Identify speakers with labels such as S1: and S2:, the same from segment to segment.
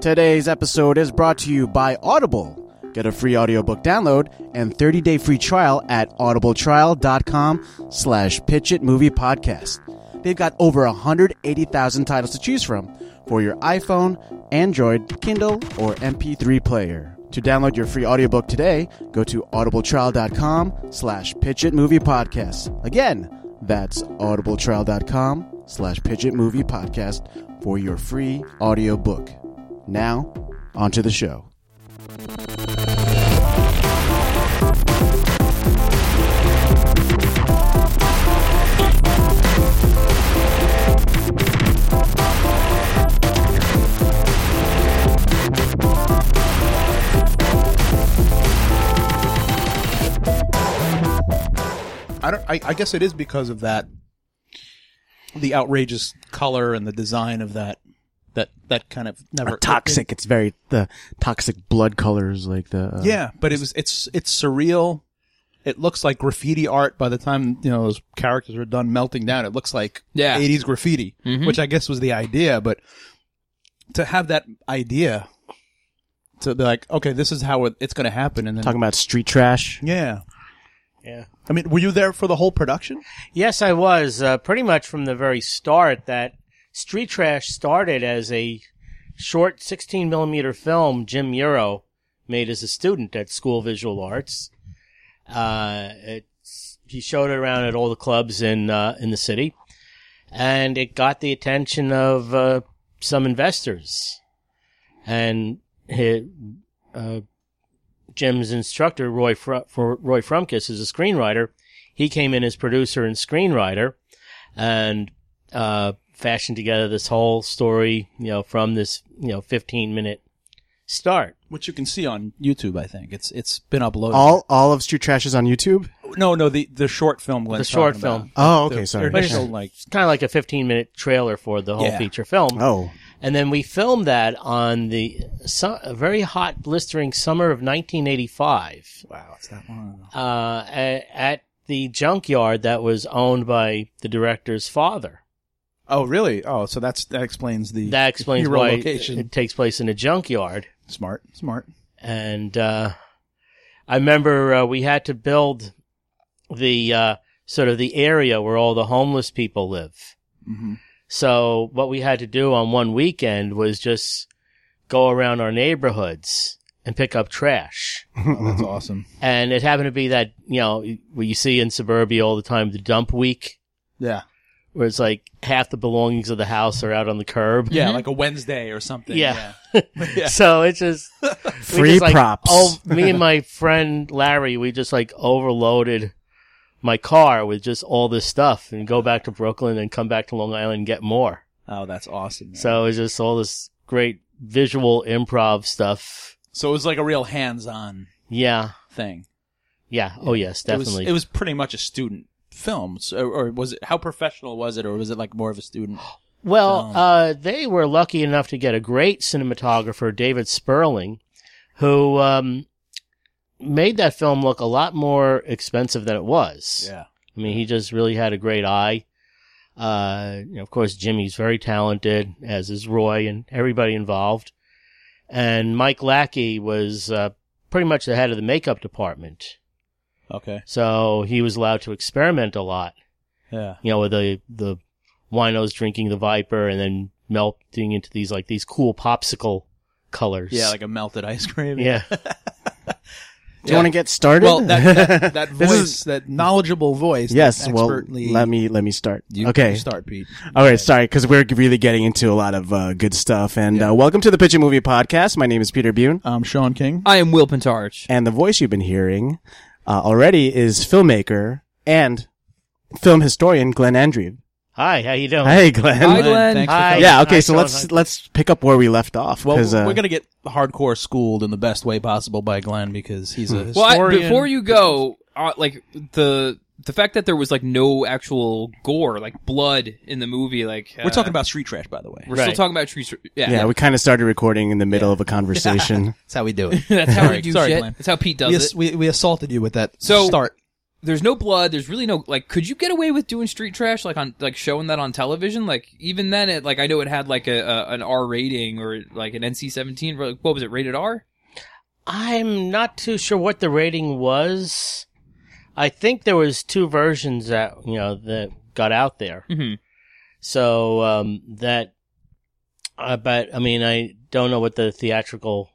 S1: Today's episode is brought to you by Audible. Get a free audiobook download and 30-day free trial at audibletrial.com slash pitchitmoviepodcast. They've got over 180,000 titles to choose from for your iPhone, Android, Kindle, or MP3 player. To download your free audiobook today, go to audibletrial.com slash pitchitmoviepodcast. Again, that's audibletrial.com slash pitchitmoviepodcast for your free audiobook. Now, onto the show.
S2: I don't. I, I guess it is because of that, the outrageous color and the design of that, that that kind of never
S1: Toxic. It's very the toxic blood colors, like the uh,
S2: yeah, but it was it's it's surreal. It looks like graffiti art by the time you know those characters are done melting down. It looks like
S3: Yeah.
S2: eighties graffiti,
S1: Mm-hmm.
S2: which I guess was the idea. But to have that idea, to be like, okay, this is how it, it's going to happen, and then
S1: Talking about street trash.
S2: yeah,
S4: Yeah.
S2: I mean, were you there for the whole production?
S4: Yes, I was uh, pretty much from the very start. That Street Trash started as a short 16 millimeter film Jim Muro made as a student at School of Visual Arts. Uh, it's, he showed it around at all the clubs in uh, in the city, and it got the attention of uh, some investors. And hi uh, Jim's instructor, Roy Fr- for Roy Frumkiss, is a screenwriter he came in as producer and screenwriter and uh, fashioned together this whole story, you know, from this, you know, 15 minute start.
S2: Which you can see on YouTube, I think it's it's been uploaded.
S1: All all of street trash is on YouTube.
S2: No, no, the the short film.
S4: The
S2: Glenn's
S4: short
S2: talking
S4: film.
S1: Oh,
S2: about.
S1: okay,
S2: The-
S1: sorry.
S2: their initial, like,
S4: It's kind of like a 15 minute trailer for the whole
S2: Yeah.
S4: feature film.
S1: Oh,
S4: And then we filmed that on the su- a very hot, blistering summer of 1985
S2: wow, it's that long.
S4: uh, a- at the junkyard that was owned by the director's father.
S2: Oh, really? Oh, so that's that explains the
S4: That explains
S2: hero
S4: why it-
S2: location.
S4: it takes place in a junkyard.
S2: smart, smart.
S4: and uh, I remember uh, we had to build the uh, sort of the area where all the homeless people live.
S2: Mm-hmm.
S4: So what we had to do on one weekend was just go around our neighborhoods and pick up trash.
S2: Oh, that's awesome.
S4: And it happened to be that you know what you see in suburbia all the time, the dump week,
S2: Yeah,
S4: where it's like half the belongings of the house are out on the curb.
S2: yeah, like a Wednesday or something.
S4: Mm-hmm. Yeah.
S2: yeah.
S4: So it's just we
S1: Free
S4: just, like,
S1: props.
S4: Oh, me and my friend Larry, we just like overloaded my car with just all this stuff and go back to Brooklyn and come back to Long Island and get more.
S2: Oh, that's awesome. man.
S4: So it's just all this great visual improv stuff.
S2: so it was like a real hands-on
S4: Yeah.
S2: thing.
S4: Yeah. Oh yes,
S2: It was-
S4: definitely.
S2: It was, pretty much a student film, so, or was it? How professional was it, or was it like more of a student?
S4: well,
S2: um,
S4: uh, they were lucky enough to get a great cinematographer, David Sperling, who um, made that film look a lot more expensive than it was.
S2: Yeah,
S4: I mean, he just really had a great eye. Uh, you know, of course, Jimmy's very talented, as is Roy and everybody involved. And Mike Lackey was uh, pretty much the head of the makeup department,
S2: okay,
S4: so he was allowed to experiment a lot.
S2: yeah,
S4: You know, with the the winos drinking the Viper and then melting into these like these cool popsicle colors.
S2: yeah, like a melted ice cream.
S4: yeah.
S1: do you want to get started?
S2: Well, that that, that
S1: This
S2: voice,
S1: is-
S2: that knowledgeable voice.
S1: yes.
S2: that
S1: Well,
S2: expertly-
S1: let me let me start.
S2: You,
S1: okay,
S2: you start, Pete.
S1: All right, sorry, because we're really getting into a lot of uh, good stuff. And uh, welcome to the Pitch a Movie Podcast. My name is Peter Bune,
S2: Um, Sean King.
S3: I am Will Pentarch.
S1: and the voice you've been hearing uh, already is filmmaker and film historian Glenn Andrew.
S4: Hi, how you doing?
S1: Hey, Glenn.
S3: Hi, Glenn.
S2: Thanks for
S4: Hi.
S2: coming.
S1: Yeah, okay,
S4: Hi,
S1: so
S4: Sean.
S1: let's let's pick up where we left off.
S2: Well,
S1: 'cause, uh,
S2: we're gonna get hardcore schooled in the best way possible by Glenn because he's a
S3: Well, I,
S2: historian.
S3: before you go, uh, like the the fact that there was like no actual gore, like blood in the movie, like uh,
S2: we're talking about street trash, by the way.
S3: we're
S4: Right.
S3: still talking about trees. Yeah,
S1: yeah, we kind of started recording in the middle of a conversation.
S2: That's how we do it.
S3: that's how
S2: Sorry,
S3: we do
S2: sorry,
S3: shit.
S2: Glenn.
S3: That's how Pete does
S2: we,
S3: it.
S2: we we assaulted you with that
S3: So-
S2: start.
S3: there's no blood. There's really no like. Could you get away with doing street trash like on like showing that on television? Like even then, it like I know it had like a, a an R rating or like an NC seventeen. Like what was it rated R?
S4: I'm not too sure what the rating was. I think there was two versions that you know that got out there.
S3: Mm-hmm.
S4: So um, that, I bet. I mean, I don't know what the theatrical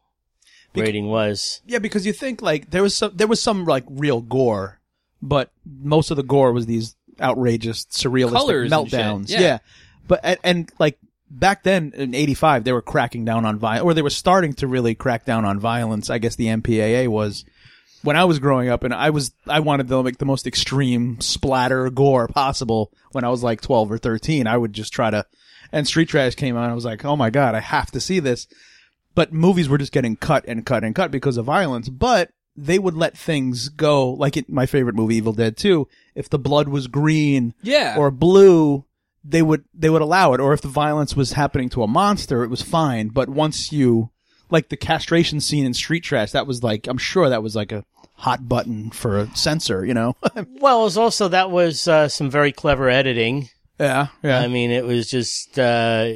S2: Bec-
S4: rating was.
S2: Yeah, because you think like there was some there was some like real gore, but most of the gore was these outrageous surrealistic
S3: Colors and shit,
S2: meltdowns.
S3: yeah.
S2: But and, and like back then in 85 they were cracking down on violence or they were starting to really crack down on violence. I guess the MPAA was when I was growing up and I was I wanted the like the most extreme splatter gore possible when I was like 12 or 13. I would just try to and Street Trash came out and I was like, "Oh my god, I have to see this." but movies were just getting cut and cut and cut because of violence. But they would let things go, like it, my favorite movie, Evil Dead Two. If the blood was green
S3: Yeah.
S2: or blue, they would they would allow it. Or if the violence was happening to a monster, it was fine. But once you like the castration scene in Street Trash, that was like I'm sure that was like a hot button for a censor, you know?
S4: Well, it was also that was uh, some very clever editing.
S2: yeah, yeah.
S4: I mean, it was just uh,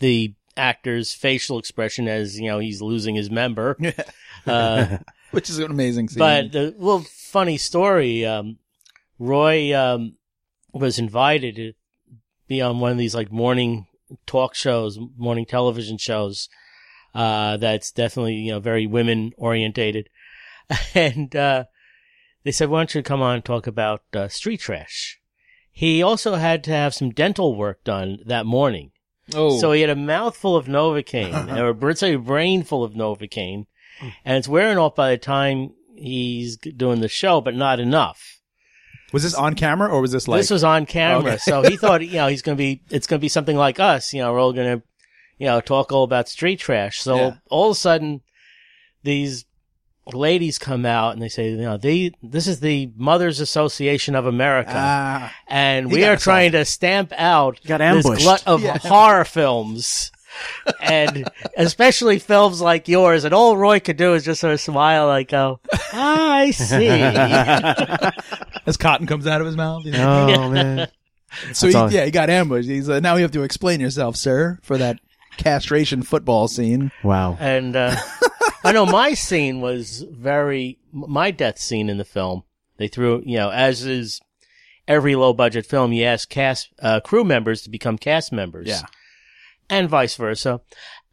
S4: the actor's facial expression as you know he's losing his member. uh,
S2: Which is an amazing scene.
S4: but the little funny story: um, Roy um, was invited to be on one of these like morning talk shows, morning television shows. Uh, that's definitely you know very women orientated, and uh, they said, "Why don't you come on and talk about uh, street trash?" He also had to have some dental work done that morning.
S3: Oh,
S4: So he had a mouthful of Novocaine, or let's say a brain full of Novocaine, and it's wearing off by the time he's g- doing the show, but not enough.
S2: was this on camera or was this like
S4: this was on camera,
S2: Okay.
S4: so he thought, you know, he's going to be, it's going to be something like us, you know, we're all going to, you know, talk all about street trash. So
S2: Yeah.
S4: all of a sudden, these ladies come out and they say, you know, they, this is the Mothers Association of America
S2: Ah.
S4: and
S2: He
S4: we
S2: got
S4: are
S2: assaulted.
S4: trying to stamp out
S1: Got
S4: this
S1: ambushed.
S4: glut of
S2: Yeah.
S4: horror films, and especially films like yours. And all Roy could do is just sort of smile, like, "Oh, I see."
S2: as cotton comes out of his mouth? you know?
S1: Oh man.
S2: So
S1: That's
S2: he,
S1: all-
S2: yeah, he got ambushed. He's uh, now you have to explain yourself, sir, for that castration football scene.
S1: Wow.
S4: and uh, I know my scene was very my death scene in the film. They threw, you know, as is every low budget film, you ask cast uh, crew members to become cast members,
S2: Yeah.
S4: and vice versa.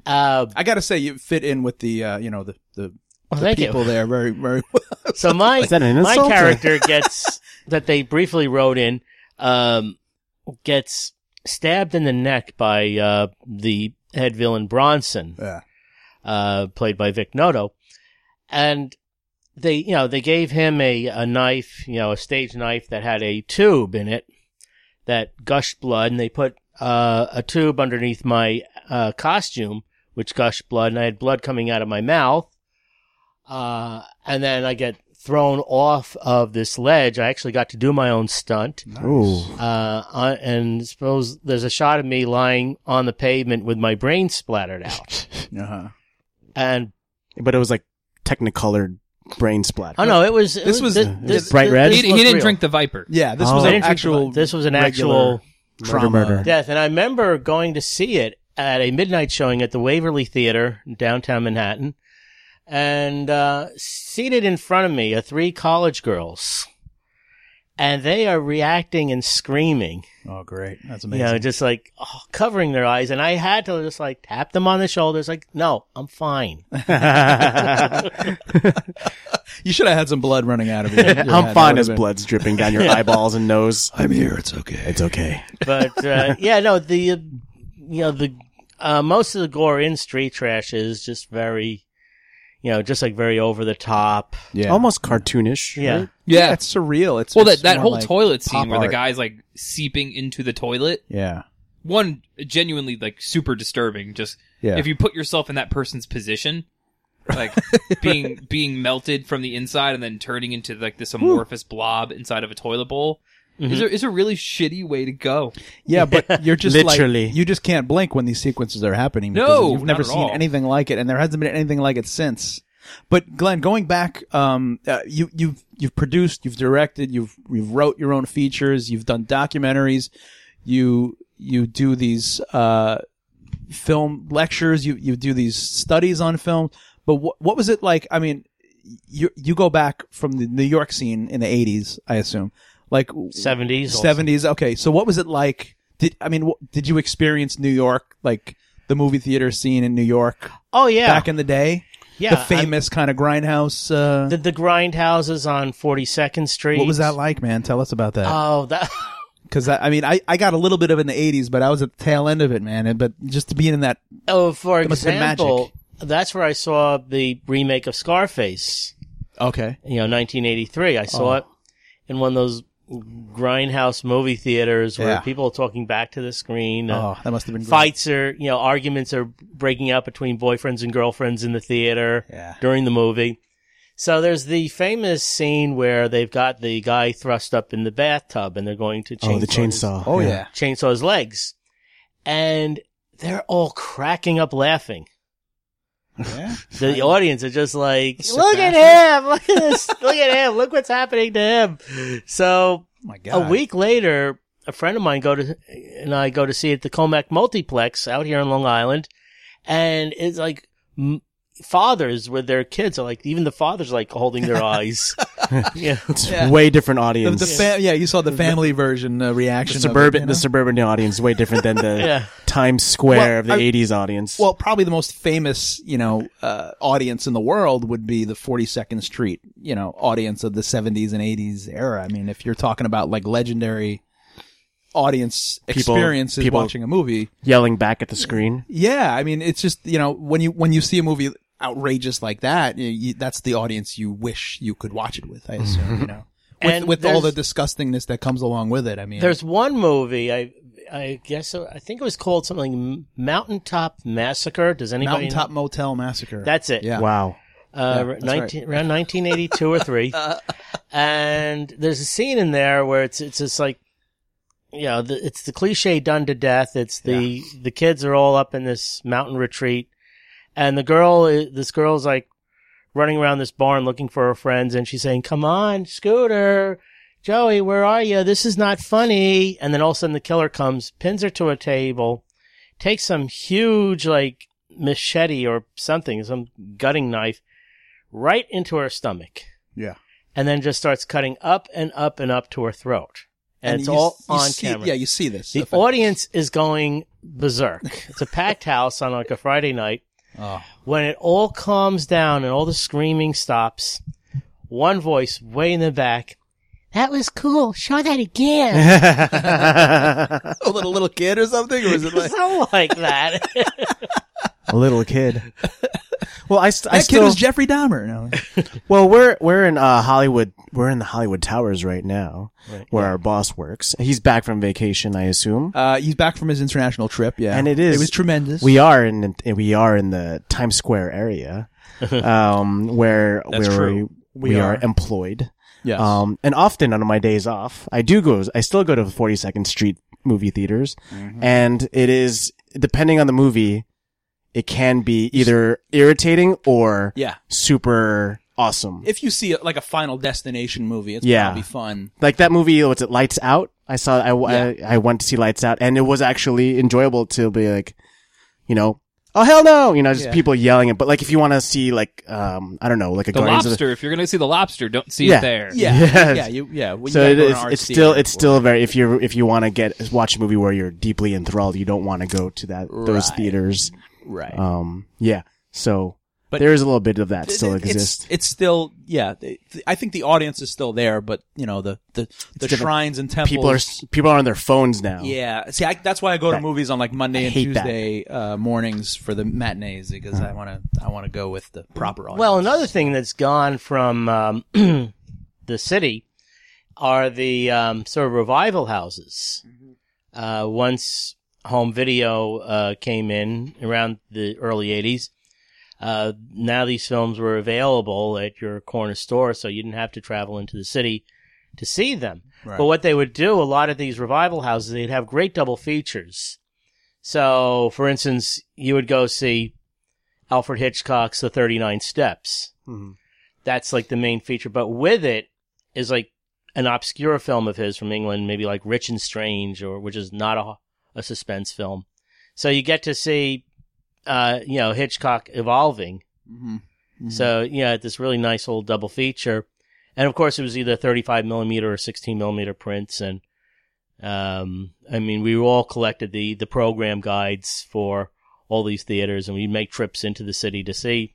S4: Uh,
S2: I got to say, you fit in with the uh, you know the the, the
S4: well, thank you.
S2: people there very very well.
S4: So my
S1: Is that an
S4: my
S1: insult?
S4: character gets that they briefly wrote in um, gets stabbed in the neck by uh, the head villain Bronson,
S2: Yeah.
S4: uh, played by Vic Noto, and they you know they gave him a a knife you know a stage knife that had a tube in it that gushed blood, and they put uh, a tube underneath my uh, costume, which gushed blood, and I had blood coming out of my mouth. Uh, and then I get thrown off of this ledge. I actually got to do my own stunt.
S1: Ooh.
S4: Uh, I- and suppose there's a shot of me lying on the pavement with my brain splattered out.
S2: Uh-huh.
S4: And
S1: But it was like technicolored brain splatter.
S4: oh no, it was it
S2: This was-
S4: thi-
S1: was bright red?
S3: he, he
S4: looked
S3: didn't
S4: real.
S3: drink the Viper.
S2: Yeah, this
S1: Oh.
S2: was
S4: I
S2: an
S4: didn't drink the
S2: actual.
S4: blood. This was an
S2: regular
S4: actual
S2: trauma.
S1: murder.
S4: death. And I remember going to see it at a midnight showing at the Waverly Theater in downtown Manhattan. And uh, seated in front of me are three college girls. And they are reacting and screaming,
S2: Oh, great! That's
S4: you
S2: amazing.
S4: know, just like oh, covering their eyes. And I had to just like tap them on the shoulders, like, no, I'm fine.
S2: you should have had some blood running out of you.
S1: I'm fine as blood's dripping down your eyeballs and nose.
S2: I'm here. It's okay.
S1: It's okay.
S4: but uh, yeah, no, the uh, you know the uh, most of the gore in Street Trash is just very, you know, just like very over the top.
S2: Yeah,
S1: Almost cartoonish.
S4: Yeah,
S1: right?
S3: Yeah.
S2: Yeah, it's surreal. It's
S3: well, that
S2: it's
S3: that
S2: more
S3: whole
S2: like
S3: toilet scene
S2: pop
S3: where
S2: art.
S3: the guy's like seeping into the toilet.
S2: Yeah,
S3: One genuinely like super disturbing. Just
S2: yeah.
S3: if you put yourself in that person's position, like being being melted from the inside and then turning into like this amorphous blob inside of a toilet bowl.
S2: Mm-hmm.
S3: Is a is a really shitty way to go.
S2: Yeah, but you're just
S1: Literally.
S2: like you just can't blink when these sequences are happening.
S3: No,
S2: because you've never
S3: not at
S2: seen
S3: all.
S2: anything like it, and there hasn't been anything like it since. But Glenn, going back, um, uh, you you've you've produced, you've directed, you've you've wrote your own features, you've done documentaries, you you do these uh, film lectures, you you do these studies on film. But wh- what was it like? I mean, you you go back from the New York scene in the '80s, I assume, like
S4: Seventies.
S2: seventies. Okay, so what was it like? Did I mean? wh- Did you experience New York, like the movie theater scene in New York
S4: Oh yeah.
S2: back in the day?
S4: yeah.
S2: the famous kind of grindhouse. Uh,
S4: I- the, the grindhouses on 42nd Street.
S2: what was that like, man? Tell us about that.
S4: Oh, that.
S2: Because I, I mean, I, I got a little bit of it in the '80s, but I was at the tail end of it, man. And, but just being in that,
S4: Oh, for
S2: must have been magic.
S4: example, that's where I saw the remake of Scarface.
S2: okay,
S4: You know, 1983. I
S2: Oh.
S4: saw it in one of those grindhouse movie theaters where
S2: Yeah.
S4: people are talking back to the screen. uh,
S2: oh, that must have been great.
S4: Fights are, you know, arguments are breaking out between boyfriends and girlfriends in the theater
S2: Yeah.
S4: during the movie. So there's the famous scene where they've got the guy thrust up in the bathtub and they're going to
S1: Oh, the
S4: chainsaw his-
S1: chainsaw.
S2: Oh yeah,
S4: chainsaw his legs. And they're all cracking up laughing.
S2: yeah.
S4: The audience are just like,
S2: Sit
S4: look
S2: back.
S4: at him, look at this, look at him, look what's happening to him. So
S2: Oh, my God,
S4: a week later, a friend of mine go to and I go to see it at the Comac Multiplex out here in Long Island, and it's like m- fathers with their kids are like even the fathers are like holding their eyes. yeah,
S1: It's
S2: Yeah.
S1: way different
S2: The,
S1: audience.
S2: the fam- yeah, you saw the family version uh,
S1: The
S2: reaction. of it,
S1: suburban,
S2: you
S1: the
S2: know?
S1: suburban audience, way different than the
S4: Yeah.
S1: Times Square
S2: Well,
S1: of the
S2: I-
S1: '80s audience.
S2: Well, probably the most famous, you know, uh, audience in the world would be the 42nd Street, you know, audience of the 70s and 80s era. I mean, if you're talking about like legendary audience
S1: People-
S2: experiences
S1: people-
S2: watching a movie,
S1: yelling back at the screen.
S2: yeah, I mean, it's just you know when you when you see a movie outrageous like that, you, you, that's the audience you wish you could watch it with. I
S1: Mm-hmm.
S2: assume, you know, with,
S4: And
S2: with all the
S4: there's-
S2: disgustingness that comes along with it. I mean,
S4: there's one movie I I guess I think it was called something M- Mountaintop Massacre. Does anybody know?
S2: Mountaintop Motel Massacre.
S4: That's it.
S2: Yeah.
S1: Wow.
S4: Uh,
S2: Yeah, that's Uh-huh.
S4: 19, around 1982 or three. and there's a scene in there where it's it's just like, you know, the, it's the cliche done to death. It's the the kids are all up in this mountain retreat, and the girl, i- this girl's like running around this barn looking for her friends, and she's saying, "Come on, Scooter." Joey, where are you? This is not funny. And then all of a sudden the killer comes, pins her to a table, takes some huge, like, machete or something, some gutting knife, right into her stomach,
S2: yeah.
S4: and then just starts cutting up and up and up to her throat. And, it's
S2: you
S4: all
S2: s- you
S4: on
S2: see-
S4: camera.
S2: Yeah, you see this.
S4: the
S2: effect.
S4: audience is going berserk. It's a packed house on like a Friday night.
S2: Oh.
S4: When it all calms down and all the screaming stops, one voice way in the back, that was cool. Show that again.
S1: a
S2: a little little kid or something, or is it like
S4: Something like that.
S1: little kid. Well, I, st- I
S2: that kid
S1: still
S2: was Jeffrey Dahmer? No,
S1: well we're we're in uh, Hollywood we're in the Hollywood Towers right now where our boss works. He's back from vacation, I assume.
S2: uh, he's back from his international trip. Yeah,
S1: And it is-
S2: It was tremendous.
S1: We are in and we are in the Times Square area, um, where
S3: That's
S1: where
S3: true.
S1: we, we,
S2: We
S1: are.
S2: are.
S1: employed.
S2: yes.
S1: Um, and often on my days off, I do go. I still go to Forty Second Street movie theaters, and it is depending on the movie, it can be either irritating or
S2: yeah.
S1: super awesome.
S2: If you see like a Final Destination movie, it's
S1: Yeah.
S2: probably fun.
S1: like that movie, what's it? Lights Out. I saw. I, I I went to see Lights Out, and it was actually enjoyable to be like, you know. Oh hell no! You know, just
S2: Yeah.
S1: people yelling it. But like, if you want to see like, um, I don't know, like a
S3: The
S1: Guardians of
S3: lobster. If you're gonna see the lobster, don't see
S1: Yeah.
S3: it there.
S2: Yeah,
S1: Yes.
S2: yeah, you, yeah. When
S1: so
S2: you
S1: it
S2: go to an
S1: is,
S2: art
S1: it's still
S2: theater
S1: it's still very if you're if you want to get watch a movie where you're deeply enthralled you don't want to go to that those
S2: Right.
S1: theaters
S2: or- right.
S1: um yeah so
S2: But-
S1: there is a little bit of that
S2: It-
S1: still
S2: it- it's-
S1: exists
S2: It's, still yeah. it- I think the audience is still there, but you know the the, the
S1: different.
S2: shrines and temples.
S1: people are s- people are on their phones now
S2: yeah. See, I, that's why I go to
S1: That-
S2: movies on like Monday
S1: I
S2: and
S1: hate that.
S2: Tuesday uh, mornings for the matinees because I want to I want to go with the proper audience.
S4: Well, another thing that's gone from um, the city are the um, sort of revival houses. Uh, once home video uh, came in around the early 80s, uh, now these films were available at your corner store, so you didn't have to travel into the city to see them.
S2: Right.
S4: But what they would do, a lot of these revival houses, they'd have great double features. So, for instance, you would go see Alfred Hitchcock's The 39 Steps.
S1: Mhm.
S4: That's like the main feature. But with it is like an obscure film of his from England, maybe like Rich and Strange, or which is not a, a suspense film. So you get to see, uh, you know, Hitchcock evolving. So yeah, this really nice little double feature, and of course it was either 35 millimeter or 16 millimeter prints, and um, I mean we all collected the the program guides for all these theaters, and we make trips into the city to see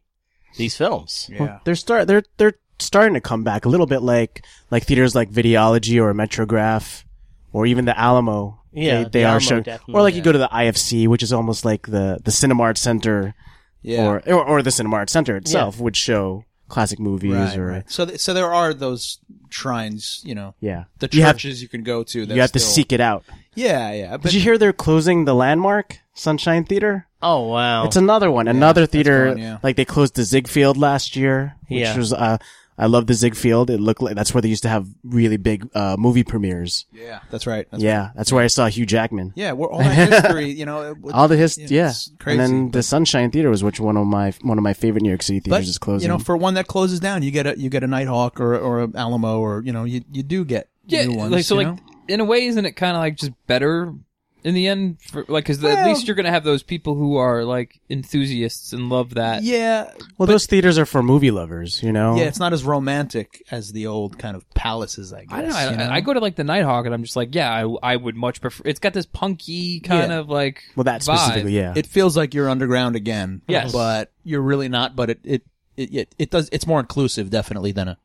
S4: these films.
S2: yeah.
S1: Well, they're start they're they're starting to come back a little bit like like theaters like Videology or Metrograph or even the Alamo.
S4: Yeah,
S1: they,
S4: the
S1: they are
S4: Alamo
S1: showing.
S4: definitely,
S1: Or like
S4: yeah.
S1: you go to the IFC, which is almost like the the Cinemark Center
S2: Yeah.
S1: or, or or the Cinemark Center itself would show classic movies
S2: right,
S1: or
S2: right. So, th- so there are those shrines, you know,
S1: uh, yeah.
S2: the
S1: you have
S2: churches you, can go to. That
S1: you have to
S2: still-
S1: seek it out.
S2: Yeah, yeah. But
S1: Did you hear they're closing the landmark Sunshine Theater?
S4: Oh wow!
S1: It's another one, another theater.
S2: gone, yeah.
S1: Like they closed the Zigfield last year, which
S4: Yeah.
S1: was uh, I love the Zigfield. It looked like that's where they used to have really big uh, movie premieres.
S2: yeah, that's right. That's
S1: yeah, that's where I saw Hugh Jackman.
S2: Yeah, we're all that history, you know. it-
S1: All the his, yeah,
S2: it's crazy.
S1: and then the Sunshine Theater was which one of my one of my favorite New York City
S2: but,
S1: theaters is closing.
S2: You know, for one that closes down, you get a you get a Nighthawk or or a Alamo or you know you you do get
S3: Yeah,
S2: new ones.
S3: like so,
S2: you
S3: like
S2: know?
S3: in a way, isn't it kind of like just better in the end? For, like, because at
S2: Well-
S3: least you're gonna have those people who are like enthusiasts and love that.
S2: yeah,
S1: well, those theaters are for movie lovers. You know,
S2: yeah. It's not as romantic as the old kind of palaces, I guess.
S3: I don't know. I,
S2: you
S3: I go to like the Nighthawk, and I'm just like, yeah, I, I would much prefer. It's got this punky kind
S2: Yeah.
S3: of like
S1: well, that
S3: vibe.
S1: specifically, yeah.
S2: It feels like you're underground again.
S3: Yes.
S2: but you're really not. But it it it it, it does. It's more inclusive, definitely, than a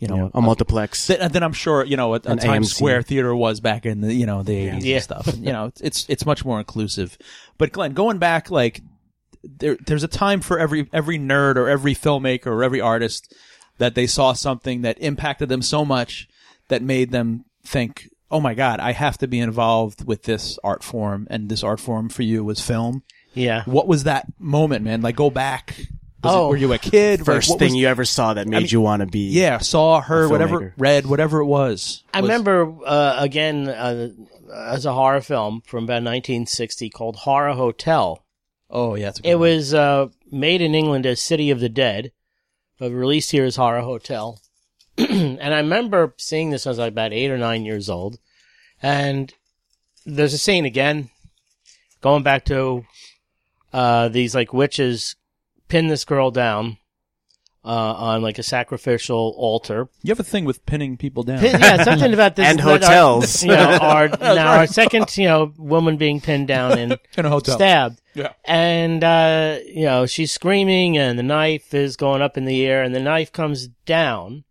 S2: you know
S1: You know, a multiplex.
S2: Then, then I'm sure you know what a
S1: An
S2: Times
S1: AMC.
S2: Square theater was back in the you know the 80s
S4: Yeah.
S2: and stuff. you know, it's- it's it's much more inclusive. But Glenn, going back, like there there's a time for every every nerd or every filmmaker or every artist that they saw something that impacted them so much that made them think, "Oh my God, I have to be involved with this art form." And this art form for you was film.
S4: yeah,
S2: What was that moment, man? Like, go back. Was it-
S4: Oh.
S2: were you a kid? Like,
S1: First
S2: what
S1: thing
S2: was-
S1: you ever saw that made
S2: mean,
S1: you want to be
S2: yeah, saw, heard,
S1: filmmaker.
S2: whatever, read, whatever it was.
S4: I
S2: was-
S4: remember uh, again uh, as a horror film from about 1960 called Horror Hotel.
S2: Oh yeah, it's a good
S4: It
S2: one.
S4: was uh, made in England as City of the Dead, but released here as Horror Hotel. and I remember seeing this when I was like about eight or nine years old. And there's a scene again, going back to uh, these like witches pin this girl down uh, on like a sacrificial altar.
S2: You have a thing with pinning people down.
S4: Pin, yeah, something about this
S1: and
S4: that our-
S1: hotels.
S4: you know, our now our second, you know, woman being pinned down and
S2: in a hotel.
S4: stabbed.
S2: Yeah.
S4: And uh, you know, she's screaming and the knife is going up in the air and the knife comes down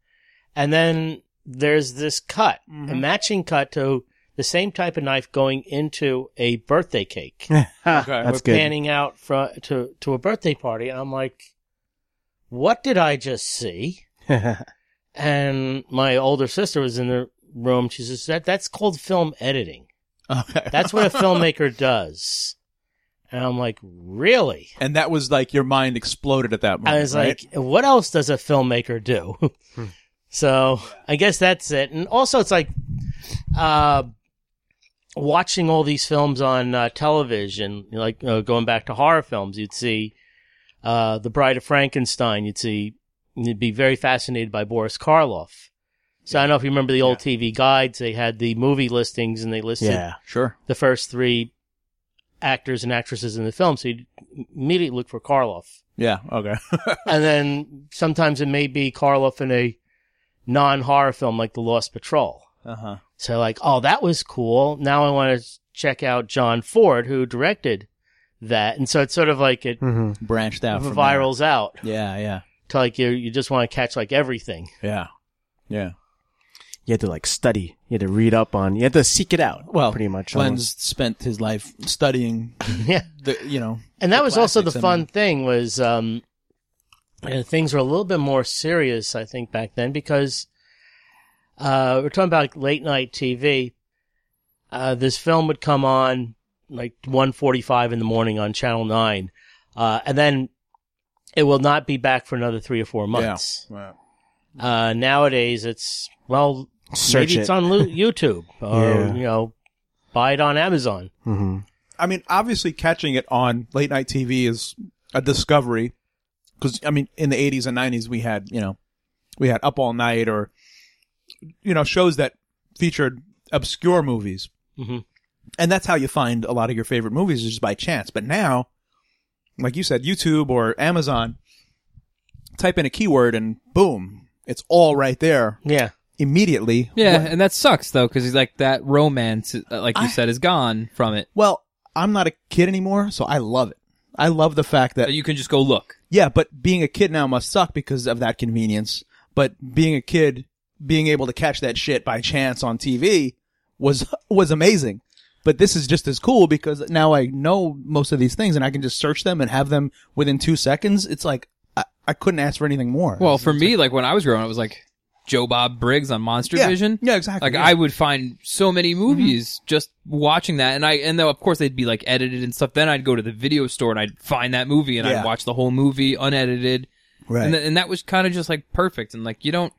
S4: and then there's this cut,
S1: Mm-hmm.
S4: a matching cut to the same type of knife going into a birthday cake.
S1: That's good.
S4: Panning out from to to a birthday party and I'm like what did I just see? And my older sister was in the room. She says that that's called film editing.
S2: Okay.
S4: That's what a filmmaker does. And I'm like, really?
S2: and that was like your mind exploded at that moment.
S4: I was
S2: right?
S4: like, what else does a filmmaker do? so I guess that's it. And also, it's like uh, watching all these films on uh, television, like uh, going back to horror films, you'd see uh, The Bride of Frankenstein, you'd see, you'd be very fascinated by Boris Karloff. So I don't know if you remember the old TV guides, they had the movie listings and they listed
S1: Yeah.
S2: sure.
S4: the first three actors and actresses in the film. So you'd immediately look for Karloff
S2: Yeah. Okay.
S4: and then sometimes it may be Karloff in a non horror film like The Lost Patrol.
S2: uh huh.
S4: So like, oh, that was cool. Now I want to check out John Ford who directed that, and so it's sort of like it
S1: hmm
S2: Branched out. From
S4: virals out
S2: there. Yeah. Yeah.
S4: to like you you just want to catch like everything.
S2: Yeah. Yeah.
S1: You had to like study. You had to read up on. You had to seek it out.
S2: Well,
S1: pretty much.
S2: Glenn's spent his life studying
S4: yeah,
S2: the, you know,
S4: and that was also the
S2: classics, I
S4: fun
S2: mean.
S4: thing was um, uh, things were a little bit more serious i think back then because uh, we're talking about late night tv uh, this film would come on like 1.45 in the morning on channel 9 uh, and then it will not be back for another three or four months
S2: Yeah. Wow.
S4: uh, nowadays it's well
S1: Search
S4: maybe
S1: it.
S4: it's on Lu- youtube or
S1: Yeah.
S4: you know buy it on amazon
S1: hmm
S2: I mean, obviously, catching it on late night TV is a discovery because I mean, in the '80s and '90s, we had you know, we had Up All Night or you know shows that featured obscure movies,
S3: Mm-hmm.
S4: Mhm.
S2: and that's how you find a lot of your favorite movies is just by chance. But now, like you said, YouTube or Amazon, type in a keyword and boom, it's all right there
S4: Yeah.
S2: immediately.
S3: Yeah,
S2: What-
S3: and that sucks though, because he's like that romance, uh, like you said, is gone from it.
S2: Well, I'm not a kid anymore, so I love it. I love the fact that
S3: So you can just go look.
S2: Yeah, but being a kid now must suck because of that convenience. But being a kid, being able to catch that shit by chance on TV was was amazing. But this is just as cool because now I know most of these things and I can just search them and have them within two seconds. It's like I, I couldn't ask for anything more.
S3: Well, for me, like when I was growing, up, it was like Joe Bob Briggs on Monster
S2: yeah,
S3: Vision.
S2: yeah, exactly.
S3: Like
S2: yeah. Mm-hmm.
S3: I would find so many movies just watching that, and I and though of course they'd be like edited and stuff. Then I'd go to the video store and I'd find that movie and
S2: Yeah.
S3: I'd watch the whole movie unedited,
S2: right.
S3: and th- and that was kind of just like perfect. And like you don't,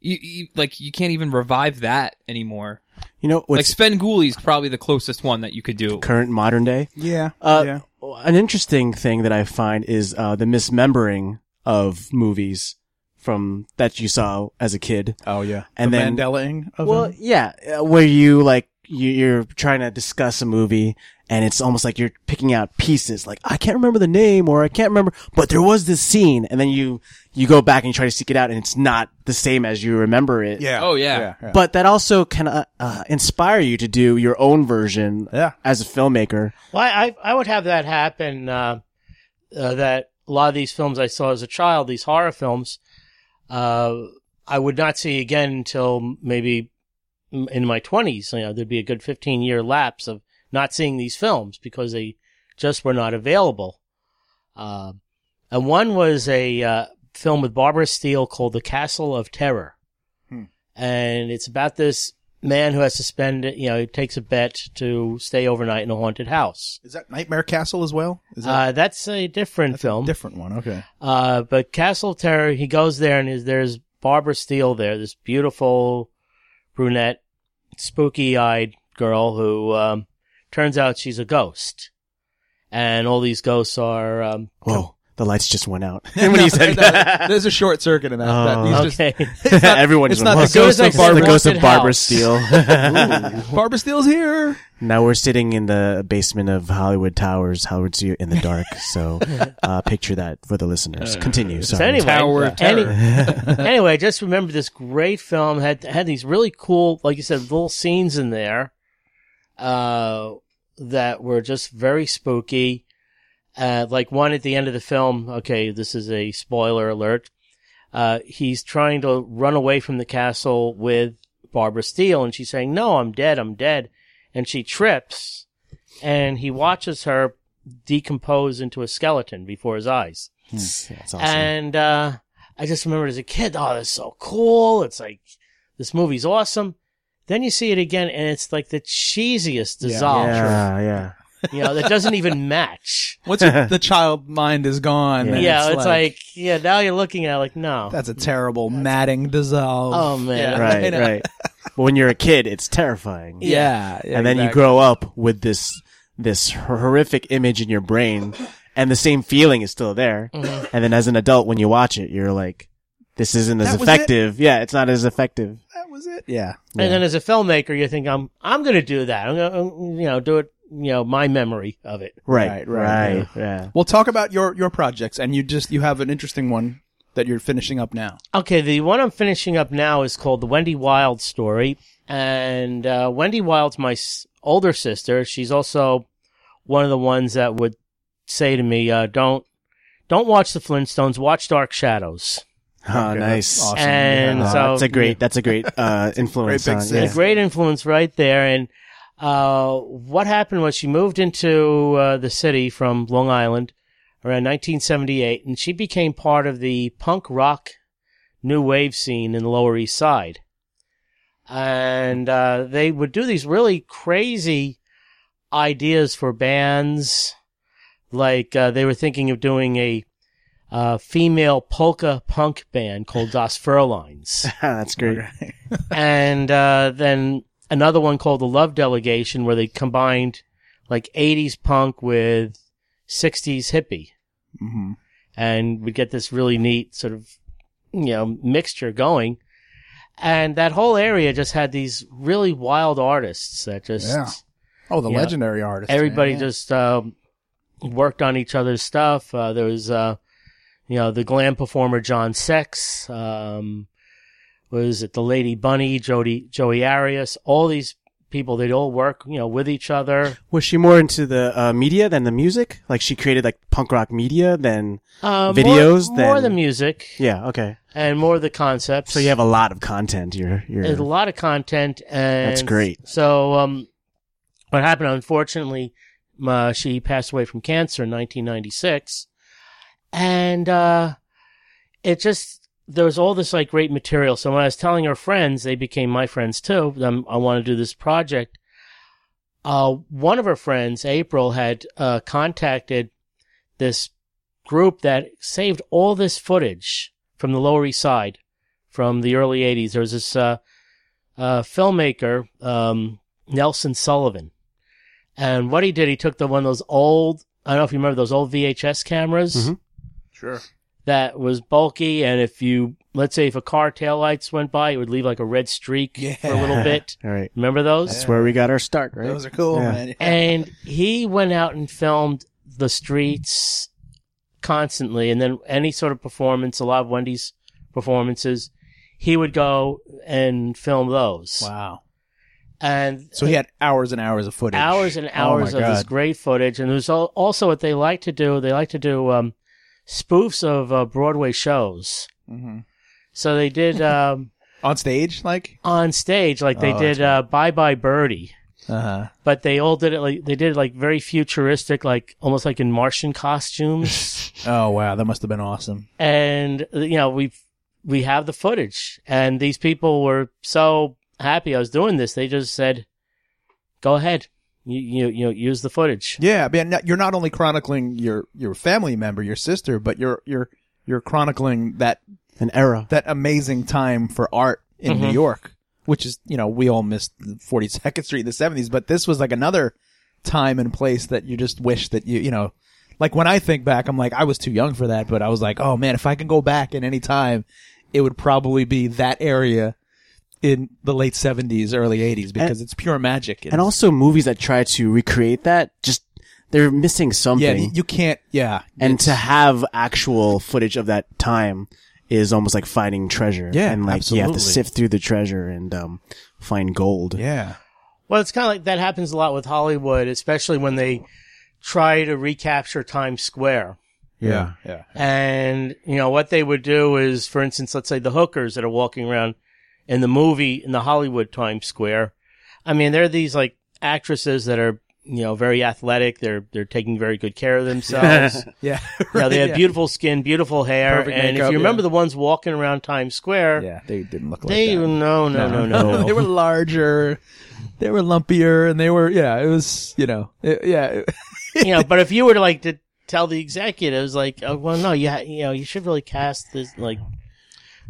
S3: you, you like you can't even revive that anymore.
S1: You know
S3: like
S1: what's
S3: Sven Gulli's probably the closest one that you could do.
S1: current modern day?
S2: yeah,
S1: Uh,
S2: yeah.
S1: An interesting thing that I find is uh, the mismembering of movies from that you saw as a kid.
S2: Oh yeah.
S1: and
S2: the
S1: then-
S2: Mandelaing of
S1: Well,
S2: them.
S1: yeah, uh, where you like you, you're trying to discuss a movie, and it's almost like you're picking out pieces. Like I can't remember the name, or I can't remember, but there was this scene, and then you you go back and you try to seek it out, and it's not the same as you remember it.
S2: yeah.
S3: Oh, yeah.
S2: yeah.
S1: But that also can uh, uh, inspire you to do your own version
S2: Yeah.
S1: as a filmmaker.
S4: Well, I, I would have that happen. Uh, uh, that a lot of these films I saw as a child, these horror films, uh, I would not see again until maybe m- in my twenties. You know, there'd be a good fifteen year lapse of not seeing these films because they just were not available. Uh, and one was a uh, film with Barbara Steele called The Castle of Terror,
S2: Hmm.
S4: and it's about this man who has to spend, you know, he takes a bet to stay overnight in a haunted house.
S2: Is that Nightmare Castle as well? Is that
S4: Uh, that's a
S3: Uh,
S4: different
S2: that's a
S4: film.
S2: different one? Okay.
S4: uh, but Castle of Terror, he goes there and is, there's Barbara Steele there, this beautiful brunette, spooky eyed girl who, um, turns out she's a ghost. And all these ghosts are, um,
S1: Whoa, the lights just went out. when he said
S2: No, no, there's a short circuit in that. that he's just,
S4: okay.
S2: it's not-
S1: Everyone
S2: it's
S1: just
S2: not
S1: went,
S2: the
S1: "Whoa."
S2: ghost of
S4: Suicide Squad.
S2: Barbara.
S1: the ghost of
S4: Haunted
S1: Barbara
S4: House.
S1: Steele.
S2: Barbara Steele's here.
S1: Now we're sitting in the basement of Hollywood Towers, Howard Zee, in the dark. So uh, picture that for the
S2: Uh,
S1: listeners. Continue.
S4: So
S1: Sorry.
S4: anyway,
S3: Tower of
S4: any-
S1: Terror.
S4: anyway, I just remember this great film had had these really cool, like you said, little scenes in there uh, that were just very spooky. Uh, like one at the end of the film. Okay, this is a spoiler alert. Uh, he's trying to run away from the castle with Barbara Steele, and she's saying, "No, I'm dead. I'm dead," and she trips, and he watches her decompose into a skeleton before his eyes.
S1: Hmm. That's awesome.
S4: And uh, I just remembered as a kid, oh, that's so cool. It's like this movie's awesome. Then you see it again, and it's like the cheesiest
S2: Yeah.
S4: dissolve.
S1: yeah, yeah.
S4: You know, that doesn't even match.
S2: Once your- the child mind is gone,
S1: Yeah.
S2: then
S4: yeah, it's, like, yeah, now you're looking at it like, no.
S2: that's a terrible matting dissolve.
S4: oh, man.
S2: Yeah. I
S1: Right,
S2: know.
S1: right. But when you're a kid, it's terrifying.
S2: yeah,
S1: and then you grow up with this this horrific image in your brain, and the same feeling is still there.
S2: Mm-hmm.
S4: Mhm.
S1: And then as an adult, when you watch it, you're like, "This isn't as
S2: That was it?
S1: effective." Yeah, it's not as effective.
S2: That was it. Yeah,
S1: Yeah.
S4: And then as a filmmaker, you think, I'm, I'm going to do that. I'm going to, you know, do it, you know, my memory of it.
S2: Right,
S1: Right,
S2: right,
S1: right, yeah.
S2: Well, talk about your your projects, and you just you have an interesting one that you're finishing up now.
S4: Okay, the one I'm finishing up now is called the Wendy Wild story, and uh, Wendy Wild's my s- older sister. She's also one of the ones that would say to me, uh, "Don't, don't watch the Flintstones. Watch Dark Shadows."
S1: Oh,
S2: Okay,
S1: nice.
S2: that's awesome.
S4: And
S1: Oh,
S2: Yeah.
S4: so-
S1: that's a great. That's a great uh, influence.
S2: Great big
S1: on,
S2: sis.
S1: yeah.
S4: A great influence right there. And uh, what happened was she moved into uh, the city from Long Island around 1978, and she became part of the punk rock new wave scene in the Lower East Side. And uh, they would do these really crazy ideas for bands. Like uh, they were thinking of doing a uh, female polka punk band called Das Furlines
S1: Ah, that's great.
S4: and uh, then another one called the Love Delegation, where they combined like '80s punk with '60s hippie,
S1: Mm-hmm.
S2: hmm
S4: and we get this really neat sort of you know mixture going. And that whole area just had these really wild artists that just
S2: Yeah. Oh, the
S4: Yeah.
S2: legendary artist.
S4: everybody
S2: man.
S4: just um, worked on each other's stuff. Uh, there was, uh, you know, the glam performer John Sex. Um, was it the Lady Bunny, Jody, Joey Arias? All these people, they'd all work, you know, with each other.
S1: Was she more into the uh, media than the music? Like she created like punk rock media than
S4: Uh,
S1: Um, Videos,
S4: more, more
S1: then-
S4: the music
S1: yeah, okay.
S4: and more the concepts.
S1: So you have a lot of content. You're you're
S4: There's a lot of content, and
S1: That's great.
S4: So, um, what happened? Unfortunately, uh, she passed away from cancer in 1996, and uh, it just there was all this like great material. So when I was telling her friends, they became my friends too. Um, I want to do this project. Uh, one of her friends, April, had uh, contacted this group that saved all this footage from the Lower East Side from the early 80s. There was this uh, uh, filmmaker, um, Nelson Sullivan. And what he did, he took the one of those old, I don't know if you remember those old VHS cameras
S1: Mhm.
S2: sure.
S4: that was bulky. And if you, let's say if a car taillights went by, it would leave like a red streak for a little
S1: Yeah.
S4: bit.
S1: all right.
S4: Remember those?
S1: That's where we got our start, right?
S2: Those are cool,
S1: Yeah.
S2: man.
S4: and he went out and filmed the streets constantly and then any sort of performance a lot of wendy's performances he would go and film those
S2: Wow.
S4: and
S2: So he had hours and hours of footage.
S4: hours and
S2: Oh my
S4: hours of this
S2: God.
S4: great footage and there's al- also what they like to do they like to do um, spoofs of uh, broadway shows
S2: Mhm.
S4: so they did um,
S2: on stage, like.
S4: on stage like they
S2: Oh, that's
S4: did uh, bye bye birdie
S2: Uh
S1: Uh-huh.
S2: huh.
S4: but they all did it like they did it like very futuristic, like almost like in Martian costumes.
S2: Oh wow, that must have been awesome.
S4: and you know, we we have the footage, and these people were so happy I was doing this. They just said, "Go ahead, you you you know, use the footage."
S2: Yeah, man. no- You're not only chronicling your your family member, your sister, but you're you're you're chronicling that
S1: An era.
S2: that amazing time for art in New
S1: Mm-hmm.
S4: Mhm.
S2: York, which is you know we all missed the 42nd Street in the 70s, but this was like another time and place that you just wish that you you know. Like when I think back, I'm like, I was too young for that, but I was like, oh man, if I can go back in any time, it would probably be that area in the late 70s, early 80s, because it's pure magic.
S1: And also movies that try to recreate that just they're missing
S2: yeah,
S1: something.
S2: you can't, yeah.
S1: and to have actual footage of that time is almost like finding treasure.
S2: Yeah,
S1: and like you have to
S2: absolutely.
S1: sift through the treasure and um, find gold.
S2: Yeah.
S4: Well, it's kind of like that happens a lot with Hollywood, especially when they try to recapture Times Square.
S2: Yeah. Yeah.
S4: And, you know, what they would do is, for instance, let's say the hookers that are walking around in the movie in the Hollywood Times Square. I mean, they're these like actresses that are, you know, very athletic. They're, they're taking very good care of themselves.
S2: Yeah.
S4: you know, they have
S2: yeah.
S4: beautiful skin, beautiful hair.
S2: Perfect
S4: and
S2: makeup,
S4: if you remember
S2: yeah.
S4: the ones walking around Times Square,
S2: Yeah. They didn't look like
S4: they,
S2: that.
S4: no, no, no, no.
S2: they were larger. They were lumpier and they were, yeah, it was, you know, it- yeah.
S4: you know, but if you were to like to tell the executives, like, oh, well, no, you, ha- you know, you should really cast this, like,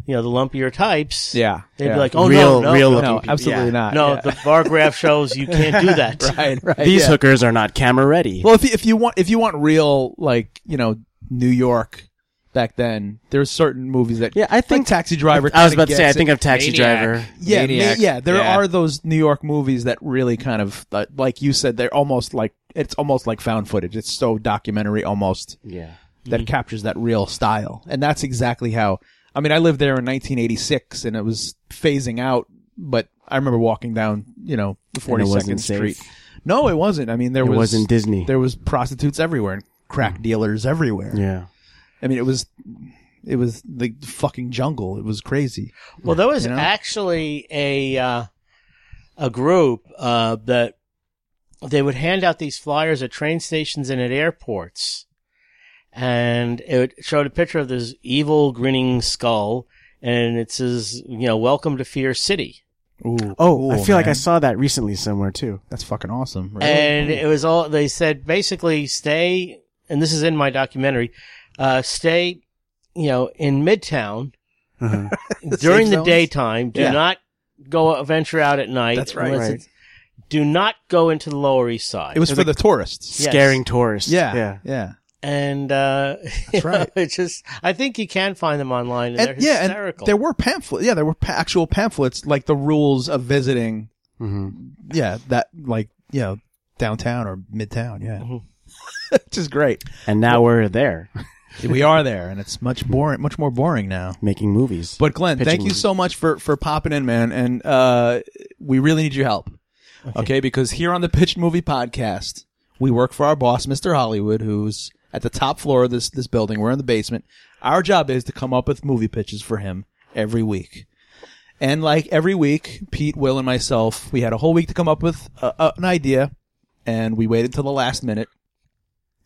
S4: you know, the lumpier types.
S2: Yeah.
S4: They'd
S2: yeah.
S4: be like, oh,
S1: Real-
S4: no, no,
S1: real
S4: no,
S1: looking
S2: no, absolutely
S1: yeah.
S2: not.
S4: No,
S2: Uh, Yeah.
S4: the bar graph shows you can't do that.
S2: right, right.
S1: These
S2: Uh, yeah.
S1: hookers are not camera ready.
S2: Well, if you, if you want, if you want real, like, you know, New York back then, there's certain movies that,
S1: yeah, I
S2: I think
S1: think
S2: Taxi Driver.
S1: I was
S2: kinda
S1: about to say
S2: gets
S1: I
S2: it.
S1: think of Taxi
S3: Maniac.
S1: Driver.
S2: Yeah, ma-
S3: Maniac.
S2: yeah. There
S3: Yeah.
S2: are those New York movies that really kind of, uh, like you said, they're almost like it's almost like found footage. It's so documentary almost
S1: Yeah.
S2: that captures that real style, and that's exactly how. I mean, I lived there in 1986, and it was phasing out, but I remember walking down, you know, the 42nd
S1: wasn't safe.
S2: Street. No, it wasn't. I mean, there
S1: It
S2: was
S1: wasn't Disney. Mm.
S2: There was prostitutes everywhere and crack dealers everywhere.
S1: Yeah.
S2: I mean, it was. It was the fucking jungle. It was crazy.
S4: Well, there was
S2: You know?
S4: actually a uh, a group uh, that they would hand out these flyers at train stations and at airports, and it would- showed a picture of this evil grinning skull, and it says, you know, "Welcome to Fear City."
S2: Ooh,
S1: Oh,
S2: cool,
S1: I feel like I
S2: man.
S1: saw that recently somewhere too.
S2: That's fucking awesome. Really? Hmm.
S4: And it was all they said basically stay and this is in my documentary, uh stay, you know, in Midtown
S1: Uh-huh.
S4: during the
S2: zones?
S4: daytime. Do
S2: Yeah.
S4: not go venture out at night.
S2: That's right.
S4: unless
S1: Right.
S4: it's- Do not go into the Lower East Side.
S2: it was for the tourists.
S4: Yes.
S1: Scaring tourists.
S2: Yeah,
S1: Yeah.
S2: yeah.
S4: and uh,
S2: That's right.
S4: it's just I think you can find them online. And,
S2: And,
S4: they're
S2: yeah, and
S4: hysterical.
S2: there were pamphlets. Yeah, there were pa- actual pamphlets like the rules of visiting.
S1: Mm-hmm.
S2: Yeah, that like you know downtown or midtown. Yeah, which is great.
S1: And now we're there
S2: We are there, and it's much boring, much more boring now.
S1: making movies.
S2: But Glenn,
S1: Pitching
S2: thank you
S1: movies.
S2: so much for for popping in, man, and uh, we really need your help. Okay. because here on the Pitched Movie Podcast, we work for our boss, Mr. Hollywood, who's at the top floor of this this building. We're in the basement. Our job is to come up with movie pitches for him every week. And like every week, Pete, Will, and myself, we had a whole week to come up with a, a, an idea, and we waited till the last minute.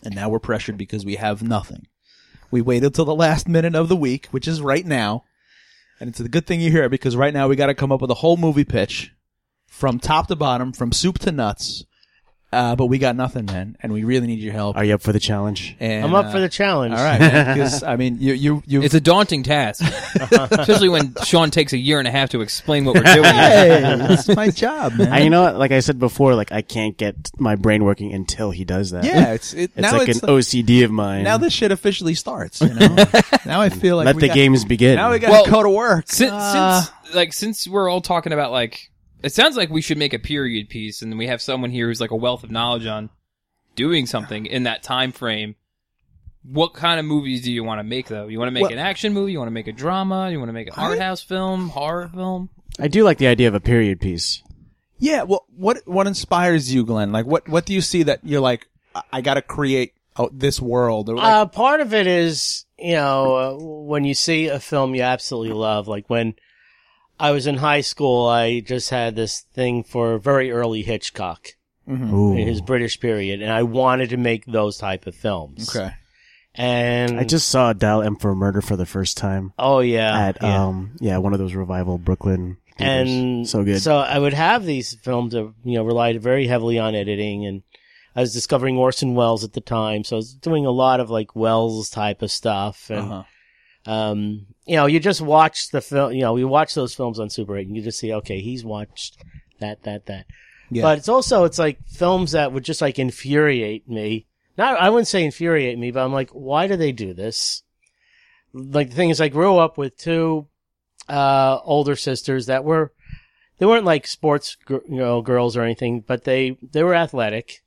S2: And now we're pressured because we have nothing. We waited till the last minute of the week, which is right now. And it's a good thing you're here because right now we got to come up with a whole movie pitch from top to bottom, from soup to nuts. Uh, but we got nothing, man, and we really need your help.
S1: Are you up for the challenge?
S2: And,
S4: I'm up
S2: uh,
S4: for the challenge.
S2: All right, because I mean, you you you.
S3: It's a daunting task, especially when Sean takes a year and a half to explain what we're doing.
S2: hey, that's my job, man.
S1: I, you know, what? like I said before, like I can't get my brain working until he does that.
S2: yeah, it's it,
S1: it's
S2: now
S1: like
S2: it's
S1: an
S2: like-
S1: OCD of mine.
S2: now this shit officially starts. You know, now I feel like
S1: let
S2: we
S1: the
S2: got-
S1: games begin.
S2: Now we got
S3: Well,
S2: to go to work.
S3: Since,
S2: Uh,
S3: since like since we're all talking about like it sounds like we should make a period piece and we have someone here who's like a wealth of knowledge on doing something in that time frame what kind of movies do you want to make though you want to make
S2: Well-
S3: an action movie you want to make a drama you want to make an art house film horror film
S1: I do like the idea of a period piece.
S2: Yeah. Well, what what inspires you, Glenn? Like, what what do you see that you're like? I, I got to create oh, this world. Or like,
S4: uh, part of it is, you know, uh, when you see a film you absolutely love, like when I was in high school, I just had this thing for very early Hitchcock
S1: Ooh.
S4: in his British period, and I wanted to make those type of films.
S2: okay.
S4: And
S1: I
S2: Mm.
S1: just saw Dial M for Murder for the first time
S4: oh
S2: Ah,
S4: yeah,
S1: at
S4: yeah.
S1: um yeah one of those revival Brooklyn theaters.
S4: and
S1: so good.
S4: So I would have these films that you know relied very heavily on editing, and I was discovering Orson Welles at the time, so I was doing a lot of like Welles type of stuff, and
S2: Uh-huh.
S4: um, you know, you just watch the film, you know, we watch those films on Super 8 and you just see, okay, he's watched that, that, that.
S2: Yeah.
S4: But it's also, it's like films that would just like infuriate me. Not, I wouldn't say infuriate me, but I'm like, why do they do this? Like the thing is, I grew up with two, uh, older sisters that were, they weren't like sports, gr- you know, girls or anything, but they, they were athletic.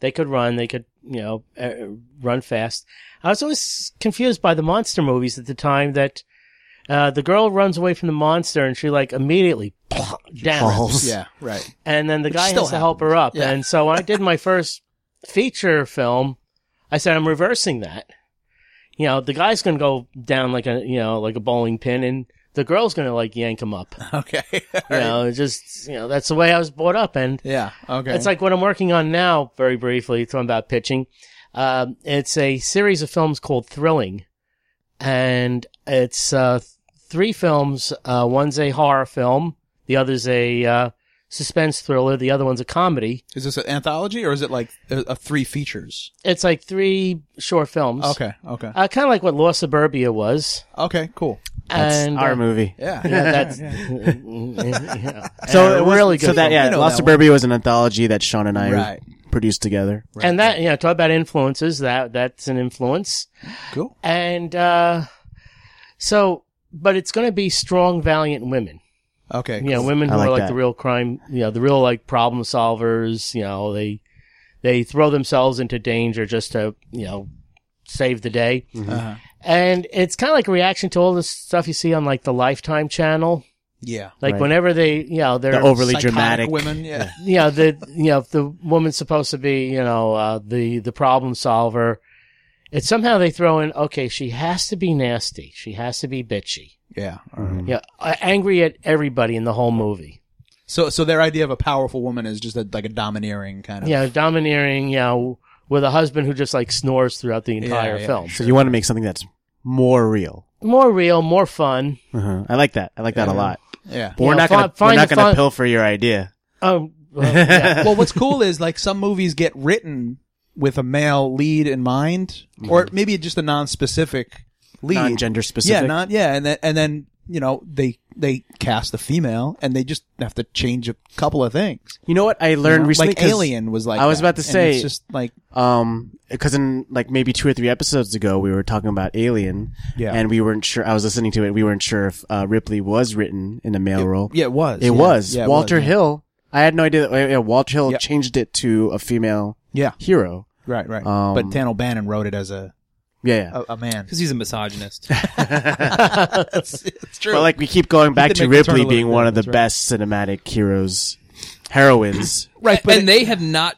S4: They could run. They could, you know, uh, run fast. I was always confused by the monster movies at the time that uh, the girl runs away from the monster and she like immediately down,
S1: Balls.
S2: Yeah. Right.
S4: and then the guy has
S2: still
S4: to help her up.
S2: Yeah.
S4: And so when I did my first feature film, I said I'm reversing that. You know, the guy's gonna go down like a you know like a bowling pin, and the girl's gonna like yank him up.
S2: Okay.
S4: You know, it's just you know that's the way I was brought up, and
S2: Yeah. Okay.
S4: it's like what I'm working on now, very briefly, talking about pitching. Um, it's a series of films called Thrilling. And it's uh, th- three films. Uh, one's a horror film, the other's a uh, suspense thriller, the other one's a comedy.
S2: is this an anthology or is it like a, a three features?
S4: It's like three short films.
S2: Okay. Okay.
S4: Uh, kind of like what Lost Suburbia was.
S2: Okay. Cool.
S1: That's
S4: and,
S1: our
S4: uh,
S1: movie.
S2: Yeah.
S4: Yeah, that's yeah.
S1: So
S4: And
S1: it
S4: a
S1: was,
S4: really good.
S1: So that
S4: film.
S2: We
S1: yeah,
S2: know
S1: Lost
S2: that one.
S1: Suburbia was an anthology that Sean and I
S2: Right.
S1: produced together.
S4: and that you know, talk about influences. That that's an influence.
S2: Cool.
S4: And uh so but it's going to be strong valiant women.
S2: Okay.
S4: You know, women who
S1: I like
S4: are like
S1: that.
S4: the real crime, you know, the real like problem solvers, you know, they they throw themselves into danger just to, you know, save the day.
S1: Mm-hmm.
S2: Uh-huh.
S4: And it's kind of like a reaction to all the stuff you see on like the Lifetime channel.
S2: Yeah.
S4: Like
S1: Right.
S4: whenever they, you know, they're
S1: The overly
S2: Psychotic
S1: dramatic
S2: women. Yeah.
S4: you know the you know if the woman's supposed to be you know uh, the the problem solver it's somehow they throw in okay she has to be nasty she has to be bitchy
S2: Yeah. All right.
S4: yeah uh, angry at everybody in the whole movie
S2: So so their idea of a powerful woman is just a, like a domineering kind of.
S4: yeah domineering you know with a husband who just like snores throughout the entire
S2: Yeah, yeah.
S4: film
S1: So you want to make something that's more real.
S4: more real more fun
S1: Uh-huh. I like that. I like that a lot.
S2: Yeah.
S1: But we're
S4: Yeah,
S1: not
S4: fi-
S1: gonna we're
S4: find
S1: not
S4: a
S1: gonna
S4: fun-
S1: pilfer your idea.
S4: um well, yeah.
S2: well, what's cool is like some movies get written with a male lead in mind, or maybe just a non-specific lead,
S1: Mm-hmm. Non-gender specific.
S2: Yeah, non. Yeah, and then and then you know they they cast a female and they just have to change a couple of things.
S1: You know what I
S2: you
S1: learned
S2: know?
S1: recently?
S2: like
S1: 'Cause,
S2: Alien was like
S1: I was
S2: that.
S1: about to
S2: And
S1: say-
S2: it's just like
S1: Um, because in like maybe two or three episodes ago, we were talking about Alien.
S2: Yeah.
S1: And we weren't sure. I was listening to it. We weren't sure if uh, Ripley was written in a male role.
S2: yeah, it was.
S1: It
S2: Yeah.
S1: was
S2: Yeah, it
S1: Walter
S2: was, yeah.
S1: Hill. I had no idea. That, yeah, Walter Hill
S2: Yeah.
S1: changed it to a female
S2: Yeah,
S1: hero.
S2: right, right.
S1: Um,
S2: but Dan O'Bannon wrote it as a
S1: Yeah. yeah.
S2: a, a man.
S3: because he's a misogynist.
S2: it's, it's true.
S1: But like we keep going back
S2: did
S1: to
S2: make the turn a
S1: Ripley
S2: little
S1: being
S2: bit,
S1: one of the
S2: that's right.
S1: best cinematic heroes, heroines.
S2: right, but
S3: and
S2: it-
S3: they have not,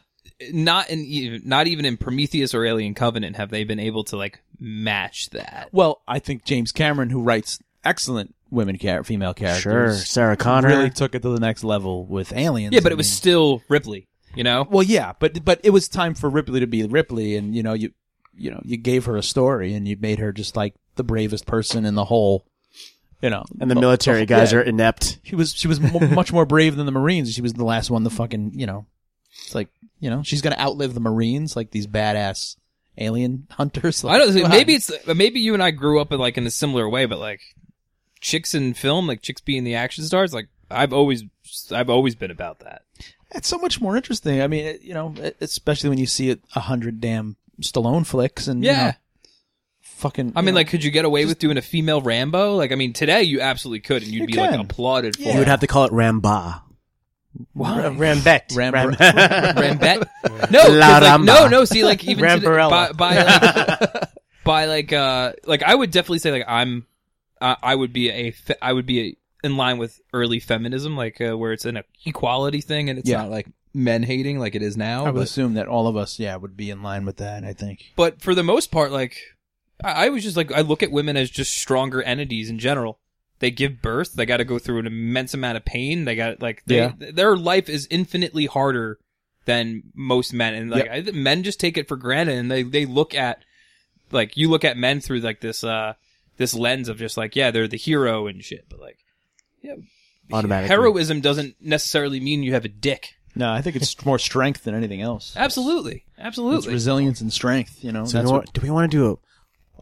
S3: not in, even- not even in Prometheus or Alien Covenant have they been able to like match that.
S2: well, I think James Cameron, who writes excellent women char- female
S1: sure,
S2: characters,
S1: Sarah Connor.
S2: really took it to the next level with Aliens.
S3: Yeah, but
S2: I
S3: it was
S2: mean-
S3: still Ripley. You know,
S2: Well, yeah, but but it was time for Ripley to be Ripley, and you know you you know you gave her a story, and you made her just like the bravest person in the whole, you know.
S1: and the
S2: Oh,
S1: military guys are inept.
S2: She was she was m- much more brave than the Marines. She was the last one to fucking you know. It's like you know she's gonna outlive the Marines, like these badass alien hunters.
S3: I don't.
S2: Like,
S3: think
S2: come
S3: Maybe
S2: on.
S3: it's maybe you and I grew up in like in a similar way, but like chicks in film, like chicks being the action stars. Like I've always, I've always been about that.
S2: it's so much more interesting. I mean, it, you know, it- especially when you see it a hundred damn Stallone flicks and you
S3: Yeah.
S2: know, fucking.
S3: I
S2: you
S3: mean,
S2: know,
S3: like, could you get away with doing a female Rambo? Like, I mean, today you absolutely could, and you'd
S2: You
S3: be
S2: can.
S3: like applauded for
S2: Yeah.
S1: You would have to call it Ramba.
S4: R- Rambet.
S2: Ram-
S4: Ram-
S3: it. Rambet. No, 'cause,
S1: La
S3: like,
S1: Ramba.
S3: no, no. See, like, even today, by,
S4: Ramparella.
S3: by like, by like, uh, like I would definitely say like I'm, I I would be a, fe- I would be a, in line with early feminism, like uh, where it's an equality thing, and it's
S2: Yeah.
S3: not like men hating like it is now.
S2: I would
S3: but-
S2: assume that all of us, yeah, would be in line with that. I think.
S3: but for the most part, like I, I was just like I look at women as just stronger entities in general. They give birth. They got to go through an immense amount of pain. They got like they,
S2: Yeah.
S3: their life is infinitely harder than most men, and like I think men just take it for granted, and they they look at like you look at men through like this uh this lens of just like yeah they're the hero and shit, but like yeah,
S1: Automatically.
S3: heroism doesn't necessarily mean you have a dick.
S2: No, I think it's more strength than anything else.
S3: Absolutely,
S2: It's
S3: absolutely.
S2: resilience and strength. You know,
S1: So you
S2: that's
S1: know
S2: what,
S1: what- do we want to do a,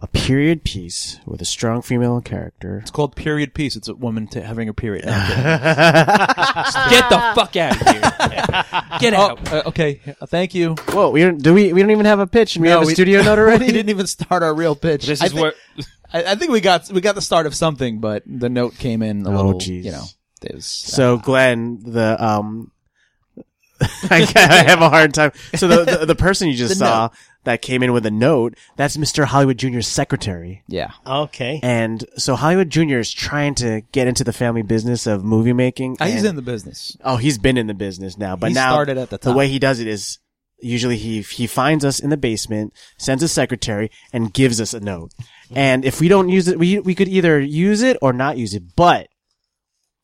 S1: a period piece with a strong female character?
S2: it's called period piece. It's a woman t- having a period. No, I'm kidding.
S3: Get the fuck out of here. Get
S2: oh,
S3: out.
S2: uh, okay. Uh, Thank you.
S1: Whoa, we don't do we we don't even have a pitch and we
S2: No,
S1: have a
S2: we-
S1: studio note
S2: We
S1: already.
S2: didn't even start our real pitch.
S3: This
S2: I
S3: is
S2: think,
S3: where
S2: I, I think we got we got the start of something, but the note came in a
S1: Oh,
S2: little.
S1: jeez.
S2: You know, it was
S1: so Glenn, the um, I, can't- I have a hard time. So the the, the person you just
S2: The
S1: saw that came in with a note, that's Mr. Hollywood Jr.'s secretary.
S2: yeah.
S4: okay.
S1: And so Hollywood Jr. is trying to get into the family business of movie making.
S2: He's
S1: and-
S2: in the business.
S1: Oh, he's been in the business now, but
S2: He
S1: now
S2: started at the top.
S1: way he does it is usually he he finds us in the basement, sends a secretary, and gives us a note. And if we don't use it, we we could either use it or not use it. But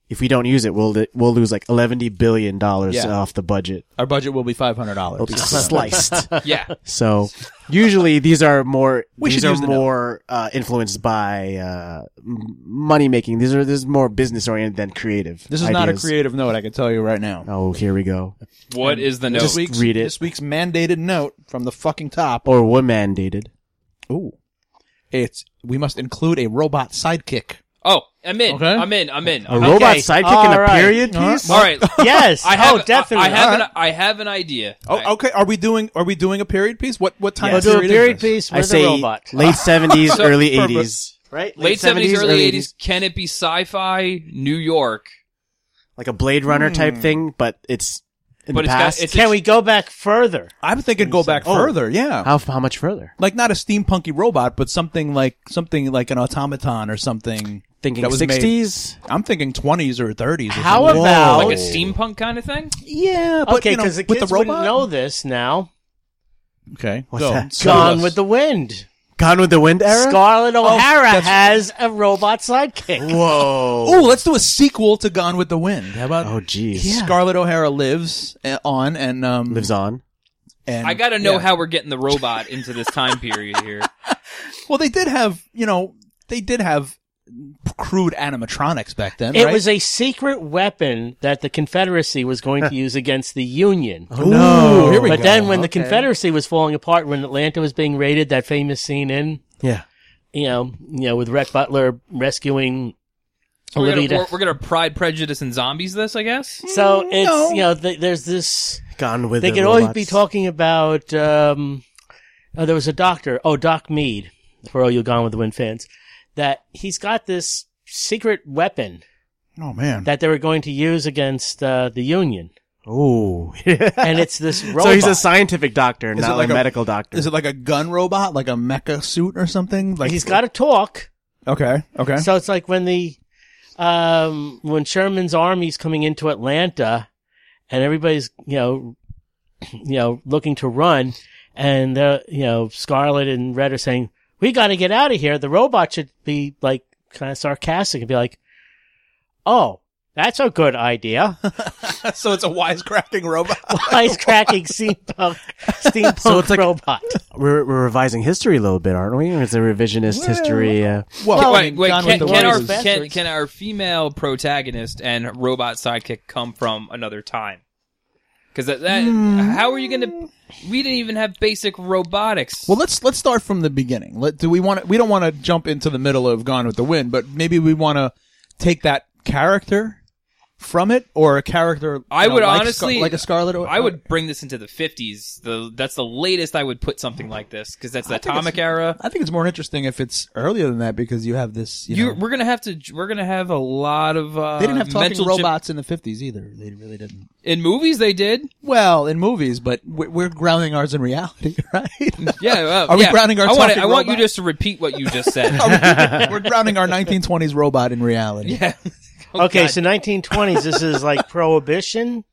S1: if we don't use it, we'll li- we'll lose like eleven billion dollars
S2: Yeah.
S1: off the budget.
S2: Our budget will be five hundred
S1: It'll be
S2: dollars.
S1: sliced.
S3: yeah.
S1: so usually these are more
S2: We
S1: these
S2: should
S1: are
S2: use the note.
S1: more uh, influenced by uh, m- money making. These are this is more business oriented than creative.
S2: This is not a
S1: ideas.
S2: creative note. I can tell you right now.
S1: Oh, here we go.
S3: What is the note?
S2: This week's,
S1: read it.
S2: This week's mandated note from the fucking top.
S1: Or what mandated?
S2: Ooh. It's we must include a robot sidekick.
S3: oh, I'm in.
S2: Okay.
S3: I'm in. I'm in.
S1: A robot
S4: Okay,
S1: sidekick in a
S4: alright.
S1: period
S2: All right.
S1: piece?
S3: All right.
S4: Yes.
S3: I have.
S4: oh, definitely.
S3: I, I have.
S2: All
S3: An,
S2: right.
S3: I have an idea. I-
S2: Oh, okay. Are we doing are we doing a period piece? What what time
S4: We'll do a period piece
S1: I
S4: with
S1: say
S4: a robot.
S1: late seventies,
S3: So-
S1: early
S2: Perfect.
S1: eighties, right?
S3: Late seventies, early eighties. Can it be sci-fi New York?
S1: like a Blade Runner type thing, but it's in
S3: But
S1: the
S3: it's got-
S1: past.
S3: it's-
S4: Can we go back further?
S2: I'm thinking go back
S1: Oh.
S2: further, yeah.
S1: how how much further?
S2: like not a steampunky robot, but something like something like an automaton or something.
S1: Thinking
S2: that was made-
S1: sixties.
S2: I'm thinking twenties or thirties.
S4: How
S2: something.
S4: about
S3: Like a steampunk kind of thing?
S2: yeah? But,
S4: Okay,
S2: you know,
S4: because the
S2: with
S4: kids
S2: the robot.
S4: wouldn't know this now.
S2: Okay,
S1: What's
S2: go.
S1: that?
S2: Sue
S4: Gone
S2: us.
S4: with the Wind.
S1: Gone with the Wind era.
S4: Scarlett O'Hara
S2: that's-
S4: has a robot sidekick.
S1: Whoa.
S2: Ooh, Oh, let's do a sequel to Gone with the Wind. How about
S1: Oh jeez.
S2: Scarlett O'Hara lives uh, on and um
S1: Lives on.
S2: and
S3: I gotta know
S2: yeah.
S3: how we're getting the robot into this time period here.
S2: Well, they did have, you know, they did have crude animatronics back then.
S4: It
S2: right?
S4: was a secret weapon that the Confederacy was going to use against the Union.
S2: Ooh,
S1: no.
S2: Oh, Here we
S4: But
S2: go.
S4: then when the
S2: Okay.
S4: Confederacy was falling apart, when Atlanta was being raided, that famous scene in,
S1: Yeah.
S4: you know, you know, with Rhett Butler rescuing
S3: We're gonna,
S4: Olivia
S3: we're,
S4: De-
S3: we're gonna Pride, Prejudice, and Zombies this, I guess.
S4: So it's you know th- there's this
S1: Gone with
S4: they
S1: the
S4: could
S1: robots.
S4: always be talking about um, oh, there was a doctor oh Doc Mead for all you Gone with the Wind fans that he's got this secret weapon
S2: Oh man.
S4: that they were going to use against uh, the Union
S1: Ooh.
S4: and it's this robot.
S1: so he's a scientific doctor,
S2: it
S1: not
S2: like
S1: a
S2: a-
S1: medical doctor.
S2: Is it like a gun robot, like a mecha suit or something? Like
S4: he's got to talk.
S2: Okay. Okay.
S4: So it's like when the um when Sherman's army's coming into Atlanta and everybody's, you know, you know, looking to run and the you know, Scarlet and Red are saying, "We got to get out of here." The robot should be like kind of sarcastic and be like, "Oh, that's a good idea."
S2: so it's a wisecracking robot.
S4: Ice cracking steampunk, steampunk
S1: So it's like-
S4: robot.
S1: We're, we're revising history a little bit, aren't we? It's a revisionist history. Uh,
S2: Well, I
S3: wait,
S2: mean,
S3: wait,
S2: Gone
S3: can,
S2: with the
S3: can our
S2: Roses.
S4: Wind is-
S3: can, can our female protagonist and robot sidekick come from another time? Because that, that
S2: Hmm.
S3: how are you gonna? We didn't even have basic robotics.
S2: Well, let's let's start from the beginning. Let, do we want to, we don't want to jump into the middle of Gone with the Wind, but maybe we want to take that character from it or a character you
S3: I
S2: know,
S3: would
S2: like
S3: honestly
S2: Scar- like a Scarlet or
S3: I would bring this into the fifties. The that's the latest I would put something like this because that's the
S2: think
S3: atomic
S2: it's-
S3: era.
S2: I think it's more interesting if it's earlier than that because you have this you,
S3: You,
S2: know,
S3: we're gonna have to. We're gonna have a lot of. Uh,
S2: they didn't have talking
S3: mental gym-
S2: robots in the 50s either. They really didn't.
S3: in movies. They did.
S2: Well, in movies, but we're, we're grounding ours in reality, right?
S3: Yeah. well,
S2: Are we
S3: yeah.
S2: grounding our
S3: I want.
S2: talking
S3: I want you
S2: robot?
S3: just to repeat what you just said.
S2: we're grounding our 1920s robot in reality.
S3: yeah. Oh,
S4: Okay,
S3: God.
S4: so 1920s this is like prohibition.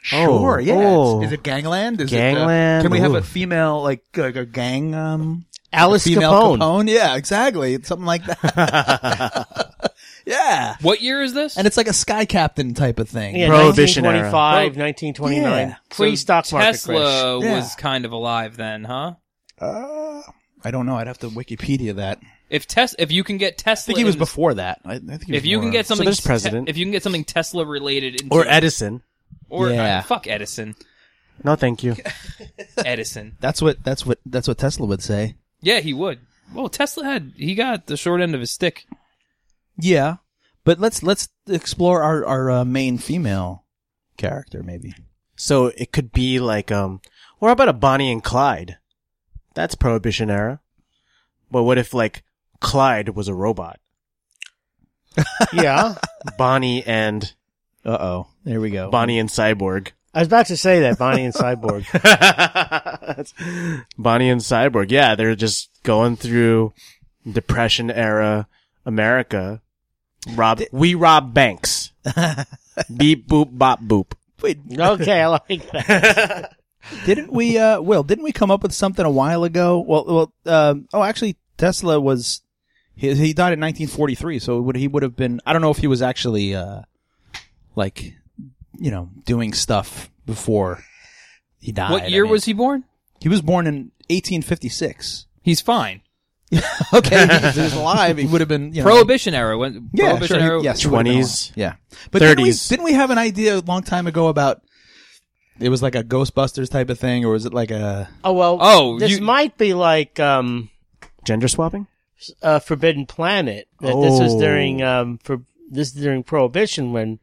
S2: Sure.
S1: Oh,
S2: yeah.
S1: oh.
S2: Is it Gangland? Is it, uh,
S1: Gangland,
S2: can we have
S1: ooh.
S2: a female like like a gang? Um,
S4: Alice
S2: female
S4: Capone.
S2: Yeah, exactly. It's something like that. yeah,
S3: What year is this?
S2: and it's like a sky captain type of thing.
S4: Yeah,
S1: Prohibition era.
S4: 1925, 1929,
S2: Yeah.
S3: So
S4: pre-stock market crash.
S3: Tesla
S2: Yeah.
S3: was kind of alive then, huh?
S2: Uh, I don't know. I'd have to Wikipedia that. I
S3: If Tes- if you can get Tesla,
S2: think he was
S3: in-
S2: before that. I, I think he was
S3: If you can
S2: more-
S3: get something,
S1: there's
S3: te-
S1: president.
S3: if you can get something Tesla related, into
S1: or Edison.
S3: or
S2: Yeah.
S3: uh, fuck Edison,
S1: No, thank you.
S3: Edison.
S2: that's what that's what that's what Tesla would say.
S3: Yeah, he would. Well, Tesla had he got the short end of his stick.
S2: Yeah, but let's let's explore our our uh, main female character maybe.
S1: So it could be like, um, or how about a Bonnie and Clyde? That's Prohibition era. But what if like Clyde was a robot?
S4: yeah.
S1: Bonnie and
S2: Uh oh, there we go.
S1: Bonnie and Cyborg.
S4: I was about to say that Bonnie and Cyborg.
S1: Bonnie and Cyborg. Yeah, they're just going through Depression era America. Rob, we rob banks. Beep boop bop boop.
S2: Wait,
S4: okay, I like that.
S2: didn't we uh will didn't we come up with something a while ago well well um oh actually tesla was he, he died in 1943 so it would he would have been i don't know if he was actually uh like you know doing stuff before he died
S3: what year was he born?
S2: he was born in 1856
S3: He's fine.
S2: okay if he was alive he would have been you know
S3: Prohibition era. When,
S2: yeah,
S3: Prohibition
S2: sure, he-
S3: era.
S2: yes, he would have been
S1: 20s.
S2: alive. yeah but didn't we,
S1: 30s.
S2: didn't we have an idea a long time ago about it was like a ghostbusters type of thing or was it like a
S4: Oh well.
S3: Oh,
S4: this
S3: you-
S4: might be like um,
S1: Gender swapping?
S4: uh, Forbidden Planet. That This was
S1: Oh.
S4: during um, for this is during Prohibition when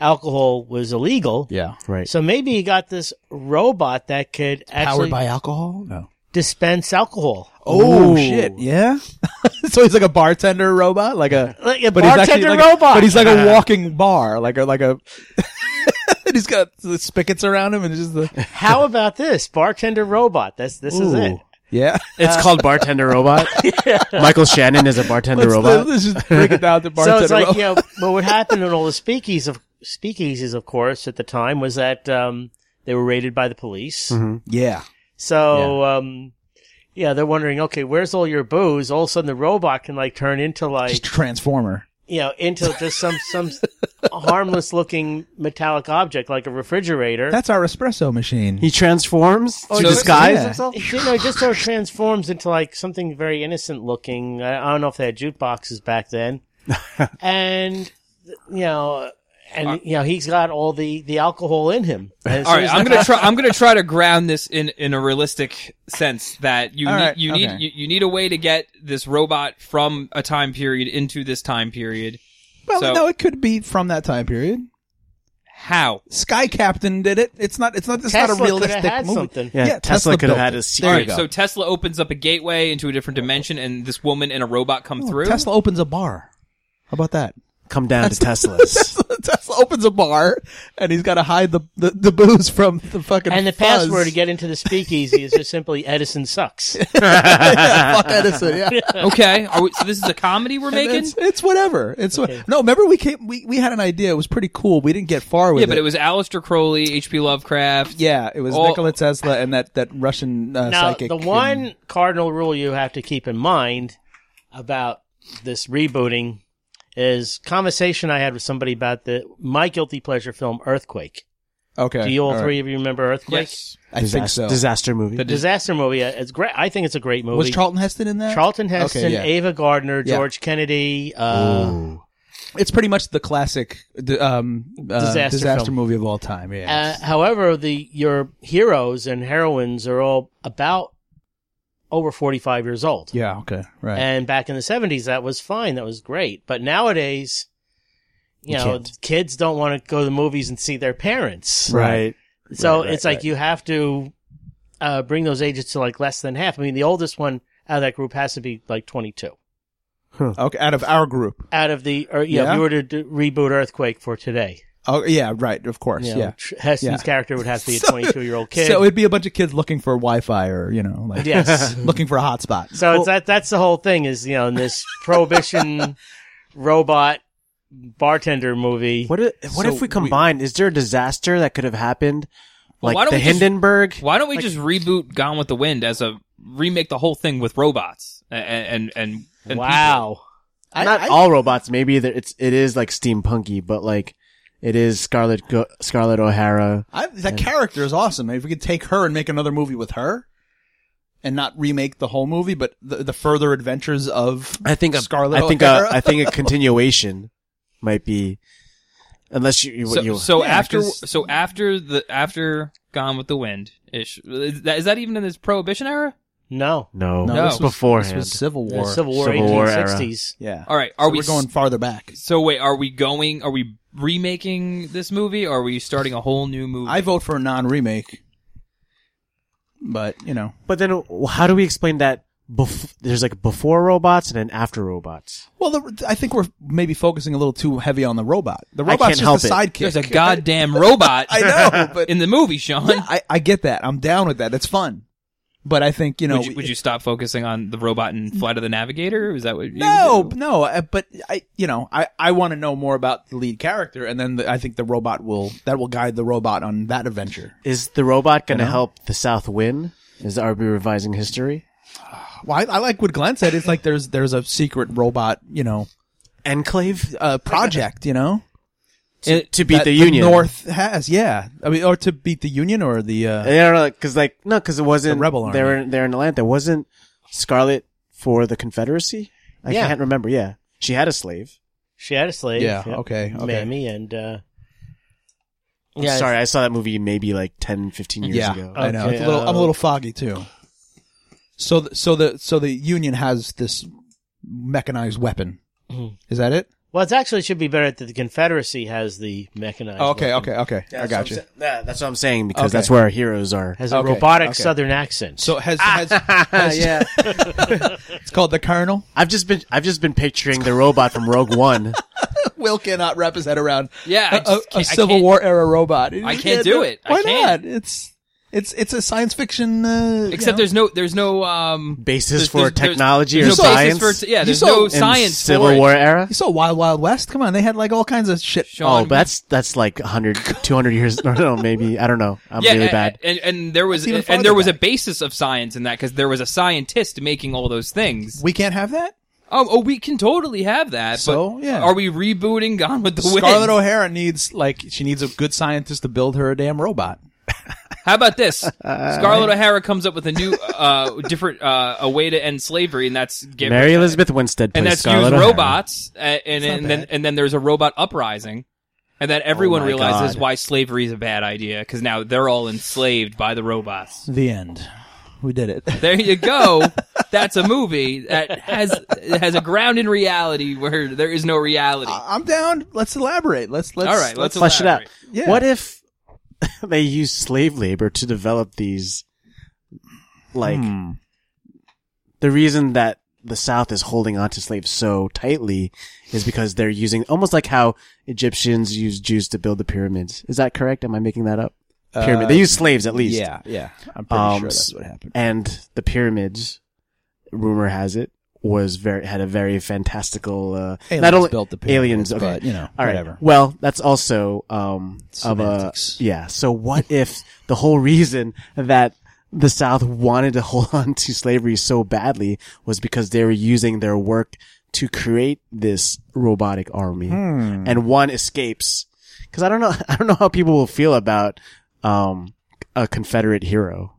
S4: alcohol was illegal.
S2: yeah
S1: Right.
S4: So maybe you got this robot that could actually
S2: powered by alcohol no
S4: dispense alcohol.
S2: Oh
S1: Ooh.
S2: shit! Yeah. so he's like a bartender robot, like a
S4: Like
S2: he's
S4: a bartender
S2: like
S4: robot.
S2: A, but he's like a walking bar, like a like a. and he's got the spigots around him, and it's just the
S4: How about this bartender robot? That's this is it.
S1: Ooh.
S2: yeah.
S1: It's called Bartender Robot. Michael Shannon is a bartender
S2: Let's,
S1: robot.
S2: let's just break it down to
S4: So
S2: bartender.
S4: it's
S2: robot.
S4: like you know, what would happen in all the speakeasies of speakeasies, of course, at the time was that um, they were raided by the police.
S2: Mm-hmm. yeah.
S4: So, yeah. um, yeah, they're wondering, okay, where's all your booze? All of a sudden, the robot can like turn into
S2: Just
S4: like
S2: transformer.
S4: you know into just some some harmless looking metallic object like a refrigerator.
S2: That's our espresso machine.
S1: he transforms
S4: Oh,
S1: to
S3: so-
S1: disguise
S2: yeah.
S1: himself?
S4: you know, it just sort of transforms into like something very innocent looking. I, I don't know if they had jukeboxes back then, and you know, and you know, he's got all the the alcohol in him. And as
S3: All
S4: soon
S3: right,
S4: as
S3: I'm
S4: the-
S3: gonna try. I'm gonna try to ground this in in a realistic sense that you
S2: All
S3: need,
S2: right,
S3: you
S2: okay.
S3: need you, you need a way to get this robot from a time period into this time period.
S2: Well,
S3: So-
S2: no, it could be from that time period.
S3: How?
S2: Sky Captain did it. It's not. It's not. It's not
S4: Tesla
S2: a
S4: coulda
S2: realistic
S4: had
S2: movie.
S4: something.
S2: Yeah,
S4: Yeah,
S1: Tesla coulda
S2: built
S1: had
S2: it.
S1: his
S2: There
S3: All
S2: you
S3: right,
S2: go.
S3: so Tesla opens up a gateway into a different dimension, and this woman and a robot come through.
S2: Oh, Tesla opens a bar. How about that?
S1: Come down to Teslas.
S2: Tesla opens a bar and he's got to hide the, the the booze from the fucking
S4: And the
S2: fuzz.
S4: password to get into the speakeasy is just simply Edison sucks.
S2: yeah, fuck Edison. Yeah.
S3: Okay, are we, so this is a comedy we're making.
S2: It's, it's whatever. It's what, no. Remember, we came. We, we had an idea. It was pretty cool. We didn't get far with
S3: Yeah, but it was Aleister Crowley, H.P. Lovecraft.
S2: Yeah, it was
S3: All-
S2: Nikola Tesla and that that Russian uh,
S4: Now,
S2: psychic.
S4: the
S2: and-
S4: one cardinal rule you have to keep in mind about this rebooting is conversation I had with somebody about the my guilty pleasure film Earthquake.
S2: okay.
S4: Do you all
S2: right.
S4: three of you remember Earthquake?
S3: Yes.
S2: I think so.
S1: Disaster movie.
S3: The dis-
S4: Disaster movie. uh, It's great. I think it's a great movie.
S2: was Charlton Heston in that?
S4: Charlton Heston,
S2: Okay, yeah.
S4: Ava Gardner,
S2: Yeah.
S4: George Kennedy. Uh,
S2: It's pretty much the classic d- um, uh,
S4: Disaster
S2: disaster,
S4: film.
S2: movie of all time. Yeah.
S4: uh, however, the your heroes and heroines are all about over forty five years old.
S2: yeah. Okay. Right.
S4: And back in the 70s, that was fine. That was great. But nowadays,
S1: You
S4: you, know,
S1: can't.
S4: kids don't want to go to the movies and see their parents.
S1: right.
S4: So
S2: Right, right,
S4: it's like
S2: right.
S4: you have to uh, bring those ages to like less than half. I mean, the oldest one out of that group has to be like 22.
S2: okay. Out of our group.
S4: Out of the, or, yeah, if
S2: Yeah.
S4: you were to do, reboot Earthquake for today,
S2: Oh yeah. Right. Of course.
S4: you know,
S2: yeah.
S4: Tr- Heston's
S2: Yeah.
S4: character would have to be a
S2: So-
S4: 22 year old kid.
S2: So it'd be a bunch of kids looking for Wi-Fi or you know, like
S4: yes.
S2: looking for a hotspot.
S4: So it's that that's the whole thing is, you know, in this prohibition robot bartender movie.
S1: What if, what
S2: So
S1: if we
S2: we-
S1: combine? Is there a disaster that could have happened,
S3: Well,
S1: like
S3: why don't
S1: the
S3: we just-
S1: Hindenburg?
S3: Why don't we just reboot Gone with the Wind as a remake the whole thing with robots and and and, and
S4: wow.
S1: Not all robots. Maybe there- it's it is like steampunky, but like it is Scarlet Go- Scarlet O'Hara.
S2: I, that character is awesome. If we could take her and make another movie with her, and not remake the whole movie, but the, the further adventures of
S1: I think a,
S2: Scarlet
S1: I think a,
S2: O'Hara.
S1: I think a continuation might be, unless you you,
S3: people. So,
S1: you
S3: so
S2: Yeah,
S3: after
S2: 'cause-
S3: so after the after Gone with the Wind ish is that, is that even in this Prohibition era?
S4: No.
S1: no,
S3: No.
S1: no.
S2: this was-
S1: beforehand.
S2: This was Civil
S4: The
S2: War.
S4: Civil War,
S1: Civil War era.
S4: 1860s.
S2: Yeah.
S3: All right, are
S2: So
S3: we
S2: we're going farther back?
S3: So wait, are we going? Are we remaking this movie? or Are we starting a whole new movie?
S2: I vote for a non-remake, but you know,
S1: But then, how do we explain that? Bef- there's like before robots and then after robots.
S2: well, the, I think we're maybe focusing a little too heavy on the robot. The
S1: I
S2: robot's
S1: can't help
S2: just a
S1: it.
S2: sidekick.
S3: There's a goddamn robot
S2: I know, but
S3: in the movie, Sean.
S2: I, I get that. I'm down with that. It's fun, but I think you know,
S3: would, you, would you stop focusing on the robot in Flight of the Navigator? Is that what? you
S2: No,
S3: would do?
S2: no, uh, but I, you know, I, I want to know more about the lead character, and then the, I think the robot will that will guide the robot on that adventure.
S1: Is the robot going to
S2: You know?
S1: help the South win? Is are we revising history?
S2: Well, I, I like what Glenn said. It's like there's there's a secret robot, you know,
S1: Enclave
S2: uh, project, you know,
S3: It-
S1: to beat
S2: that
S1: the Union.
S2: North has, yeah. I mean, or to beat the Union or the uh,
S1: Yeah, I don't know, because like no, because it wasn't.
S2: The rebel
S1: They were
S2: army.
S1: they're in Atlanta. Wasn't Scarlet for the Confederacy? I
S4: Yeah.
S1: can't remember. Yeah, she had a slave.
S4: She had a slave.
S2: yeah.
S4: yep.
S2: Okay, okay.
S4: Mammy and uh
S1: I'm sorry, I saw that movie maybe like 10, 15 years
S2: yeah,
S1: ago.
S2: I know.
S4: Okay,
S2: It's a little, I'm a
S4: uh,
S2: little foggy too. So, th- so the so the Union has this mechanized weapon. Is that it?
S4: Well, it's actually should be better that the Confederacy has the mechanized.
S2: Oh, okay,
S4: weapon.
S2: okay, okay. I
S1: That's
S2: got
S1: what
S2: you.
S1: I'm sa- yeah, that's what I'm saying because
S2: Okay.
S1: that's where our heroes are.
S4: Has a
S2: Okay,
S4: robotic
S2: okay.
S4: Southern accent.
S2: So has, has,
S3: Ah,
S2: has
S1: yeah,
S2: it's called the Colonel.
S1: I've just been I've just been picturing the robot from Rogue One.
S2: Will cannot wrap his head around
S3: Yeah, I
S2: a,
S3: just
S2: a, a
S3: can't- I
S2: Civil
S3: can't-
S2: War era robot. You
S3: I can't do it. I
S2: Why
S3: can't.
S2: not? It's it's it's a science fiction. Uh,
S3: Except there's no there's no um
S1: Basis
S3: there's-
S1: for
S3: there's- there's-
S1: technology
S3: there's
S1: or
S3: no
S1: science.
S3: Basis for, yeah,
S2: You
S3: there's
S2: saw
S3: no
S2: in
S1: in
S3: science.
S1: Civil
S3: for
S1: War
S3: It.
S1: era.
S2: you saw Wild Wild West. Come on, they had like all kinds of shit.
S1: Oh,
S3: Sean,
S1: but that's that's like 100, 200 years. No, no, maybe I don't know. I'm
S3: yeah,
S1: really
S3: and-
S1: bad.
S3: And, and there was
S2: That's even
S3: and there
S2: farther
S3: was a
S2: back.
S3: basis of science in that because there was a scientist making all those things.
S2: we can't have that.
S3: Oh, oh, we can totally have that.
S2: So,
S3: but
S2: yeah.
S3: are we rebooting Gone with the
S2: Scarlett
S3: Wind?
S2: O'Hara needs like she needs a good scientist to build her a damn robot.
S3: How about this? Scarlett O'Hara comes up with a new, uh, different, uh, a way to end slavery, and that's give,
S1: Mary Elizabeth Winstead plays
S3: and that's
S1: Scarlett
S3: use
S1: O'Hara.
S3: robots, uh, and
S2: not
S3: and, then
S2: bad. Oh
S3: and then there's a robot uprising, and then everyone
S1: my
S3: realizes
S1: God.
S3: why slavery is a bad idea because now they're all enslaved by the robots.
S2: The end. We did it.
S3: There you go. that's a movie that has it has a ground in reality where there is no reality.
S2: I- I'm down. Let's elaborate. Let's let's.
S3: All right, let's
S1: flesh it out.
S3: elaborate.
S2: Yeah.
S1: What if they use slave labor to develop these? Like
S2: Hmm.
S1: the reason that the South is holding onto slaves so tightly is because they're using almost like how Egyptians used Jews to build the pyramids. Is that correct? Am I making that up? Pyramid.
S2: Uh,
S1: they use slaves at least.
S2: Yeah, yeah. I'm pretty
S1: Um,
S2: sure that's what happened.
S1: and the pyramids, rumor has it, was very had a very fantastical. Uh, not
S2: Aliens
S1: only
S2: built the pyramids,
S1: aliens, okay.
S2: but, you know,
S1: All right.
S2: whatever.
S1: Well, that's also um of a
S2: Semantics.
S1: yeah. So what if the whole reason that the South wanted to hold on to slavery so badly was because they were using their work to create this robotic army,
S2: Hmm.
S1: and one escapes. Because I don't know, I don't know how people will feel about um a Confederate hero.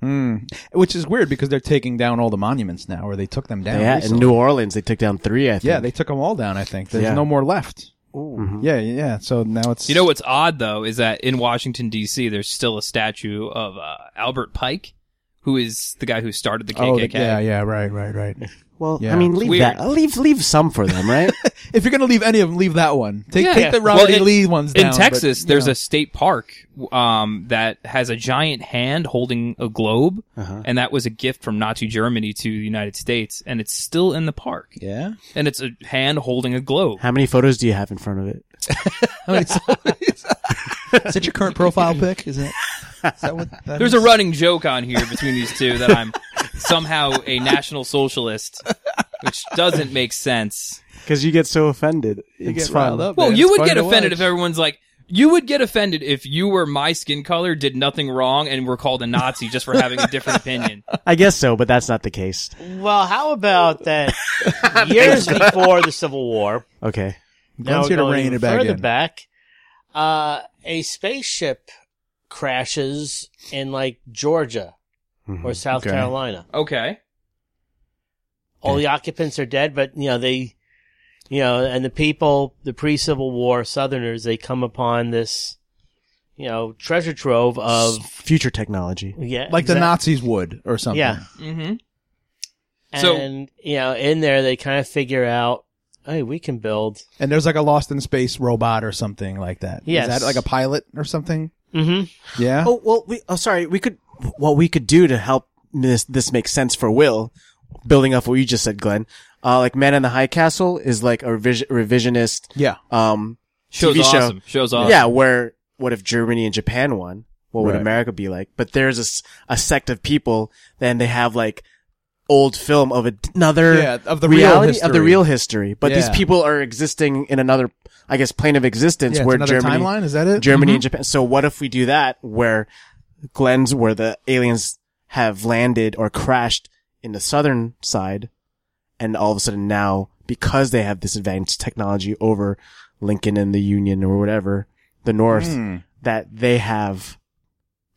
S2: hmm. Which is weird because they're taking down all the monuments now, or they took them down.
S1: Yeah, in
S2: recently.
S1: New Orleans, they took down three. I think.
S2: yeah, they took them all down. I think there's
S1: Yeah.
S2: no more left.
S1: Mhm.
S2: Yeah, yeah, yeah. So now it's
S3: Mm-hmm. You know what's odd though is that in Washington D.C. there's still a statue of uh, Albert Pike, who is the guy who started the KKK.
S2: Oh, the- yeah, yeah, right, right, right.
S1: Well, I
S2: Yeah.
S1: mean, leave
S3: Weird.
S1: that. Leave leave some for them, right?
S2: if you're gonna leave any of them, leave that one. Take
S3: Yeah.
S2: take the
S3: Well,
S2: Robert E.
S3: in-
S2: Lee ones down.
S3: in Texas,
S2: but, you
S3: there's
S2: know.
S3: a state park um, that has a giant hand holding a globe,
S2: Uh-huh.
S3: and that was a gift from Nazi Germany to the United States, and it's still in the park,
S2: yeah.
S3: and it's a hand holding a globe.
S1: how many photos do you have in front of it?
S2: How many is that your current profile pic? Is that? Is that what that
S3: There's
S2: is?
S3: a running joke on here between these two that I'm somehow a national socialist, which doesn't make sense.
S1: Because you get so offended.
S2: You
S1: it's
S2: get
S1: fun.
S2: riled up,
S3: Well,
S2: man.
S3: you
S2: It's
S3: would
S2: fun
S3: get
S2: to
S3: offended
S2: watch.
S3: if everyone's like, you would get offended if you were my skin color, did nothing wrong, and were called a Nazi just for having a different opinion.
S1: I guess so, but that's not the case.
S4: Well, how about that? years before the Civil War,
S1: Okay.
S4: now
S2: Glenn's here to
S4: going
S2: rein
S4: even
S2: it back
S4: further
S2: in.
S4: back, uh, a spaceship crashes in like Georgia or
S2: Mm-hmm.
S4: South
S2: Okay.
S4: Carolina.
S3: Okay.
S4: all the occupants are dead, but you know they, you know, and the people, the pre-Civil War Southerners, they come upon this, you know, treasure trove of
S1: Future technology.
S4: yeah,
S2: like the
S4: exact-
S2: Nazis would or something.
S4: Yeah.
S3: Mm-hmm. So-
S4: and you know, in there they kind of figure out, hey, we can build.
S2: And there's like a lost in space robot or something like that.
S4: Yes.
S2: Is that like a pilot or something?
S4: Mm-hmm.
S2: Yeah.
S1: Oh, well, we, oh, sorry. We could, what we could do to help this, this make sense for Will, building off what you just said, Glenn, uh, like Man in the High Castle is like a revis- revisionist,
S2: Yeah.
S1: um,
S3: Show's
S1: TV show.
S3: awesome. Show's awesome.
S1: Yeah, where what if Germany and Japan won? What would
S2: Right.
S1: America be like? But there's a, s- a sect of people, then they have like old film of a- another
S2: Yeah, of the real
S1: reality of the
S2: history.
S1: real history. But these
S2: Yeah.
S1: people are existing in another, I guess, plane of existence
S2: Yeah, it's
S1: where
S2: another
S1: Germany,
S2: timeline. Is that it?
S1: Germany and Japan. So what if we do that where Glenn's, where the aliens have landed or crashed in the southern side, and all of a sudden now, because they have this advanced technology over Lincoln and the Union or whatever, the North, that they have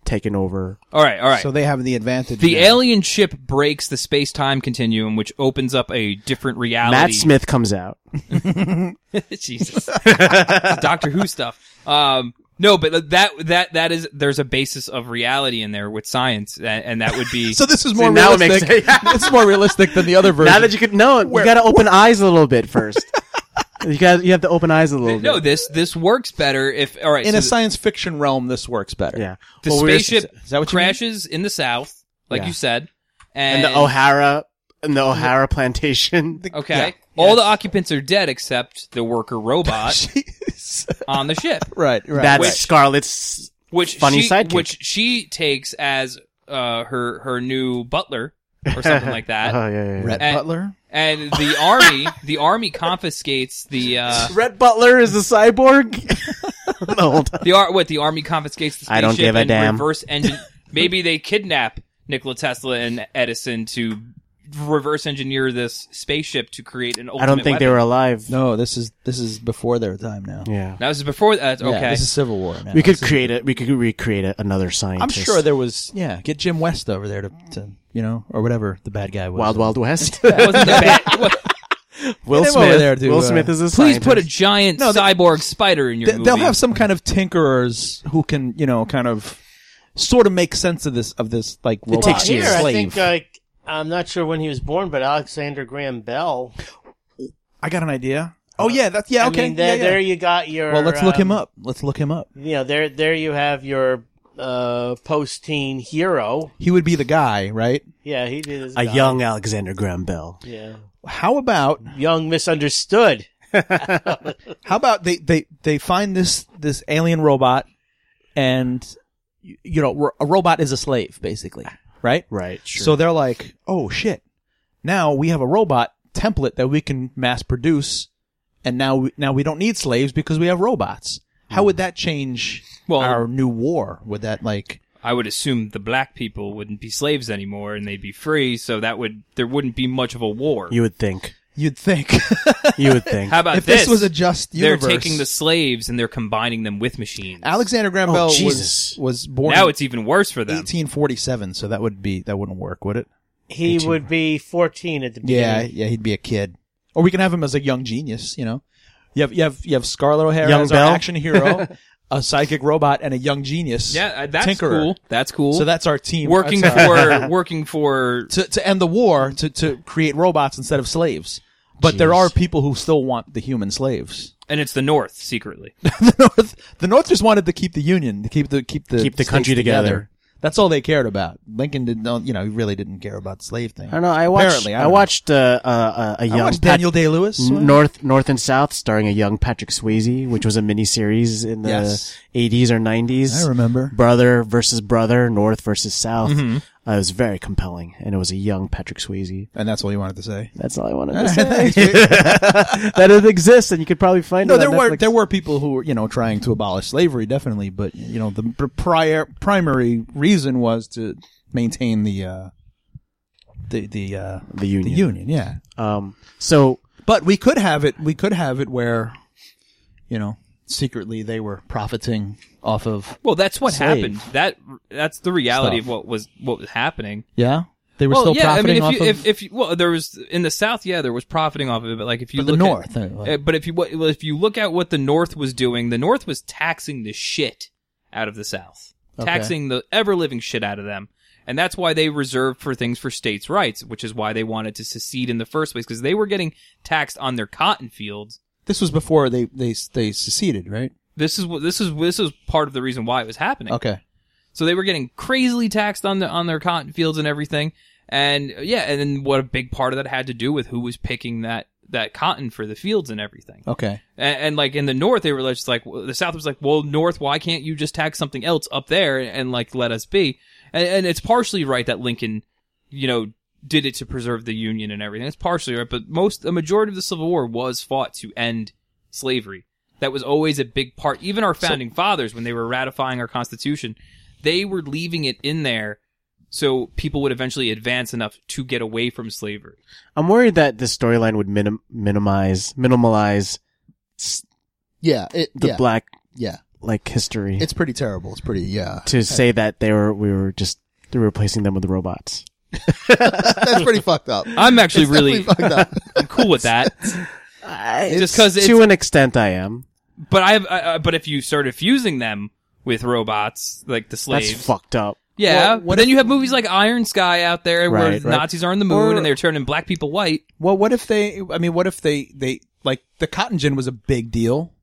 S1: taken over.
S3: All right. All right.
S2: So they have the advantage.
S3: the
S2: now.
S3: alien ship breaks the space time continuum, which opens up a different reality.
S1: Matt Smith comes out.
S3: Jesus, Doctor Who stuff. Um, no, but that that that is there's a basis of reality in there with science, and, and that would be
S2: So this is more
S1: now it makes
S2: realistic. it's more realistic than the other version.
S1: Now that you could, no, you gotta open eyes a little bit first. you got you have to open eyes a little
S3: no.
S1: bit.
S3: This this works better if all right.
S2: in
S3: so
S2: a
S3: the-
S2: science fiction realm, this works better.
S1: yeah.
S3: the
S1: Well, we were-
S3: spaceship
S2: is that what you mean?
S3: crashes in the south, like
S1: Yeah.
S3: you said,
S1: and
S3: and,
S2: oh,
S1: the O'Hara and the O'Hara plantation.
S3: Okay, all the occupants are dead except the worker robot
S2: Jeez.
S3: on the ship.
S2: right, right.
S1: That's
S2: right.
S1: Scarlet's
S3: which
S1: Funny
S3: she,
S1: sidekick.
S3: which she takes as uh, her her new butler or something like that.
S1: Oh yeah, yeah, yeah.
S2: Rhett
S3: and-
S2: Butler.
S3: And the army, the army confiscates the uh,
S1: Rhett Butler is a cyborg. no, hold on.
S3: the ar- what the army confiscates the spaceship
S1: I don't give a
S3: and
S1: damn.
S3: reverse engine. Maybe they kidnap Nikola Tesla and Edison to reverse engineer this spaceship to create an ultimate.
S1: I don't think they were alive.
S2: No, this is this is before their time now.
S1: Yeah,
S3: Now this is before that.
S2: Yeah,
S3: Okay,
S2: this is Civil War. Now.
S1: we could
S2: This is-
S1: create it. We could recreate a, another
S2: I'm
S1: scientist.
S2: sure there was. Yeah, get Jim West over there to, to you know or whatever the bad guy was.
S1: Wild Wild West.
S3: That wasn't the bad. it was-
S1: Will
S2: Get him over
S1: Smith.
S2: there to,
S1: Will
S2: uh,
S1: Smith is a
S3: please put a
S1: scientist.
S3: giant
S2: No, they-
S3: cyborg spider in your
S2: They-
S3: movie.
S2: They'll have some kind of tinkerers who can you know kind of sort of make sense of this of this like robot
S1: takes years.
S4: Here, I
S2: slave.
S4: think uh, like I'm not sure when he was born, but Alexander Graham Bell.
S2: I got an idea. Oh yeah, that's yeah. Okay,
S4: Uh, I mean, there,
S2: yeah, yeah.
S4: there you got your.
S2: Well, let's look him
S4: um,
S2: up. Let's look him up.
S4: You know, there there you have your uh, post-teen hero.
S2: He would be the guy, right?
S4: Yeah, he did. his
S1: A
S4: job.
S1: young Alexander Graham Bell.
S4: yeah,
S2: How about
S4: young misunderstood.
S2: How about they they they find this this alien robot, and y- you know ro- a robot is a slave basically, right?
S1: Right. Sure.
S2: So they're like, oh shit, now we have a robot template that we can mass produce, and now we, now we don't need slaves because we have robots. How would that change
S3: Well-
S2: our new war? Would that like
S3: I would assume the black people wouldn't be slaves anymore and they'd be free, so that would there wouldn't be much of a war.
S1: you would think.
S2: you'd think
S1: You would think.
S3: How about
S2: if this was a just
S3: they're
S2: universe?
S3: taking the slaves and they're combining them with machines.
S2: Alexander Graham
S1: Oh,
S2: Bell was
S1: Jesus.
S2: was born
S3: now
S2: in
S3: it's even worse for them.
S2: 1847, so that would be that wouldn't work, would it?
S4: He would be 14 at the
S2: Yeah,
S4: beginning.
S2: yeah, he'd be a kid. Or we can have him as a young genius, you know. You have you have you have Scarlett O'Hara
S1: Young
S2: as our
S1: Bell?
S2: action hero, a psychic robot, and a young genius.
S3: Yeah, uh, that's
S2: tinkerer.
S3: cool. That's cool.
S2: So that's our team
S3: working
S2: That's our-
S3: for working for
S2: to to end the war to to create robots instead of slaves. But there
S1: Jeez.
S2: are people who still want the human slaves.
S3: and it's the North secretly.
S2: the North, the North just wanted to keep the union, to keep the keep the
S1: Keep the
S2: states
S1: country together.
S2: That's all they cared about. Lincoln didn't, know- you know, he really didn't care about the slave thing.
S1: I don't know. I watched.
S2: Apparently,
S1: I,
S2: don't know.
S1: watched uh, uh, uh, a
S2: I
S1: young
S2: watched
S1: Pat-
S2: Daniel Day Lewis.
S1: North North and South, starring a young Patrick Swayze, which was a miniseries in the
S2: Yes.
S1: 80s or 90s.
S2: I remember.
S1: Brother versus brother, North versus South.
S2: Mm-hmm.
S1: Uh, it was very compelling, and it was a young Patrick Swayze.
S2: And that's all you wanted to say.
S1: That's all I wanted to say. that it exists, and you could probably find
S2: No,
S1: it.
S2: there
S1: on
S2: were
S1: Netflix.
S2: there were people who were you know trying to abolish slavery, definitely, but you know the pr- prior primary reason was to maintain the uh, the the uh,
S1: the union.
S2: the union, yeah.
S1: Um, so
S2: But we could have it. We could have it where you know secretly they were profiting off of
S3: Well, that's what
S2: Slave.
S3: happened. That that's the reality
S2: Stuff.
S3: of what was what was happening.
S2: yeah they were
S3: well,
S2: still
S3: yeah, I
S2: profiting
S3: mean, if you,
S2: off of
S3: if, if you, well, there was in the South, yeah, there was profiting off of it, but like if you
S2: But the
S3: look
S2: North,
S3: at,
S2: uh, like-
S3: uh, but if you wa- well, if you look at what the North was doing, the North was taxing the shit out of the South,
S2: Okay.
S3: taxing the ever living shit out of them, and that's why they reserved for things for states' rights, which is why they wanted to secede in the first place because they were getting taxed on their cotton fields.
S2: this was before they they they seceded, right?
S3: This is what this is this is part of the reason why it was happening.
S2: Okay,
S3: So they were getting crazily taxed on the on their cotton fields and everything. And uh, yeah, and then what a big part of that had to do with who was picking that that cotton for the fields and everything.
S2: okay,
S3: And, and like in the north, they were just like the south was like, well, north, why can't you just tax something else up there and like let us be? And, and it's partially right that Lincoln, you know, did it to preserve the union and everything. It's partially right, but most a majority of the Civil War was fought to end slavery. That was always a big part. Even our founding fathers, when they were ratifying our Constitution, they were leaving it in there so people would eventually advance enough to get away from slavery.
S1: I'm worried that this storyline would minim- minimize, minimalize
S2: yeah, it
S1: the
S2: yeah,
S1: black
S2: yeah.
S1: like history
S2: It's pretty terrible. It's pretty yeah.
S1: to say that they were we were just replacing them with robots.
S2: That's pretty fucked up.
S3: I'm actually really
S2: Definitely fucked up.
S3: I'm cool with that. Just 'cause it's-
S1: Uh, to an extent, I am.
S3: But I have, I, I- but if you started fusing them with robots, like the slaves,
S1: That's fucked up.
S3: yeah.
S2: Well, what
S3: but then you have movies like Iron Sky out there where
S1: Right, right.
S3: Nazis are on the moon
S2: Or-
S3: and they're turning black people white.
S2: Well, what if they? I mean, what if they? They like the cotton gin was a big deal.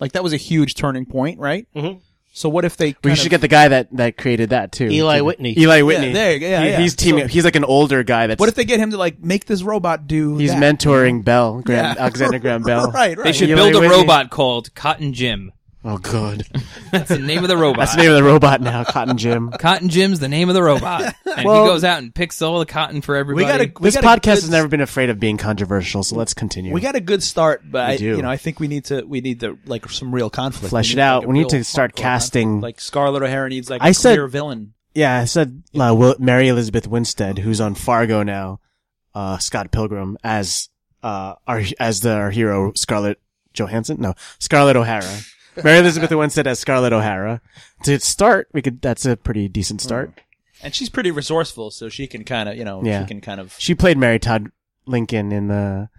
S2: Like that was a huge turning point, right?
S4: Mhm.
S2: So what if they?
S1: We
S2: kind
S1: should
S2: of-
S1: get the guy that that created that too.
S4: Eli Whitney.
S1: Eli Whitney.
S2: there you go. Yeah,
S1: He-
S2: yeah.
S1: He's teaming.
S2: So-
S1: he's like an older guy. That's
S2: What if they get him to like make this robot do?
S1: he's
S2: that?
S1: mentoring Bell, Graham,
S2: Yeah.
S1: Alexander Graham Bell.
S2: Right, right.
S3: They should
S1: Eli
S3: build a
S1: Whitney.
S3: robot called Cotton Jim.
S1: Oh god,
S3: That's the name of the robot.
S1: that's the name of the robot now. Cotton Jim.
S3: Cotton Jim's the name of the robot, and
S1: Well-
S3: he goes out and picks all the cotton for
S2: we
S3: everybody.
S2: got a. We
S1: This
S2: got a
S1: podcast
S2: good,
S1: has never been afraid of being controversial, so let's continue.
S2: We got a good start, but
S1: We
S2: I,
S1: do.
S2: you know, I think we need to. We need to like some real conflict.
S1: Flesh
S2: We
S1: it
S2: need,
S1: out.
S2: like, a
S1: We need
S2: real
S1: to start
S2: hardcore conflict.
S1: casting-
S2: Like Scarlett O'Hara needs like a
S1: I said-
S2: clear villain.
S1: Yeah, I said uh, Will- Mary Elizabeth Winstead, who's on Fargo now, uh, Scott Pilgrim as uh, our as the, our hero Scarlett Johansson. No, Scarlett O'Hara. Mary Elizabeth Winstead as Scarlett O'Hara. To start, we could. That's a pretty decent
S2: Mm.
S1: start.
S2: And she's pretty resourceful, so she can kind of, you know,
S1: Yeah.
S2: she can kind of.
S1: She played Mary Todd Lincoln in the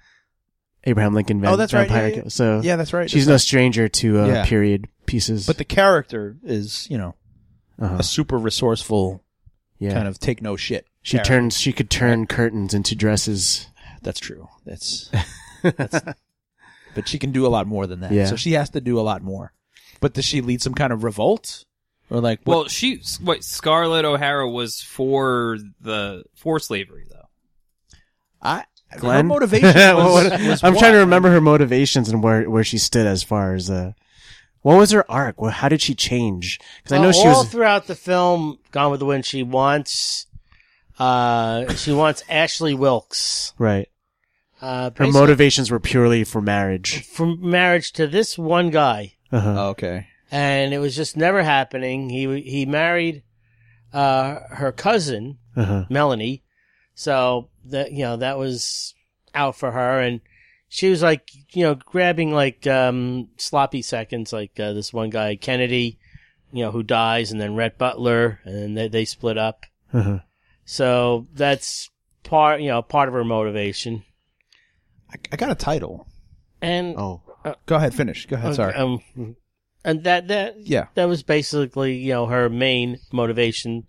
S1: Abraham Lincoln Van-
S2: Oh, that's right.
S1: Vampire
S2: Yeah, yeah.
S1: Kill- So
S2: Yeah, that's right.
S1: she's no stranger to uh,
S2: Yeah.
S1: period pieces.
S2: But the character is, you know,
S1: uh
S2: a super resourceful
S1: yeah.
S2: kind of take no shit
S1: She
S2: Karen.
S1: turns. She could turn curtains into dresses.
S2: That's true. That's, that's but she can do a lot more than that.
S1: Yeah.
S2: So she has to do a lot more. But does she lead some kind of revolt? Or like what-
S3: Well, she what Scarlett O'Hara was for the for slavery though.
S2: I her
S1: Glenn?
S2: motivation was,
S1: What-
S2: was
S1: I'm
S2: what?
S1: trying to remember her motivations and where where she stood as far as uh, what was her arc? Well, how did she change? Because I know
S4: Well,
S1: she
S4: Uh, all
S1: was.
S4: throughout the film Gone with the Wind. She wants, uh, she wants Ashley Wilkes.
S1: Right.
S4: Uh,
S1: Her
S4: basically
S1: motivations were purely for marriage.
S4: from marriage to this one guy,
S1: Uh-huh.
S2: Oh, okay.
S4: and it was just never happening. He he married uh, her cousin
S1: Uh-huh.
S4: Melanie, so that you know that was out for her, and she was like you know grabbing like um, sloppy seconds, like uh, this one guy Kennedy, you know who dies, and then Rhett Butler, and then they they split up.
S1: Uh-huh.
S4: So that's part you know part of her motivation.
S2: I, I got a title.
S4: And
S1: Oh.
S2: Go ahead, finish. Go ahead. Sorry.
S4: um, and that that
S2: yeah.
S4: that was basically you know her main motivation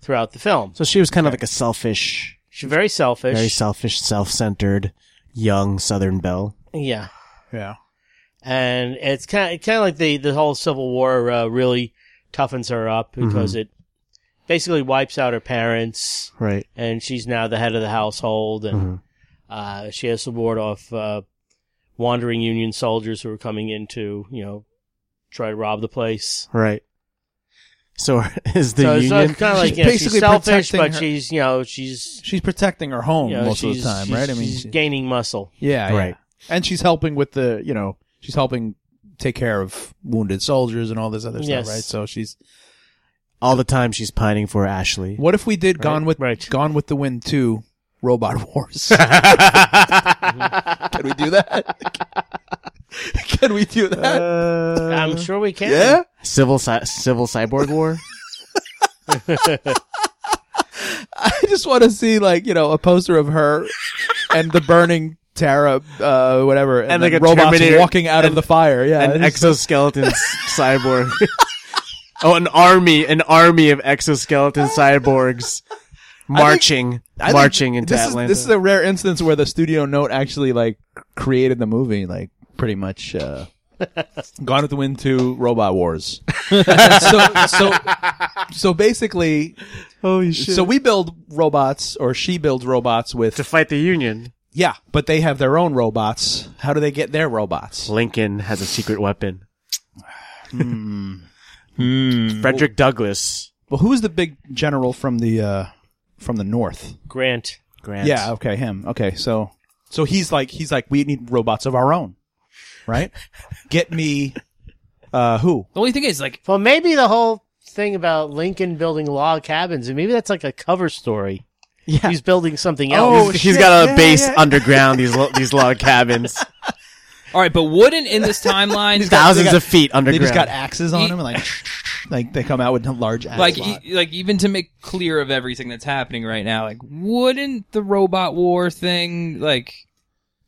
S4: throughout the film.
S1: So she was kind of like a selfish,
S4: She's very selfish.
S1: very selfish, self-centered, young Southern belle.
S4: yeah,
S2: Yeah.
S4: and it's kind of, kind of like the the whole Civil War uh, really toughens her up because it basically wipes out her parents,
S1: Right.
S4: and she's now the head of the household, and
S1: Mhm.
S4: uh, she has to ward off uh, wandering Union soldiers who are coming in to you know try to rob the place.
S1: Right. So is the
S4: so it's
S1: union?
S4: kind of like
S2: She's
S4: you know,
S2: basically
S4: she's selfish,
S2: protecting
S4: but
S2: her-
S4: she's you know she's
S2: She's protecting her home
S4: you know,
S2: most of the
S4: she's-
S2: time,
S4: she's-
S2: right? I mean,
S4: she's
S2: she-
S4: gaining muscle.
S2: yeah, yeah.
S1: Right.
S2: And she's helping with the, you know, she's helping take care of wounded soldiers and all this other
S4: Yes.
S2: stuff, right? So she's
S1: all the time she's pining for Ashley.
S2: What if we did Gone with
S4: right.
S2: Gone with the Wind 2 Robot Wars? Can we do that? Can we do that?
S1: Uh,
S4: I'm sure we can.
S2: Uh-huh. yeah.
S1: Civil cy- civil cyborg war.
S2: I just want to see like, you know, a poster of her and the burning Tara uh whatever and,
S1: And,
S2: then
S1: like, a
S2: robots
S1: Terminator-
S2: walking out of the fire. Yeah.
S1: an
S2: I just-
S1: exoskeleton cyborg. oh, an army, an army of exoskeleton cyborgs marching,
S2: I think
S1: marching into
S2: this
S1: Atlanta.
S2: Is, this is a rare instance where the studio note actually like created the movie, like pretty much. Uh, Gone with the Wind 2 Robot Wars. so, so, so basically,
S1: Holy shit!
S2: so we build robots, or she builds robots
S1: to
S2: with,
S1: fight the Union,
S2: yeah, but they have their own robots. How do they get their robots?
S1: Lincoln has a secret weapon.
S2: Hmm.
S1: Frederick Douglass.
S2: Well, who is the big general from the, uh, from the North?
S4: Grant.
S1: Grant.
S2: Yeah, okay, him. Okay, so so he's like he's like we need robots of our own, right? Get me uh who?
S3: The only thing is like
S4: Well, maybe the whole thing about Lincoln building log cabins, and maybe that's like a cover story.
S1: Yeah.
S4: He's building something
S1: He's-
S4: else.
S2: Oh,
S1: he's
S2: shit,
S1: got a
S2: yeah,
S1: base
S2: yeah.
S1: underground. These lo- these log cabins,
S3: all right, but wouldn't in this timeline
S1: thousands
S2: got-
S1: of feet
S2: They
S1: underground.
S2: just got axes on
S3: He-
S2: him and like like they come out with large axe
S3: like
S2: lot.
S3: e- like even to make clear of everything that's happening right now like wouldn't the robot war thing like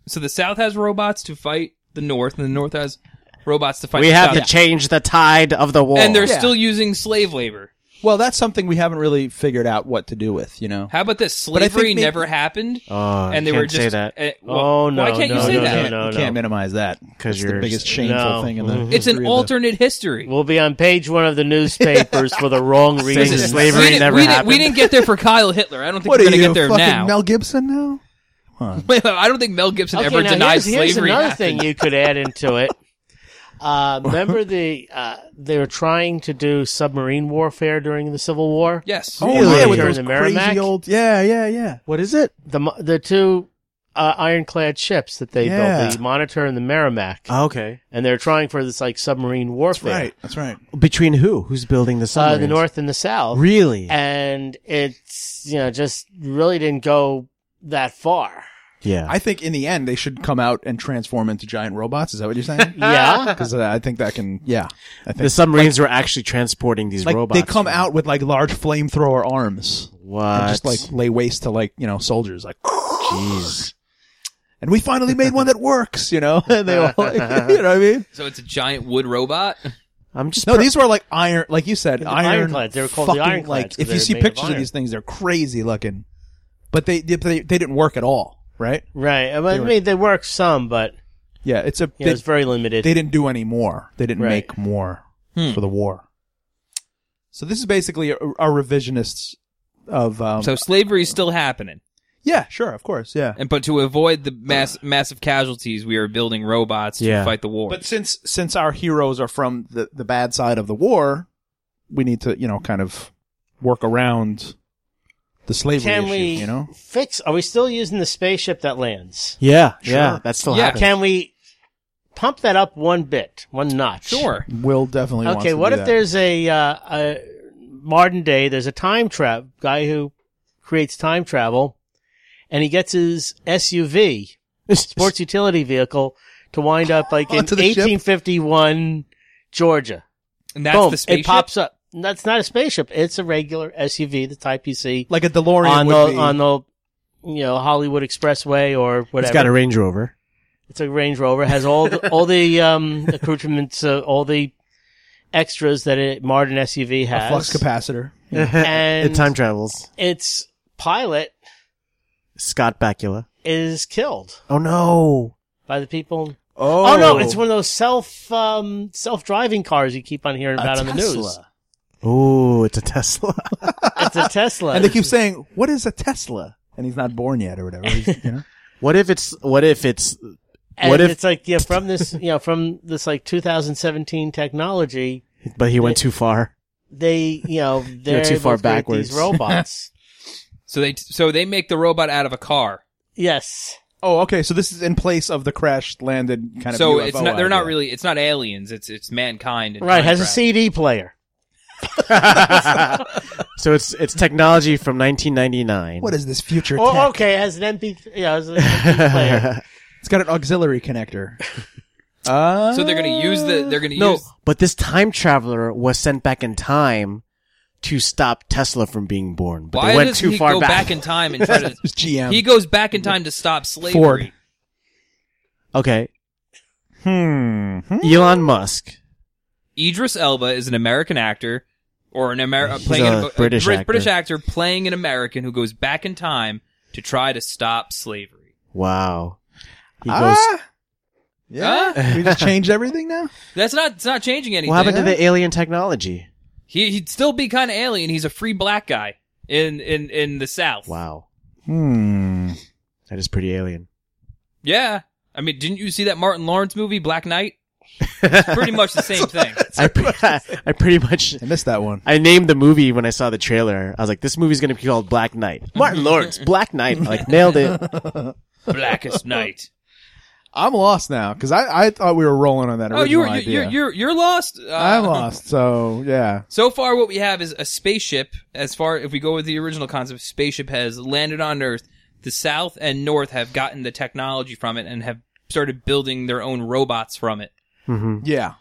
S3: so the south has robots to fight the north and the north has robots to fight
S1: we
S3: the
S1: have to
S3: south
S1: change the tide of the war.
S3: and they're
S2: Yeah.
S3: still using slave labor
S2: Well, that's something we haven't really figured out what to do with, you know.
S3: how about this
S2: I
S3: slavery
S2: think maybe-
S3: never happened
S1: oh,
S3: and they
S1: can't
S3: were just
S1: say that
S3: eh, well,
S4: Oh, no,
S3: why can't you
S4: no,
S3: say
S4: no,
S3: that
S2: You
S4: no,
S2: can't minimize that.
S1: because
S2: It's the
S1: you're
S2: biggest shameful
S4: no. Mm-hmm.
S2: thing in the
S3: it's an
S2: history of the-
S3: alternate history
S4: We'll be on page one of the newspapers for the wrong reason.
S1: Says
S3: we,
S1: slavery
S3: didn't,
S1: never
S3: we, didn't,
S1: happened.
S3: we didn't get there for Kyle Hitler. I don't think
S2: What
S3: we're
S2: are
S3: gonna
S2: you
S3: get there
S2: fucking
S3: now.
S2: Mel Gibson now?
S3: I don't think Mel Gibson
S4: Okay,
S3: ever
S4: now
S3: denied
S4: here's, here's
S3: slavery.
S4: another
S3: happened.
S4: thing you could add into it. Uh, remember the uh, they were trying to do submarine warfare during the Civil War.
S3: Yes.
S1: Really?
S2: Oh, yeah, with
S4: During
S2: those
S4: the Merrimack?
S2: crazy old Yeah, yeah, yeah.
S1: what is it?
S4: The mo- the two uh, ironclad ships that they
S2: Yeah.
S4: built, the Monitor and the Merrimack,
S1: Oh, okay,
S4: and they're trying for this like submarine warfare.
S2: Right, that's right.
S1: between who? Who's building the
S4: uh,
S1: submarines?
S4: the North and the South.
S1: Really?
S4: And it's, you know, just really didn't go that far.
S1: yeah.
S2: I think in the end they should come out and transform into giant robots. Is that what you're saying?
S4: Yeah.
S2: Because uh, I think that can, yeah. I
S1: the
S2: think
S1: submarines were actually transporting these
S2: like
S1: robots.
S2: they come out with like large flamethrower arms
S1: What?
S2: and just like lay waste to like you know soldiers like.
S1: Jeez.
S2: And we finally made one that works, you know. And they all, like, you know what I mean?
S3: So it's a giant wood robot.
S1: I'm just
S2: No, these were like iron, like you said, iron
S4: ironclads. They were called the
S2: fucking,
S4: ironclads
S2: Like
S4: 'cause
S2: if
S4: they
S2: you
S4: were
S2: see
S4: made of
S2: pictures of
S4: iron.
S2: these things, they're crazy looking. but they they they didn't work at all, right?
S4: Right. I mean, I mean, they work some, but
S2: Yeah, it's a they,
S4: you know, it's very limited.
S2: they didn't do any more. They didn't
S4: Right.
S2: make more
S3: Hmm.
S2: for the war. So this is basically our revisionists of um,
S3: So slavery is still happening,
S2: yeah, sure, of course, yeah.
S3: and but to avoid the mass massive casualties, we are building robots to
S1: Yeah.
S3: fight the war.
S2: But since since our heroes are from the the bad side of the war, we need to you know kind of work around the slavery
S4: can
S2: issue.
S4: we
S2: You know,
S4: fix? Are we still using the spaceship that lands?
S1: Yeah,
S2: Sure.
S1: yeah, that's still
S3: Yeah.
S1: happening.
S4: Can we pump that up one bit, one notch?
S3: sure,
S2: Will definitely. wants
S4: Okay.
S2: to
S4: What
S2: do
S4: if
S2: that.
S4: there's a, uh, a modern day? There's a time trap guy who creates time travel, and he gets his SUV, sports utility vehicle, to wind up like in
S2: Onto the ship?
S4: 1851 Georgia.
S3: and that's
S4: Boom!
S3: the spaceship.
S4: It pops up. That's not a spaceship. It's a regular SUV, the Type PC
S2: like a DeLorean
S4: on
S2: would
S4: the
S2: be-
S4: on the you know Hollywood Expressway or whatever.
S1: It's got a Range Rover.
S4: It's a Range Rover. Has all the, all the um, accoutrements, uh, all the extras that a modern SUV
S2: a
S4: has.
S2: flux capacitor.
S4: And-
S1: it time travels.
S4: Its pilot
S1: Scott Bakula.
S4: is killed
S1: Oh no.
S4: by the people. Oh, no! It's one of those self um, self driving cars you keep on hearing about on the news.
S2: Tesla.
S1: Ooh, it's a Tesla.
S4: It's a Tesla.
S2: And they keep saying, "What is a Tesla?" And he's not born yet, or whatever. He's, you know?
S1: what if it's what if it's
S4: And
S1: what if-
S4: it's like yeah, from this you know from this like 2017 technology.
S1: but he went too far.
S4: They you know they're
S1: too
S4: able
S1: far
S4: to create
S1: backwards.
S4: These robots.
S3: so they so they make the robot out of a car.
S4: yes.
S2: Oh, okay. So this is in place of the crash landed kind of.
S3: So
S2: UFO
S3: it's not they're not
S2: idea.
S3: really it's not aliens. It's it's mankind. And
S4: Right,
S3: time
S4: has a
S3: travel.
S4: CD player.
S1: so it's it's technology from 1999.
S2: What is this future?
S4: Oh,
S2: tech?
S4: okay, it has an MP. Yeah, it has an MP player.
S2: It's got an auxiliary connector. uh,
S3: So they're going to use the they're going to
S1: no,
S3: use
S1: but this time traveler was sent back in time to stop Tesla from being born. But
S3: why
S1: they went
S3: does
S1: too
S3: he
S1: far
S3: go
S1: back.
S3: back? in time and try to
S2: It's GM.
S3: he goes back in time to stop slavery.
S2: Ford.
S1: okay,
S2: hmm. hmm.
S1: Elon Musk.
S3: Idris Elba is an American actor or an Amer-
S1: He's
S3: playing
S1: a
S3: an,
S1: British
S3: Brit-
S1: actor.
S3: British actor playing an American who goes back in time to try to stop slavery.
S1: Wow. He goes.
S2: Ah. yeah. we just changed everything now.
S3: That's not it's not changing anything.
S1: What happened to the alien technology?
S3: he he'd still be kind of alien. He's a free black guy in in in the South.
S1: Wow,
S2: Hmm.
S1: that is pretty alien.
S3: Yeah. I mean, didn't you see that Martin Lawrence movie Black Knight? It's pretty much the same thing.
S1: I, pre- I pretty much
S2: I missed that one.
S1: I named the movie when I saw the trailer. I was like, this movie's going to be called Black Knight. Martin Lawrence, Black Knight. Like, nailed it.
S3: Blackest Night.
S2: I'm lost now because I, I thought we were rolling on that
S3: Oh,
S2: original
S3: you were you-
S2: idea.
S3: you're you're you're lost. Uh,
S2: I'm lost. So yeah.
S3: So far, what we have is a spaceship. As far if we go with the original concept, spaceship has landed on Earth. The South and North have gotten the technology from it and have started building their own robots from it.
S1: hmm
S2: Yeah.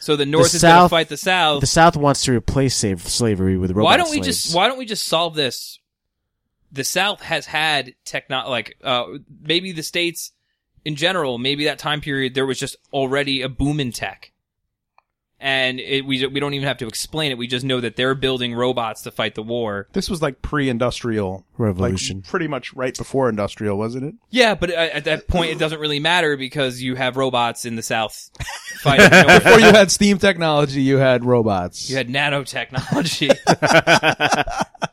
S3: So the North is going to
S1: South-
S3: fight the South.
S1: The South wants to replace save- slavery with robot
S3: Oh. why don't we
S1: slaves.
S3: just Why don't we just solve this? The South has had techno like uh, maybe the states in general. Maybe that time period there was just already a boom in tech. And it, we we don't even have to explain it. We just know that they're building robots to fight the war,
S2: This was like pre-industrial
S1: Revolution.
S2: like pretty much right before industrial, wasn't it?
S3: Yeah, but at, at that point, it doesn't really matter because you have robots in the South fighting. the North.
S2: Before you had steam technology, you had robots.
S3: you had nanotechnology.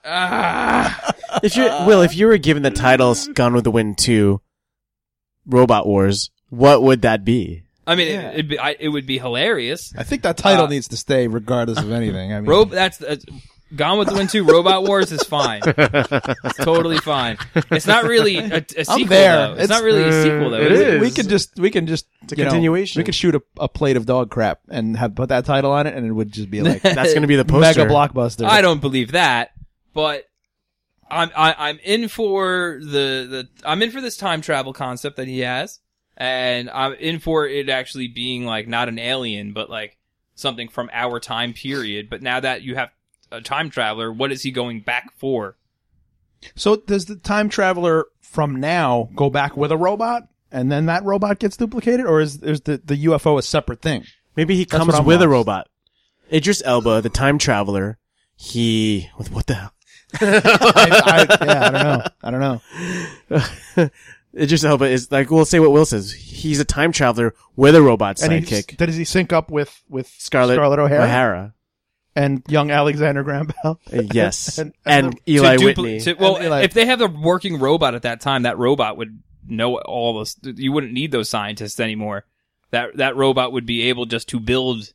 S3: Ah.
S1: If you Will, if you were given the titles Gone with the Wind 2, Robot Wars, what would that be?
S3: I mean,
S2: Yeah.
S3: it, it'd be, I, it would be hilarious.
S2: I think that title
S3: Uh,
S2: needs to stay regardless of anything. I mean,
S3: Rob, that's uh, Gone with the Wind Two. Robot Wars is fine. It's totally fine. It's not really a, a sequel.
S2: there.
S3: Though. It's,
S2: It's- uh,
S3: not really a sequel though.
S1: uh, it
S3: is
S1: is.
S2: we could just we can just
S1: It's a
S2: you know,
S1: continuation.
S2: we could shoot a, a plate of dog crap and have put that title on it, and it would just be like
S1: That's going to be the poster.
S2: mega blockbuster.
S3: I don't believe that, but I'm I, I'm in for the the I'm in for this time travel concept that he has, and I'm in for it actually being like not an alien, but like something from our time period. But now that you have a time traveler, what is he going back for?
S2: So does the time traveler from now go back with a robot, and then that robot gets duplicated, or is is the the UFO a separate thing?
S1: Maybe he
S2: That's
S1: comes
S2: what I'm
S1: with a
S2: lost.
S1: robot. Idris Elba, the time traveler, he, what the hell?
S2: I, I- yeah, I don't know. I don't know.
S1: Idris Elba is like we'll say what Will says. He's a time traveler with a robot
S5: And he-
S1: sidekick,
S5: does he sync up with with
S1: Scarlet,
S5: O'Hara,
S1: O'Hara.
S5: and young Alexander Graham Bell?
S1: Uh, Yes, and,
S5: And- and
S1: Eli
S3: dupli-
S1: Whitney.
S3: to- well,
S5: And Eli-
S3: if they have the working robot at that time, that robot would know all those. You wouldn't need those scientists anymore. That that robot would be able just to build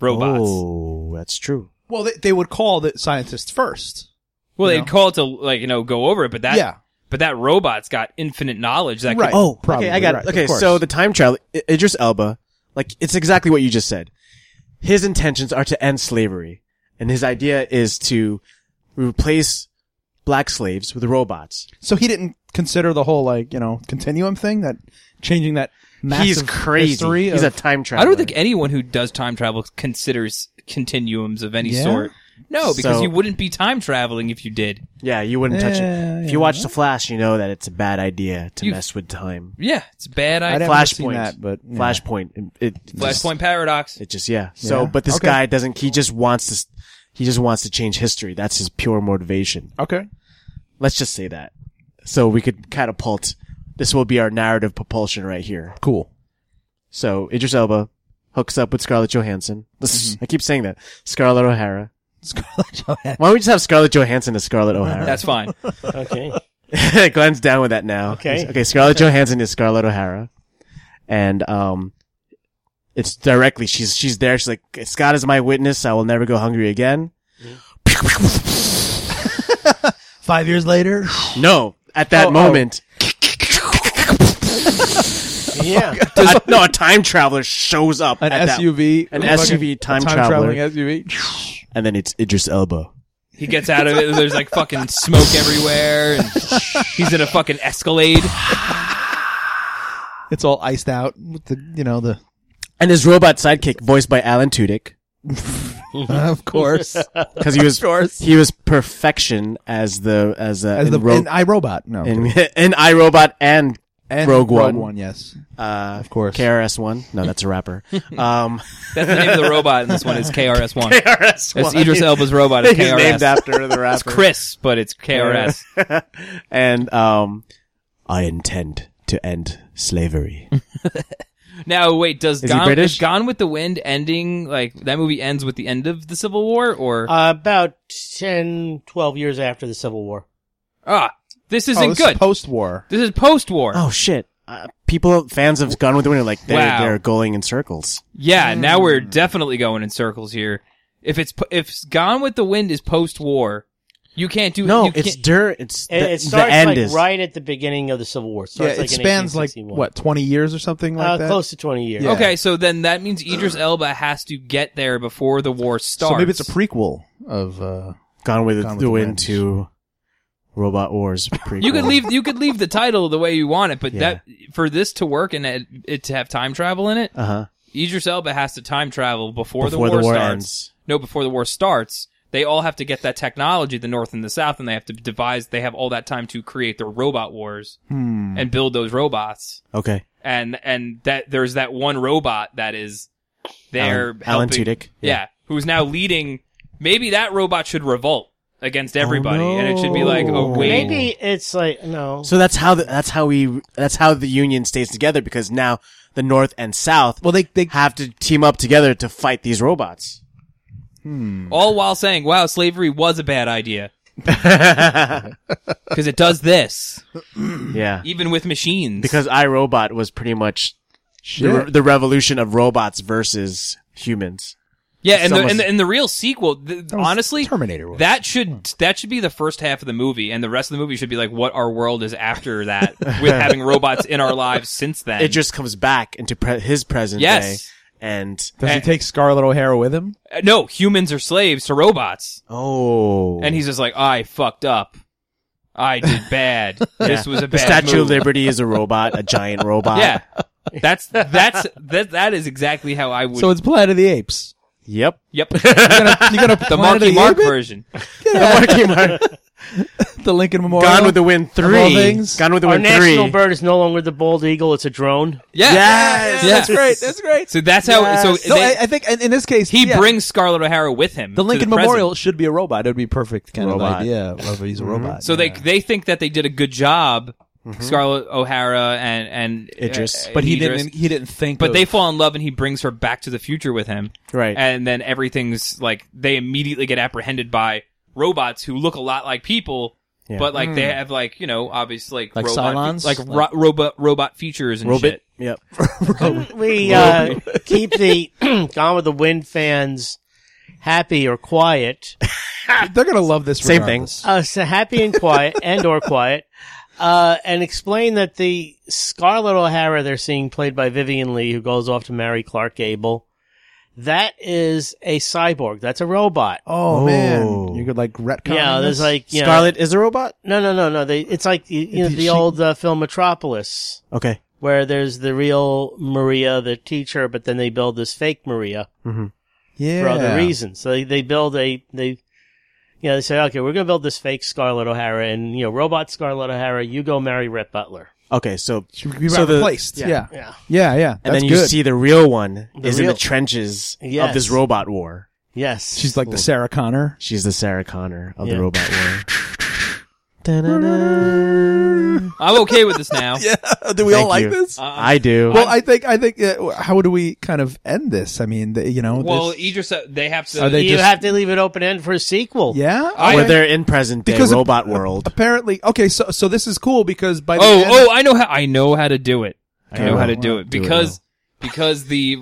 S3: robots.
S1: Oh, that's true.
S2: Well, they, they would call the scientists first.
S3: well,
S2: you
S3: they'd
S2: know.
S3: call it to like you know go over it, but that
S2: yeah.
S3: but that robot's got infinite knowledge. That
S2: Right.
S3: could,
S1: Oh,
S5: Probably,
S1: okay, I got
S5: right,
S1: it. Okay,
S5: of course.
S1: so the time travel, I- Idris Elba, like it's exactly what you just said. His intentions are to end slavery, and his idea is to replace black slaves with robots.
S2: So he didn't consider the whole like you know continuum thing that changing that massive
S1: He's crazy.
S2: history
S1: He's a
S2: of-
S1: time traveler.
S3: I don't think anyone who does time travel considers continuums of any
S2: Yeah?
S3: sort. No, because
S1: So-
S3: you wouldn't be time traveling if you did.
S1: Yeah, you wouldn't touch
S2: Yeah,
S1: it. If
S2: yeah.
S1: you watch The Flash, you know that it's a bad idea to
S3: You-
S1: mess with time.
S3: Yeah, it's a bad
S2: I'd
S3: idea.
S2: have- never seen
S1: Flashpoint,
S2: that, but, yeah.
S1: Flashpoint, it, it just-
S3: Flashpoint paradox.
S1: It just yeah. So,
S2: Yeah.
S1: but this
S2: Okay.
S1: guy doesn't. He just wants to. s- He just wants to change history. That's his pure motivation.
S2: okay.
S1: Let's just say that. So we could catapult. This will be our narrative propulsion right here.
S2: Cool.
S1: So Idris Elba hooks up with Scarlett Johansson. This is-
S2: Mm-hmm.
S1: I keep saying that. Scarlett O'Hara.
S2: Scarlett Johansson.
S1: Why don't we just have Scarlett Johansson as Scarlett O'Hara?
S3: That's fine.
S4: Okay.
S1: Glenn's down with that now.
S4: Okay.
S1: Okay. Scarlett Johansson is Scarlett O'Hara, and um, it's directly she's she's there. She's like, Scott is my witness. I will never go hungry again.
S2: Five years later,
S1: No, at that
S2: Oh, oh.
S1: moment,
S4: Yeah.
S1: a, no, a time traveler shows up
S2: an
S1: at that-
S2: SUV,
S1: an
S2: a
S1: SUV time
S2: time-traveling
S1: traveler.
S2: SUV.
S1: and then it's Idris Elba.
S3: He gets out of it. and There's like fucking smoke everywhere, and he's in a fucking Escalade.
S2: It's all iced out with the you know the
S1: And his robot sidekick, voiced by Alan Tudyk,
S2: of course as
S1: because he was
S2: course.
S1: he was perfection as the as, uh, in
S2: the
S1: Ro-
S2: in iRobot no
S1: in, in iRobot and
S2: And
S1: Rogue One.
S2: yes
S1: uh,
S2: of course
S1: KRS One. No, that's a rapper. um,
S3: That's the name of the robot, and this one is KRS One.
S1: KRS
S3: It's Idris Elba's robot. Is
S1: He's named
S3: KRS.
S1: after the rapper.
S3: Chris, but it's KRS.
S1: and um, I intend to end slavery.
S3: Now, wait, does
S1: Is he
S3: Gone,
S1: British?
S3: is Gone with the Wind ending like that movie ends with the end of the Civil War, or
S1: Uh,
S4: about 10, 12 years after the Civil War.
S3: ah, this isn't
S2: oh, this
S3: good.
S2: is post war
S3: this is post-war.
S1: Oh shit! Uh, people, fans of Gone with the Wind, are like they're
S3: Wow.
S1: they're going in circles.
S3: Yeah, now we're
S1: Hmm.
S3: definitely going in circles here. If it's po- if Gone with the Wind is post-war, you can't do
S1: No,
S3: you
S1: it's
S3: can't-
S1: dirt. It's
S4: It,
S1: the,
S4: it starts
S1: the end
S4: like
S1: is
S4: right at the beginning of the Civil War. It
S2: yeah
S4: starts
S2: it
S4: like in
S2: spans like
S4: 1861.
S2: what twenty years or something like
S4: uh,
S2: that
S4: Close to 20 years.
S2: Yeah.
S3: okay. So then that means Idris Elba has to get there before the war starts.
S2: so maybe it's a prequel of uh
S1: Gone with,
S2: Gone with
S1: the
S2: the
S1: Wind
S2: Wind.
S1: to Robot Wars. Prequel.
S3: You could leave you could leave the title the way you want it, but
S1: Yeah.
S3: that for this to work and it, it to have time travel in it,
S1: uh huh
S3: Idris Elba has to time travel before,
S1: before the war,
S3: starts.
S1: ends.
S3: No, before the war starts. They all have to get that technology, the North and the South, and they have to devise. They have all that time to create their robot wars and build those robots.
S1: Okay,
S3: And and that there's that one robot that is there
S1: Alan, Alan
S3: helping.
S1: Tudyk.
S3: yeah. who's now leading. Maybe that robot should revolt against everybody, and it should be like a
S1: Oh, no.
S3: wave.
S4: Maybe it's like, no.
S1: So that's how the, that's how we that's how the Union stays together because now the North and South
S2: well they they
S1: have to team up together to fight these robots.
S3: all while saying, "Wow, slavery was a bad idea." Because it does this, Mm-hmm.
S1: Yeah,
S3: even with machines.
S1: because iRobot was pretty much the,
S2: shit.
S1: re- the revolution of robots versus humans.
S3: yeah, and the,
S1: almost-
S3: and the and the real sequel, th-
S2: was
S3: honestly,
S2: Terminator was.
S3: That should that should be the first half of the movie, and the rest of the movie should be like what our world is after that, with having robots in our lives since then.
S1: It just comes back into pre- his present day
S3: yes,
S1: and
S2: does he
S3: eh.
S2: take Scarlett O'Hara with him
S3: Uh, no, humans are slaves to robots,
S1: oh,
S3: and he's just like, I fucked up, I did bad. This was a
S1: the
S3: bad
S1: Statue of
S3: move."
S1: Liberty is a robot, a giant robot.
S3: Yeah, that's that's that that is exactly how I would.
S2: so it's Planet of the Apes
S1: Yep.
S3: Yep.
S2: You're gonna, you're gonna
S3: the
S2: Planet of
S3: Monkey Mark
S2: Apes?
S3: version.
S1: Marky Mark.
S2: the Lincoln Memorial.
S1: Gone with the Wind
S2: all
S1: three.
S2: things.
S1: Gone with the
S4: Our
S1: Wind
S4: national
S1: three.
S4: bird is no longer the bald eagle; it's a drone.
S3: Yeah.
S1: Yes.
S3: Yeah.
S2: That's great. That's great.
S3: So that's how. So
S2: no,
S3: they-
S2: I, I think in, in this case
S3: he
S2: yeah.
S3: brings Scarlett O'Hara with him. to
S2: the Lincoln
S3: present.
S2: Memorial should be a robot. It would be perfect kind
S1: Robot.
S2: of
S1: Mm-hmm.
S2: idea. Of he's a robot.
S3: So they they think that they did a good job, Scarlett O'Hara and and
S1: Idris.
S3: uh,
S2: Mm-hmm. but he
S3: Idris.
S2: didn't. He didn't think.
S3: But
S2: of-
S3: they fall in love, and he brings her back to the future with him.
S1: Right.
S3: And then everything's like they immediately get apprehended by robots who look a lot like people, but like they have like you know obviously like,
S2: Like
S3: robot
S2: Cylons?
S3: like,
S2: Like-
S3: ro- robot robot features and
S1: Robot.
S3: shit.
S1: Yep.
S2: Oh.
S4: Couldn't we uh, keep the Gone with the Wind fans happy or quiet?
S2: they're gonna love this.
S1: Same
S2: regardless.
S4: Uh, so happy and quiet, and or quiet, uh, and explain that the Scarlett O'Hara they're seeing, played by Vivian Lee, who goes off to marry Clark Gable, that is a cyborg. That's a robot.
S2: Oh,
S1: Oh.
S2: man, you could like retcon.
S4: yeah, there's
S2: this?
S4: like you know-
S1: Scarlet is a robot.
S4: No, no, no, no. They, it's like you, you know,
S2: Did
S4: the
S2: she-
S4: old uh, film Metropolis,
S1: Okay.
S4: where there's the real Maria, the teacher, but then they build this fake Maria
S2: yeah.
S4: for other reasons. So they, they build a they. You know, they say, okay, we're going to build this fake Scarlett O'Hara, and you know, robot Scarlett O'Hara, you go marry Rhett Butler.
S1: Okay. So
S2: She could be
S1: So the-
S2: replaced.
S1: yeah.
S2: yeah,
S4: Yeah.
S2: yeah, yeah.
S1: and
S2: That's
S1: then you
S2: good.
S1: see the real one
S4: The
S1: is in
S4: real-
S1: the trenches of
S4: Yes.
S1: this robot war.
S4: Yes.
S2: she's like the Sarah Connor.
S1: She's the Sarah Connor of
S4: Yeah.
S1: the robot war. Da-da-da.
S3: I'm okay with this now.
S2: Do we
S1: Thank you.
S3: Uh,
S1: I do.
S2: Well, I think I think uh, how do we kind of end this? I mean, the, you know,
S3: Well,
S2: this,
S3: Idris, uh, they have to.
S2: Are they
S4: you
S2: just-
S4: have to leave it open end for a sequel.
S2: yeah.
S3: I-
S2: Okay.
S1: Where they're in present day
S2: Because of-
S1: robot world.
S2: apparently okay. So so this is cool because by the
S3: oh,
S2: end,
S3: oh, I know how. I know how to do it. I
S1: Okay,
S3: know how
S1: well,
S3: to do
S1: well,
S3: it
S1: do it
S3: because because the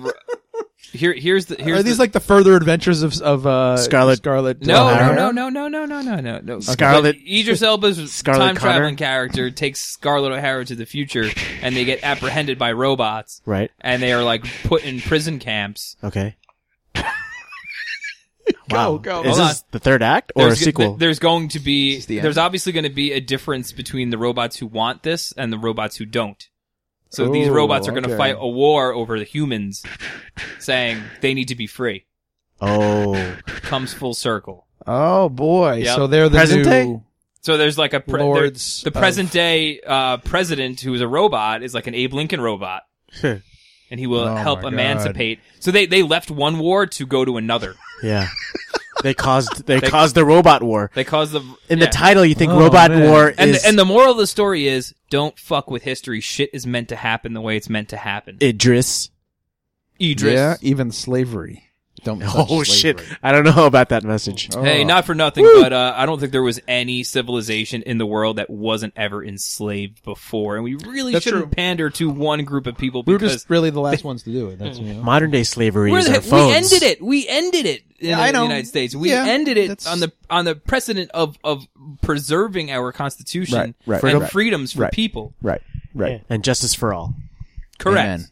S3: here here's the here's
S2: are these
S3: the,
S2: like the further adventures of of uh,
S1: Scarlet-
S2: Scarlet?
S3: no
S1: O'Hara?
S3: no no no no no no no no
S1: Scarlet-
S3: Like, Idris Elba's
S1: Scarlet
S3: time traveling
S1: Connor?
S3: character takes Scarlet O'Hara to the future, and they get apprehended by robots,
S1: Right.
S3: and they are like put in prison camps.
S1: Okay. wow.
S2: go.
S1: Is
S3: Hold
S1: this the third act or
S3: There's,
S1: a sequel?
S3: th- there's going to be
S2: This is the end.
S3: there's obviously going to be a difference between the robots who want this and the robots who don't. So these
S2: Oh,
S3: robots are going to
S2: okay.
S3: fight a war over the humans, saying they need to be free.
S1: oh.
S3: Comes full circle.
S2: Oh boy.
S3: Yep.
S2: So they're the
S1: Present
S2: new
S1: day?
S3: So there's like a pre- there-
S2: Lords
S3: the
S2: of-
S3: present day uh, president who is a robot is like an Abe Lincoln robot, and he will
S2: Oh,
S3: help
S2: my God.
S3: emancipate. So they they left one war to go to another.
S1: yeah. They caused they
S3: They-
S1: caused the robot war.
S3: They caused the
S1: In
S3: yeah.
S1: the title, you think
S2: Oh,
S1: robot
S2: man.
S1: war
S3: And
S1: is
S3: the, and the moral of the story is don't fuck with history. Shit is meant to happen the way it's meant to happen.
S1: Idris.
S3: Idris.
S2: Yeah, even slavery. Don't touch
S1: Oh shit!
S2: slavery.
S1: I don't know about that message.
S3: Hey,
S2: Oh.
S3: not for nothing, but uh, I don't think there was any civilization in the world that wasn't ever enslaved before, and we really
S2: That's
S3: shouldn't
S2: true.
S3: pander to one group of people
S2: We were
S3: because
S2: just really the last ones to do it. That's you know.
S1: Modern day slavery
S3: Where
S1: is
S3: the
S1: our
S3: heck- we
S1: phones.
S3: ended it. We ended it in
S2: Yeah,
S3: the
S2: I know.
S3: United States. We
S2: Yeah,
S3: ended it
S2: that's-
S3: on the on the precedent of of preserving our constitution
S2: Right, right,
S3: and
S2: right.
S3: freedoms for
S2: Right.
S3: people.
S2: Right. Right.
S1: and justice for all.
S3: Correct.
S2: Amen.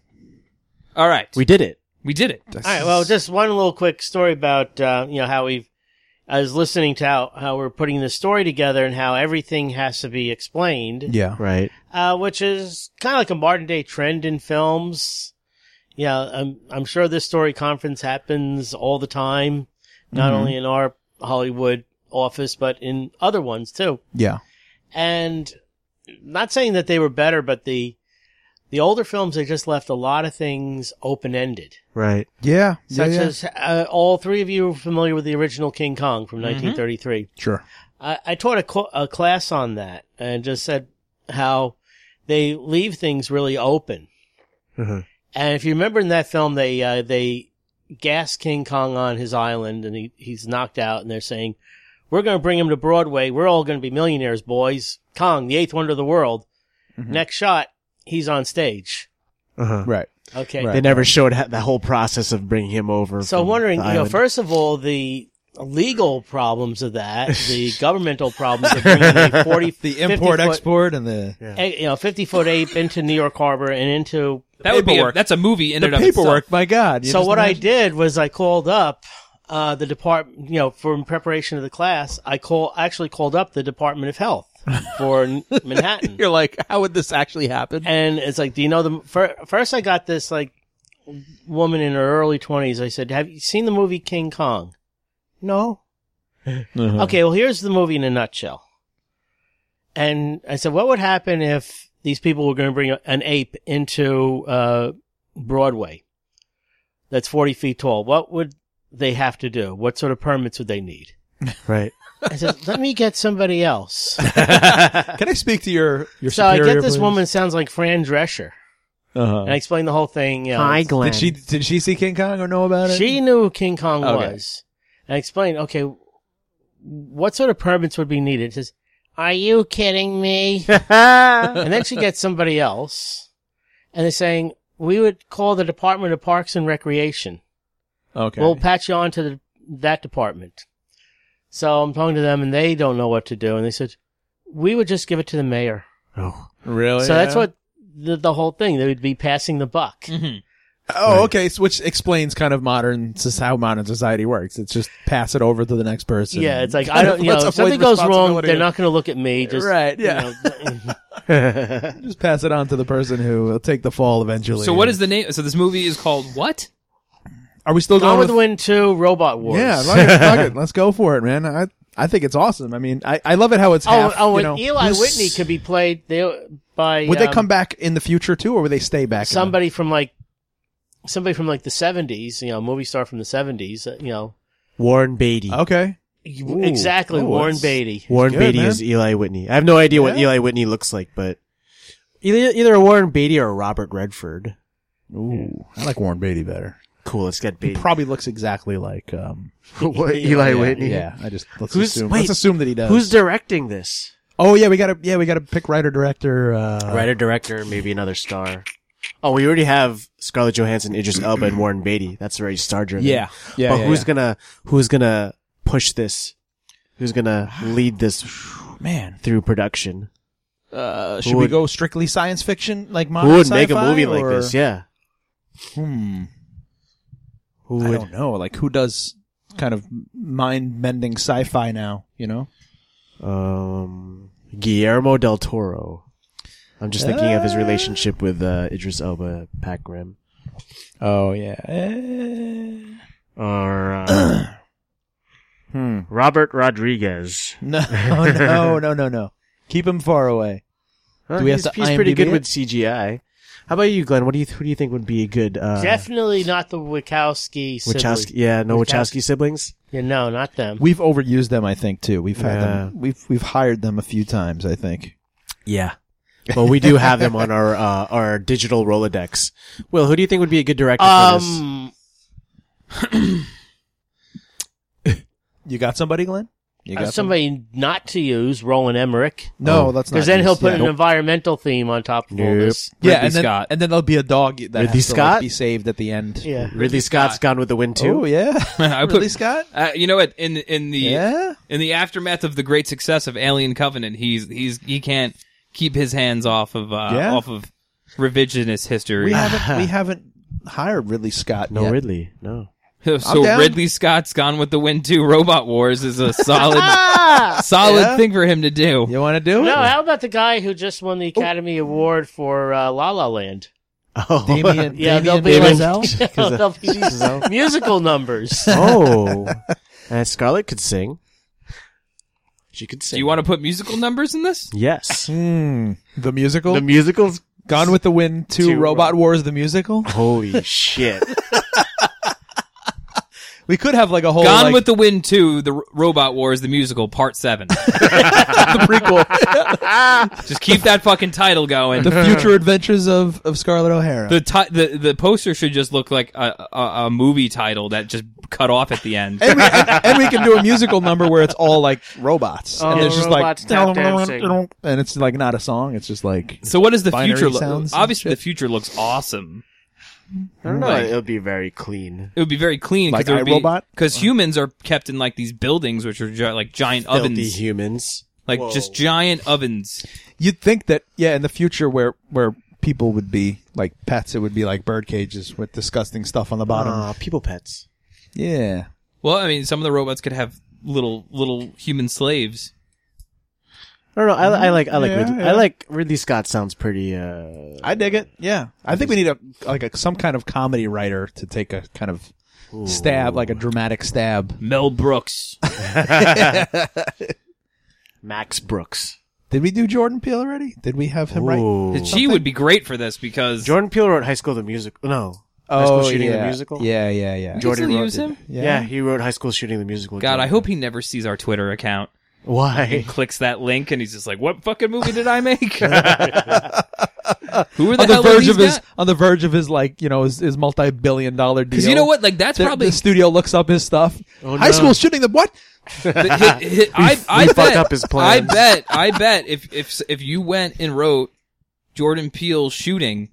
S3: All right, we,
S1: We did it.
S3: did it.
S4: All right. Well, just one little quick story about uh, you know how we've. I was listening to how, how we're putting this story together and how everything has to be explained.
S2: Yeah.
S1: Right.
S4: uh, which is kind of like a modern day trend in films. Yeah, I'm, I'm sure this story conference happens all the time, not
S2: Mm-hmm.
S4: only in our Hollywood office, but in other ones too.
S2: Yeah.
S4: And not saying that they were better, but the, the older films, they just left a lot of things open ended.
S1: Right.
S2: Yeah.
S4: Such
S2: yeah, yeah.
S4: as uh, all three of you are familiar with the original King Kong from
S2: Mm-hmm.
S4: 1933.
S2: sure.
S4: I, I taught a, co- a class on that and just said how they leave things really open.
S2: Mm-hmm.
S1: Mhm.
S4: And if you remember in that film, they uh, they gas King Kong on his island and he, he's knocked out, and they're saying, "We're going to bring him to Broadway. We're all going to be millionaires, boys." Kong, the eighth wonder of the world.
S2: Mm-hmm.
S4: Next shot, he's on stage.
S1: Uh-huh.
S2: Right.
S4: Okay,
S2: Right.
S1: They never showed ha- the whole process of bringing him over.
S4: So
S1: from
S4: I'm wondering,
S1: the
S4: you know,
S1: island.
S4: first of all, the legal problems of that, the governmental problems of bringing a 40,
S2: The import
S4: 50 foot-
S2: export and the
S4: a, you know, 50 foot ape into New York Harbor and into.
S3: That would be a,
S2: paperwork.
S3: that's a movie in
S2: the
S3: and of
S2: paperwork.
S3: itself.
S2: My God.
S4: So what I did was I called up, uh, the department, you know, for in preparation of the class, I call, actually called up the Department of Health for N- Manhattan.
S2: You're like, how would this actually happen?
S4: And it's like, do you know the, fir- first I got this like woman in her early 20s, I said, Have you seen the movie King Kong? No.
S2: Uh-huh.
S4: Okay, well, here's the movie in a nutshell. And I said, What would happen if these people were going to bring an ape into uh, Broadway that's 40 feet tall? What would they have to do? What sort of permits would they need?
S1: Right.
S4: I said, Let me get somebody else.
S2: Can I speak to your your
S4: so I
S2: superior,
S4: get this
S2: please?
S4: woman sounds like Fran Drescher.
S2: Uh-huh.
S4: And I explained the whole thing. You know,
S6: Hi, Glenn.
S2: Did she did she see King Kong or know about it?
S4: She knew who King Kong
S2: Okay.
S4: was. And I explained, okay, what sort of permits would be needed? It says, are you kidding me? and then she gets somebody else. And they're saying, we would call the Department of Parks and Recreation.
S2: Okay.
S4: We'll patch you on to the, that department. So I'm talking to them and they don't know what to do. And they said, we would just give it to the mayor.
S1: Oh.
S2: really?
S4: so that's
S2: Yeah. Mm-hmm.
S4: what the, the whole thing, they would be passing the buck.
S2: Oh, okay. So which explains kind of modern, this is how modern society works. It's just pass it over to the next person.
S4: Yeah, it's like I
S2: Kind of
S4: don't. You know,
S2: let's
S4: if something
S2: avoid
S4: goes wrong,
S2: responsibility.
S4: they're not going to look at me. Just
S2: Right,
S4: you
S2: yeah.
S4: know,
S2: Just pass it on to the person who will take the fall eventually.
S3: So what is the name? So this movie is called what?
S2: Are we still
S4: Gone
S2: going
S4: with
S2: with?
S4: the Wind Two, Robot Wars.
S2: yeah, fuck it, fuck it. Let's go for it, man. I I think it's awesome. I mean, I, I love it how it's.
S4: Oh,
S2: half,
S4: oh,
S2: you know,
S4: and Eli
S2: this-
S4: Whitney could be played they, by
S2: Would they
S4: um,
S2: come back in the future too, or would they stay back? in the-
S4: Somebody from like somebody from like the seventies. You know, a movie star from the seventies. uh, You know,
S1: Warren Beatty.
S2: Okay.
S4: exactly
S2: Oh,
S4: Warren
S2: that's-
S4: Beatty.
S1: Warren
S2: Oh, good,
S1: Beatty
S2: man.
S1: is Eli Whitney. I have no idea what
S2: Yeah.
S1: Eli Whitney looks like, but either either a Warren Beatty or a Robert Redford.
S2: Ooh, I like Warren Beatty better.
S1: Cool. Let's get
S2: He
S1: Beatty.
S2: probably looks exactly like um.
S6: What, Eli
S2: yeah,
S6: Whitney.
S2: Yeah, I just let's
S1: Who's-
S2: assume.
S1: wait,
S2: let's assume that he does.
S1: Who's directing this?
S2: oh yeah, we gotta yeah we gotta pick writer director. Uh,
S1: Writer, director, maybe another star. Oh, we already have Scarlett Johansson, Idris Elba, and Warren Beatty. That's already star driven.
S2: Yeah, yeah.
S1: but
S2: yeah,
S1: who's
S2: yeah.
S1: gonna who's gonna push this? Who's gonna lead this
S2: man?
S1: through production?
S2: Uh,
S1: Who
S2: should we
S1: would-
S2: go strictly science fiction, like modern
S1: Who would make a
S2: sci-fi,
S1: movie like
S2: or-
S1: this? Yeah.
S2: Hmm.
S1: Who
S2: I
S1: would?
S2: don't know. Like who does kind of mind-bending sci-fi now? You know,
S1: Um, Guillermo del Toro. I'm just thinking of his relationship with uh, Idris Elba, Pat Grimm,
S2: Oh yeah.
S1: Eh. or uh,
S2: Hmm.
S1: Robert Rodriguez.
S2: No, no, no, no, no. Keep him far away.
S1: Huh,
S2: Do we have
S1: he's
S2: to
S1: he's pretty
S2: IMDb
S1: good
S2: it?
S1: with CGI. How about you, Glenn? What do you who do you think would be a good uh,
S4: Definitely not the Wachowski. sibling.
S1: Wachowski? Yeah, no
S4: Wachowski.
S1: Wachowski, siblings.
S4: Yeah, no, not them.
S2: We've overused them, I think, too. We've had them.
S1: Yeah.
S2: We've we've hired them a few times, I think.
S1: Yeah. Well, we do have them on our uh, our digital Rolodex. Will, who do you think would be a good director for this?
S4: um,
S2: You got somebody, Glenn? You
S4: Uh,
S2: got
S4: somebody not to use Roland Emmerich
S2: some- No,
S1: Oh.
S2: that's not.
S4: because then he'll
S2: used.
S4: put
S2: yeah.
S4: an environmental theme on top of all
S1: Nope.
S4: this.
S2: Yeah,
S3: Ridley
S2: and then
S3: Scott.
S2: and then there'll be a dog that
S1: Ridley
S2: has to, like,
S1: Scott?
S2: be saved at the end.
S4: Yeah.
S1: Ridley Scott's Gone with the Wind
S2: Oh
S1: too.
S2: yeah.
S3: I put-
S2: Ridley Scott.
S3: Uh, you know what? In the- in the
S2: Yeah.
S3: in the aftermath of the great success of Alien Covenant, he's he's he can't keep his hands off of uh,
S2: Yeah.
S3: off of revisionist history.
S2: We haven't we haven't hired Ridley Scott.
S1: No
S2: yet.
S1: Ridley, no.
S3: so
S2: down.
S3: Ridley Scott's Gone with the Wind 2 Robot Wars is a solid solid
S2: Yeah.
S3: thing for him to do.
S2: You want to do it?
S4: No, how about the guy who just won the Academy Award for uh, La La Land?
S1: Oh,
S2: Damien,
S4: Yeah, they'll
S2: Damien
S4: be like-
S2: Chazelle?
S4: They'll be these musical numbers.
S1: oh, and Scarlett could sing. She could sing.
S3: Do you want to put musical numbers in this?
S1: Yes,
S2: Hmm. the musical.
S1: the musicals.
S2: Gone with the Wind 2,
S1: Two
S2: Robot
S1: Rob-
S2: Wars, the musical.
S1: Holy shit!
S2: We could have like a whole
S3: Gone
S2: Oh, like,
S3: with the Wind 2 The R- Robot Wars the musical part 7.
S2: the prequel,
S3: Just keep that fucking title going.
S2: the future adventures of, of Scarlett O'Hara.
S3: The, ti- the the poster should just look like a, a, a movie title that just cut off at the end.
S2: and, we, and, and we can do a musical number where it's all like robots, and
S4: Oh,
S2: it's just
S4: robots tap dancing.
S2: like, and it's like not a song. It's just like
S3: So what does the
S2: Binary
S3: future look?
S2: sounds and
S3: Obviously, the future looks awesome.
S1: I don't know.
S3: Like-
S1: it'll be very clean.
S3: It would be very clean,
S2: Like iRobot?
S3: because humans are kept in like these buildings, which are gi- like giant
S1: Filthy
S3: ovens,
S1: humans.
S3: like just giant ovens.
S2: you'd think that yeah, in the future where where people would be like pets, it would be like bird cages with disgusting stuff on the bottom.
S1: Ah, people pets.
S2: yeah,
S3: Well, I mean, some of the robots could have little little human slaves.
S1: I don't know. I, I like I like
S2: Yeah,
S1: Rid-
S2: yeah.
S1: I like Ridley Scott sounds pretty. uh
S2: I dig it. Yeah, I think we need a like a some kind of comedy writer to take a kind of stab, like a dramatic stab.
S3: Mel Brooks.
S1: Max Brooks.
S2: Did we do Jordan Peele already? Did we have him right?
S1: Ooh.
S3: She would be great for this because
S1: Jordan Peele wrote High School the Musical. No, High School Shooting
S2: Oh, yeah.
S1: the Musical.
S2: Yeah, yeah, yeah.
S3: we can still
S1: Jordan
S3: use
S1: Roth
S3: him.
S1: yeah, he wrote High School Shooting the Musical.
S3: God, I hope he never sees our Twitter account.
S1: Why?
S3: Clicks that link and he's just like, "What fucking movie did I make?" Who are the,
S2: on the
S3: hell are
S2: verge
S3: these
S2: of his
S3: guys?
S2: on the verge of his like you know his, his multi-billion dollar deal
S3: Because you know what? Like that's
S2: the,
S3: probably
S2: the studio looks up his stuff high
S1: no.
S2: school shooting the what
S3: But hi- hi- I, I
S1: fucked
S3: bet,
S1: up his plans.
S3: I bet. I bet. If if if you went and wrote Jordan Peele shooting,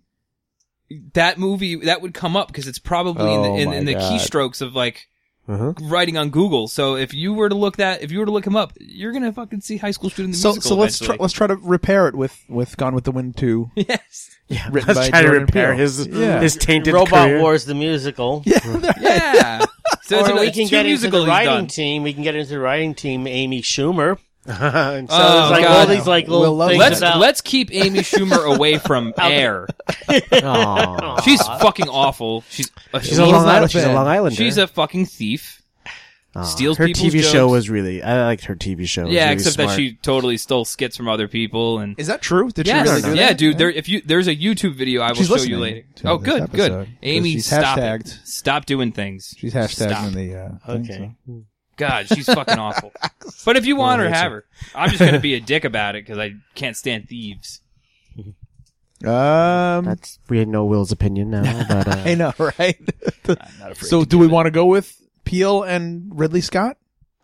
S3: that movie that would come up because it's probably
S2: Oh
S3: in the
S2: my
S3: in, in the
S2: God. Uh-huh.
S3: keystrokes of like writing on Google. So if you were to look that, if you were to look him up, you're gonna fucking see High School Shooting the
S2: so
S3: musical.
S2: so let's try,
S3: eventually.
S2: let's try to repair it with with Gone with the Wind two
S3: yes.
S1: Yeah,
S2: Written
S1: let's
S2: by
S1: try to
S2: Jordan
S1: repair
S2: Peele.
S1: his
S2: Yeah.
S1: his tainted
S4: Robot
S1: career.
S4: Wars the musical.
S3: Yeah. So it's
S4: Or
S3: a-
S4: we
S3: it's
S4: can
S3: two
S4: get into
S3: musical
S4: the
S3: he's
S4: writing
S3: done.
S4: team. We can get into the writing team. Amy Schumer.
S1: And so
S3: Oh,
S1: it's
S4: There's like
S3: God.
S4: all these like little
S2: We'll love
S4: things
S3: Let's
S4: about.
S3: let's keep Amy Schumer away from air.
S1: like, aw.
S3: She's fucking awful. She's a
S1: she's a
S2: He's
S1: Long
S2: not a
S1: Island. She's a
S2: fan.
S1: Long Islander.
S3: She's a fucking thief.
S1: Aw.
S3: steals
S1: Her
S3: people's
S1: TV show
S3: jokes.
S1: was really. I liked her TV show. It was
S3: Yeah,
S1: really
S3: except that
S1: smart.
S3: she totally stole skits from other people and.
S2: is that true did
S3: Yes,
S2: she really do
S3: yeah,
S2: that?
S3: dude. There, if you there's a YouTube video, I will
S2: She's
S3: show
S2: listening
S3: you later.
S2: to
S3: Oh,
S2: this
S3: good,
S2: episode,
S3: good.
S2: 'cause
S3: Amy,
S2: she's
S3: stop it.
S2: hashtagged.
S3: Stop doing things.
S2: she's hashtagging
S3: Stop.
S2: the uh, thing,
S4: Okay.
S3: God, she's fucking awful. But if you want her, have her. I'm just gonna be a dick about it because I can't stand thieves.
S2: so. um
S1: That's we know Will's opinion now, but
S2: I
S1: uh,
S2: know right
S3: Not afraid
S2: so
S3: to
S2: do we want to go with Peele and Ridley Scott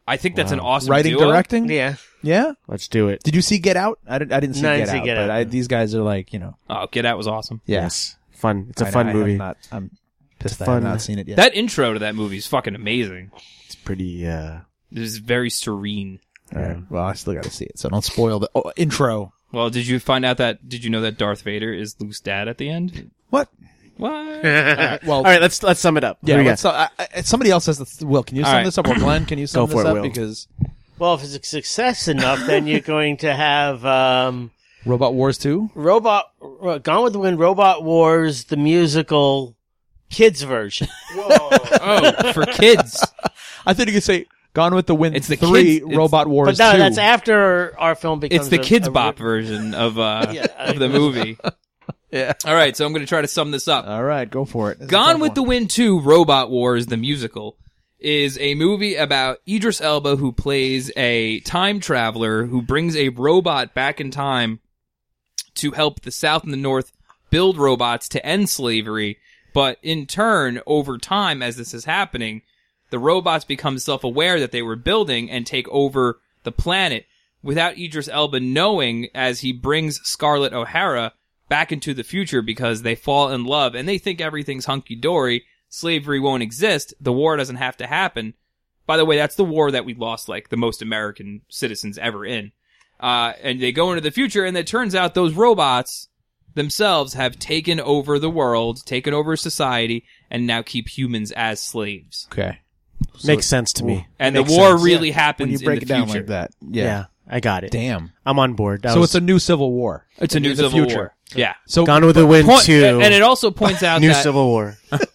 S3: I think that's an awesome
S2: writing
S3: duo.
S2: directing
S4: Yeah.
S2: yeah
S1: let's do it.
S2: did you see Get Out I didn't I didn't see,
S4: No, I
S2: Get,
S4: didn't see
S2: Out,
S4: Get
S2: but
S4: Out.
S2: I, these guys are like you know
S3: Oh, Get Out was awesome.
S2: yeah
S1: Yes, fun. It's
S2: I
S1: a
S2: know,
S1: fun
S2: I have
S1: movie.
S2: not- I'm pissed I
S1: fun-
S2: have not seen it yet
S3: That intro to that movie is fucking amazing.
S1: It's pretty. uh
S3: It was very serene.
S2: All right. Well, I still got to see it, so don't spoil the oh, intro.
S3: Well, did you find out that? Did you know that Darth Vader is Luke's dad at the end?
S2: What?
S3: What?
S2: Well,
S1: All right, let's let's sum it up. What
S2: yeah.
S1: do we
S2: let's- so- I- I- somebody else has the. Will, can you
S3: All
S2: sum
S3: right.
S2: this up, or Glenn, can you sum
S1: Go for
S2: this
S1: it,
S2: up?
S1: Will.
S2: Because
S4: Well, if it's a success enough, then you're going to have um,
S2: Robot Wars Two.
S4: Robot uh, Gone with the Wind, Robot Wars, the musical, kids version.
S3: Oh, for kids.
S2: I think you could say Gone with the Wind.
S3: It's the
S2: three
S3: kids- it's-
S2: Robot Wars.
S4: But no,
S2: 2.
S4: that's after our film becomes.
S3: It's the
S4: a-
S3: kids
S4: a-
S3: bop version of uh
S4: Yeah, I
S3: of the
S4: agree.
S3: movie.
S2: Yeah.
S3: All right, so I'm going to try to sum this up.
S2: All right, go for it. This is a
S3: Gone
S2: tough
S3: with the
S2: one.
S3: Wind 2 Robot Wars the musical is a movie about Idris Elba who plays a time traveler who brings a robot back in time to help the South and the North build robots to end slavery, but in turn over time as this is happening, the robots become self-aware that they were building and take over the planet without Idris Elba knowing as he brings Scarlett O'Hara back into the future because they fall in love and they think everything's hunky dory. Slavery won't exist. The war doesn't have to happen. By the way, that's the war that we lost like the most American citizens ever in. Uh, and they go into the future and it turns out those robots themselves have taken over the world, taken over society, and now keep humans as slaves.
S2: Okay.
S1: Makes sense to me.
S3: And
S1: Makes
S3: the war
S1: sense.
S3: really
S2: When
S3: happens
S2: you break
S3: in
S2: it
S3: the
S2: down
S3: future.
S2: like that, yeah.
S1: Yeah. I got it.
S2: Damn.
S1: I'm on board. That
S2: so
S1: was
S2: it's a new Civil War.
S3: It's a new
S2: In the
S3: civil
S2: future.
S3: war. Yeah.
S2: So
S1: Gone with the Wind
S3: Point-
S1: two,
S3: and it also points out
S1: new
S3: that
S1: Civil War.
S3: it,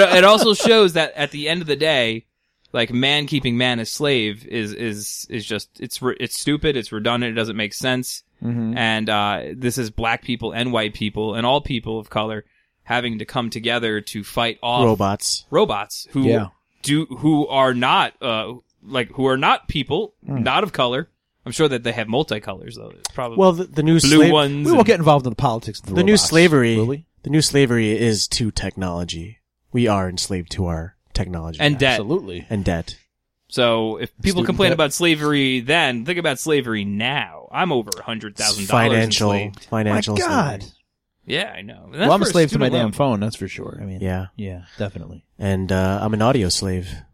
S3: it also shows that at the end of the day, like man keeping man as slave is is is just it's re- it's stupid, it's redundant, it doesn't make sense.
S2: Mm-hmm.
S3: And uh, this is black people and white people and all people of color having to come together to fight off
S1: Robots.
S3: robots who
S2: Yeah.
S3: do who are not uh like who are not people,
S2: Mm.
S3: not of color. I'm sure that they have multicolors though. It's probably
S1: Well, the, the new
S3: blue
S1: slave-
S3: ones.
S2: we
S3: and-
S2: won't get involved in the politics of the,
S1: the new
S2: robots,
S1: slavery.
S2: will we?
S1: The new slavery is to technology. We are enslaved to our technology
S3: and debt.
S2: Absolutely.
S1: and debt.
S3: So if people
S2: Student
S3: complain
S2: debt.
S3: about slavery then, think about slavery now. I'm over a hundred thousand dollars
S1: financial,
S3: enslaved.
S2: My
S1: financial.
S2: God.
S1: slavery.
S3: Yeah, I know. And that's
S2: Well, I'm a
S3: for
S2: slave to my
S3: student
S2: damn
S3: loan.
S2: phone. That's for sure. I mean,
S1: Yeah,
S2: yeah, definitely.
S1: and uh, I'm an audio slave.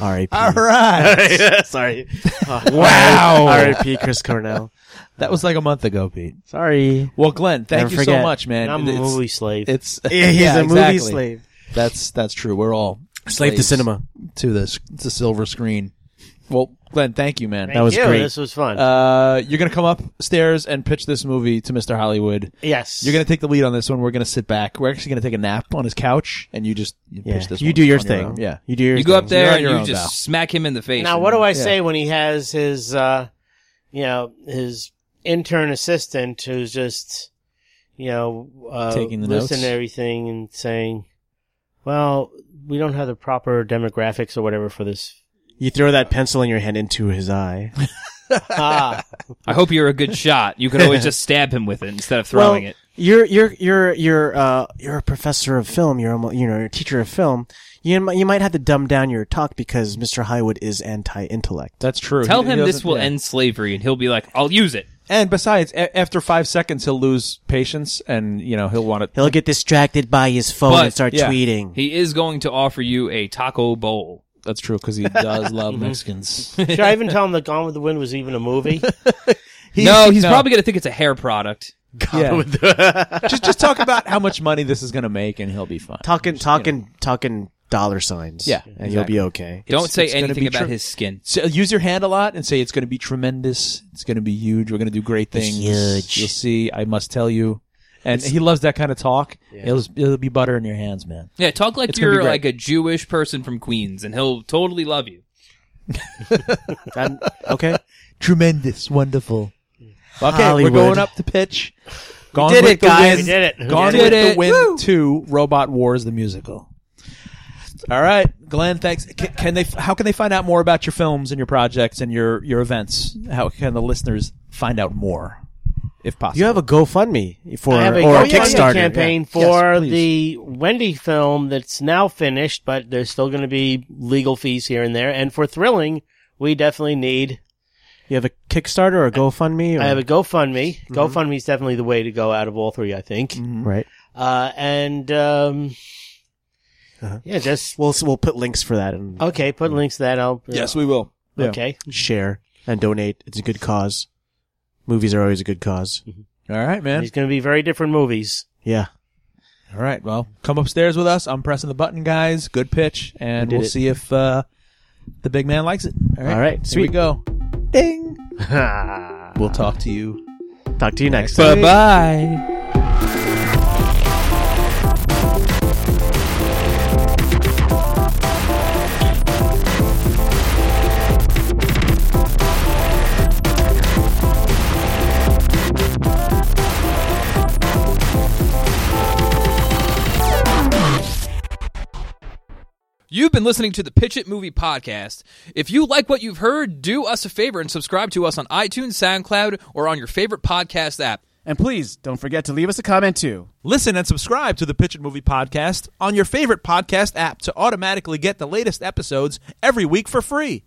S1: R.I.P.
S2: All right.
S1: Sorry.
S2: Hmm. Wow.
S1: R.I.P. Chris Cornell.
S2: That was like a month ago, Pete.
S1: Sorry.
S2: Well, Glenn, thank
S1: Never
S2: you so
S1: forget.
S2: much, man.
S4: And I'm a
S2: It's-
S4: movie slave.
S2: It's
S1: Yeah, he's a movie
S2: exactly.
S1: slave.
S2: That's that's true. We're all
S1: Slave to
S2: slaves
S1: cinema.
S2: to the s- to silver screen. Well, Glenn, thank you, man.
S4: Thank
S1: was
S4: you.
S1: great.
S4: This was fun.
S2: Uh, you're gonna come upstairs and pitch this movie to Mr. Hollywood.
S4: yes.
S2: You're gonna take the lead on this one. We're gonna sit back. We're actually gonna take a nap on his couch, and you just you
S4: Yeah.
S2: pitch this.
S1: You
S2: one
S1: do your
S2: on
S1: thing.
S2: own. yeah.
S1: You do your
S3: You go
S1: thing.
S3: up there
S2: You're on
S3: and
S2: your
S3: you
S2: own,
S3: just
S2: pal.
S3: smack him in the face.
S4: Now,
S3: and
S4: what do I
S2: Yeah.
S4: say when he has his, uh, you know, his intern assistant who's just, you know, uh,
S2: Taking the
S4: listening
S2: notes?
S4: to everything and saying, "Well, we don't have the proper demographics or whatever for this."
S1: You throw that pencil in your hand into his eye.
S4: Ah,
S3: I hope you're a good shot. You could always just stab him with it instead of throwing
S1: well,
S3: it.
S1: You're you're you're you're uh you're a professor of film. You're almost, you know you're a teacher of film. You mi- you might have to dumb down your talk because Mr. Highwood is anti-intellect.
S2: That's true.
S3: Tell
S2: He- he
S3: him this
S2: doesn't-
S3: will
S2: yeah.
S3: end slavery, and he'll be like, "I'll use it."
S2: And besides, a- after five seconds, he'll lose patience, and you know he'll want it.
S1: He'll get distracted by his phone
S3: But-
S1: and start
S2: yeah.
S1: tweeting.
S3: He is going to offer you a taco bowl.
S2: That's true because he does love Mexicans.
S4: should I even tell him that Gone with the Wind was even a movie?
S3: no, he's probably going to think it's a hair product.
S2: yeah. just just talk about how much money this is going to make, and he'll be fine.
S1: talking talking talking dollar signs.
S2: Yeah,
S1: and you'll be okay.
S3: Don't say
S2: it's gonna
S3: anything
S2: be
S3: about
S2: true.
S3: his skin.
S2: So uh, use your hand a lot and say it's going to be tremendous. It's going to be huge. We're going to do great things.
S1: huge.
S2: You'll see. I must tell you. And he loves that kind of talk. It'll it'll be butter in your hands, man.
S3: Yeah, talk like
S2: It's gonna be
S3: you're
S2: great.
S3: like a Jewish person from Queens, and he'll totally love you.
S1: I'm- okay.
S2: Tremendous, wonderful. Okay,
S1: Mm. Hollywood.
S2: we're going up to pitch. Gone
S1: did
S2: with
S1: it,
S2: the
S1: guys.
S2: Wind.
S4: We did it. We
S2: Gone
S4: did
S2: with
S3: it.
S2: the Wind Two. Robot Wars the musical. All right, Glenn. Thanks. Can, can they? How can they find out more about your films and your projects and your your events? How can the listeners find out more, if possible?
S1: You have a GoFundMe for
S4: I have a Oh,
S1: or a
S4: GoFundMe
S1: Kickstarter
S4: campaign
S2: yeah. Yes,
S4: for
S2: please.
S4: the Wendy film that's now finished, but there's still going to be legal fees here and there. And for Thrilling, we definitely need.
S1: You have a Kickstarter or a GoFundMe. Or,
S4: I have a GoFundMe.
S1: Mm-hmm.
S4: GoFundMe is definitely the way to go out of all three, I think.
S1: right.
S4: Uh, and um,
S1: Uh-huh.
S4: yeah, just
S1: We'll we'll put links for that and
S4: okay. Put
S1: Mm-hmm.
S4: links to that. I'll
S2: Yes, we will.
S4: Okay.
S1: share and donate. It's a good cause. Movies are always a good cause.
S2: All right, man.
S4: These going to be very different movies.
S1: Yeah.
S2: All right. Well, come upstairs with us. I'm pressing the button, guys. Good pitch, and
S1: We did
S2: we'll
S1: it.
S2: see if uh, the big man likes it. All right.
S1: All right,
S2: Here
S1: sweet.
S2: we go. Ding. we'll talk to you.
S1: Talk to you next time.
S2: Bye bye.
S3: You've been listening to the Pitch It Movie Podcast. If you like what you've heard, do us a favor and subscribe to us on iTunes, SoundCloud, or on your favorite podcast app.
S1: And please don't forget to leave us a comment too.
S2: Listen and subscribe to the Pitch It Movie Podcast on your favorite podcast app to automatically get the latest episodes every week for free.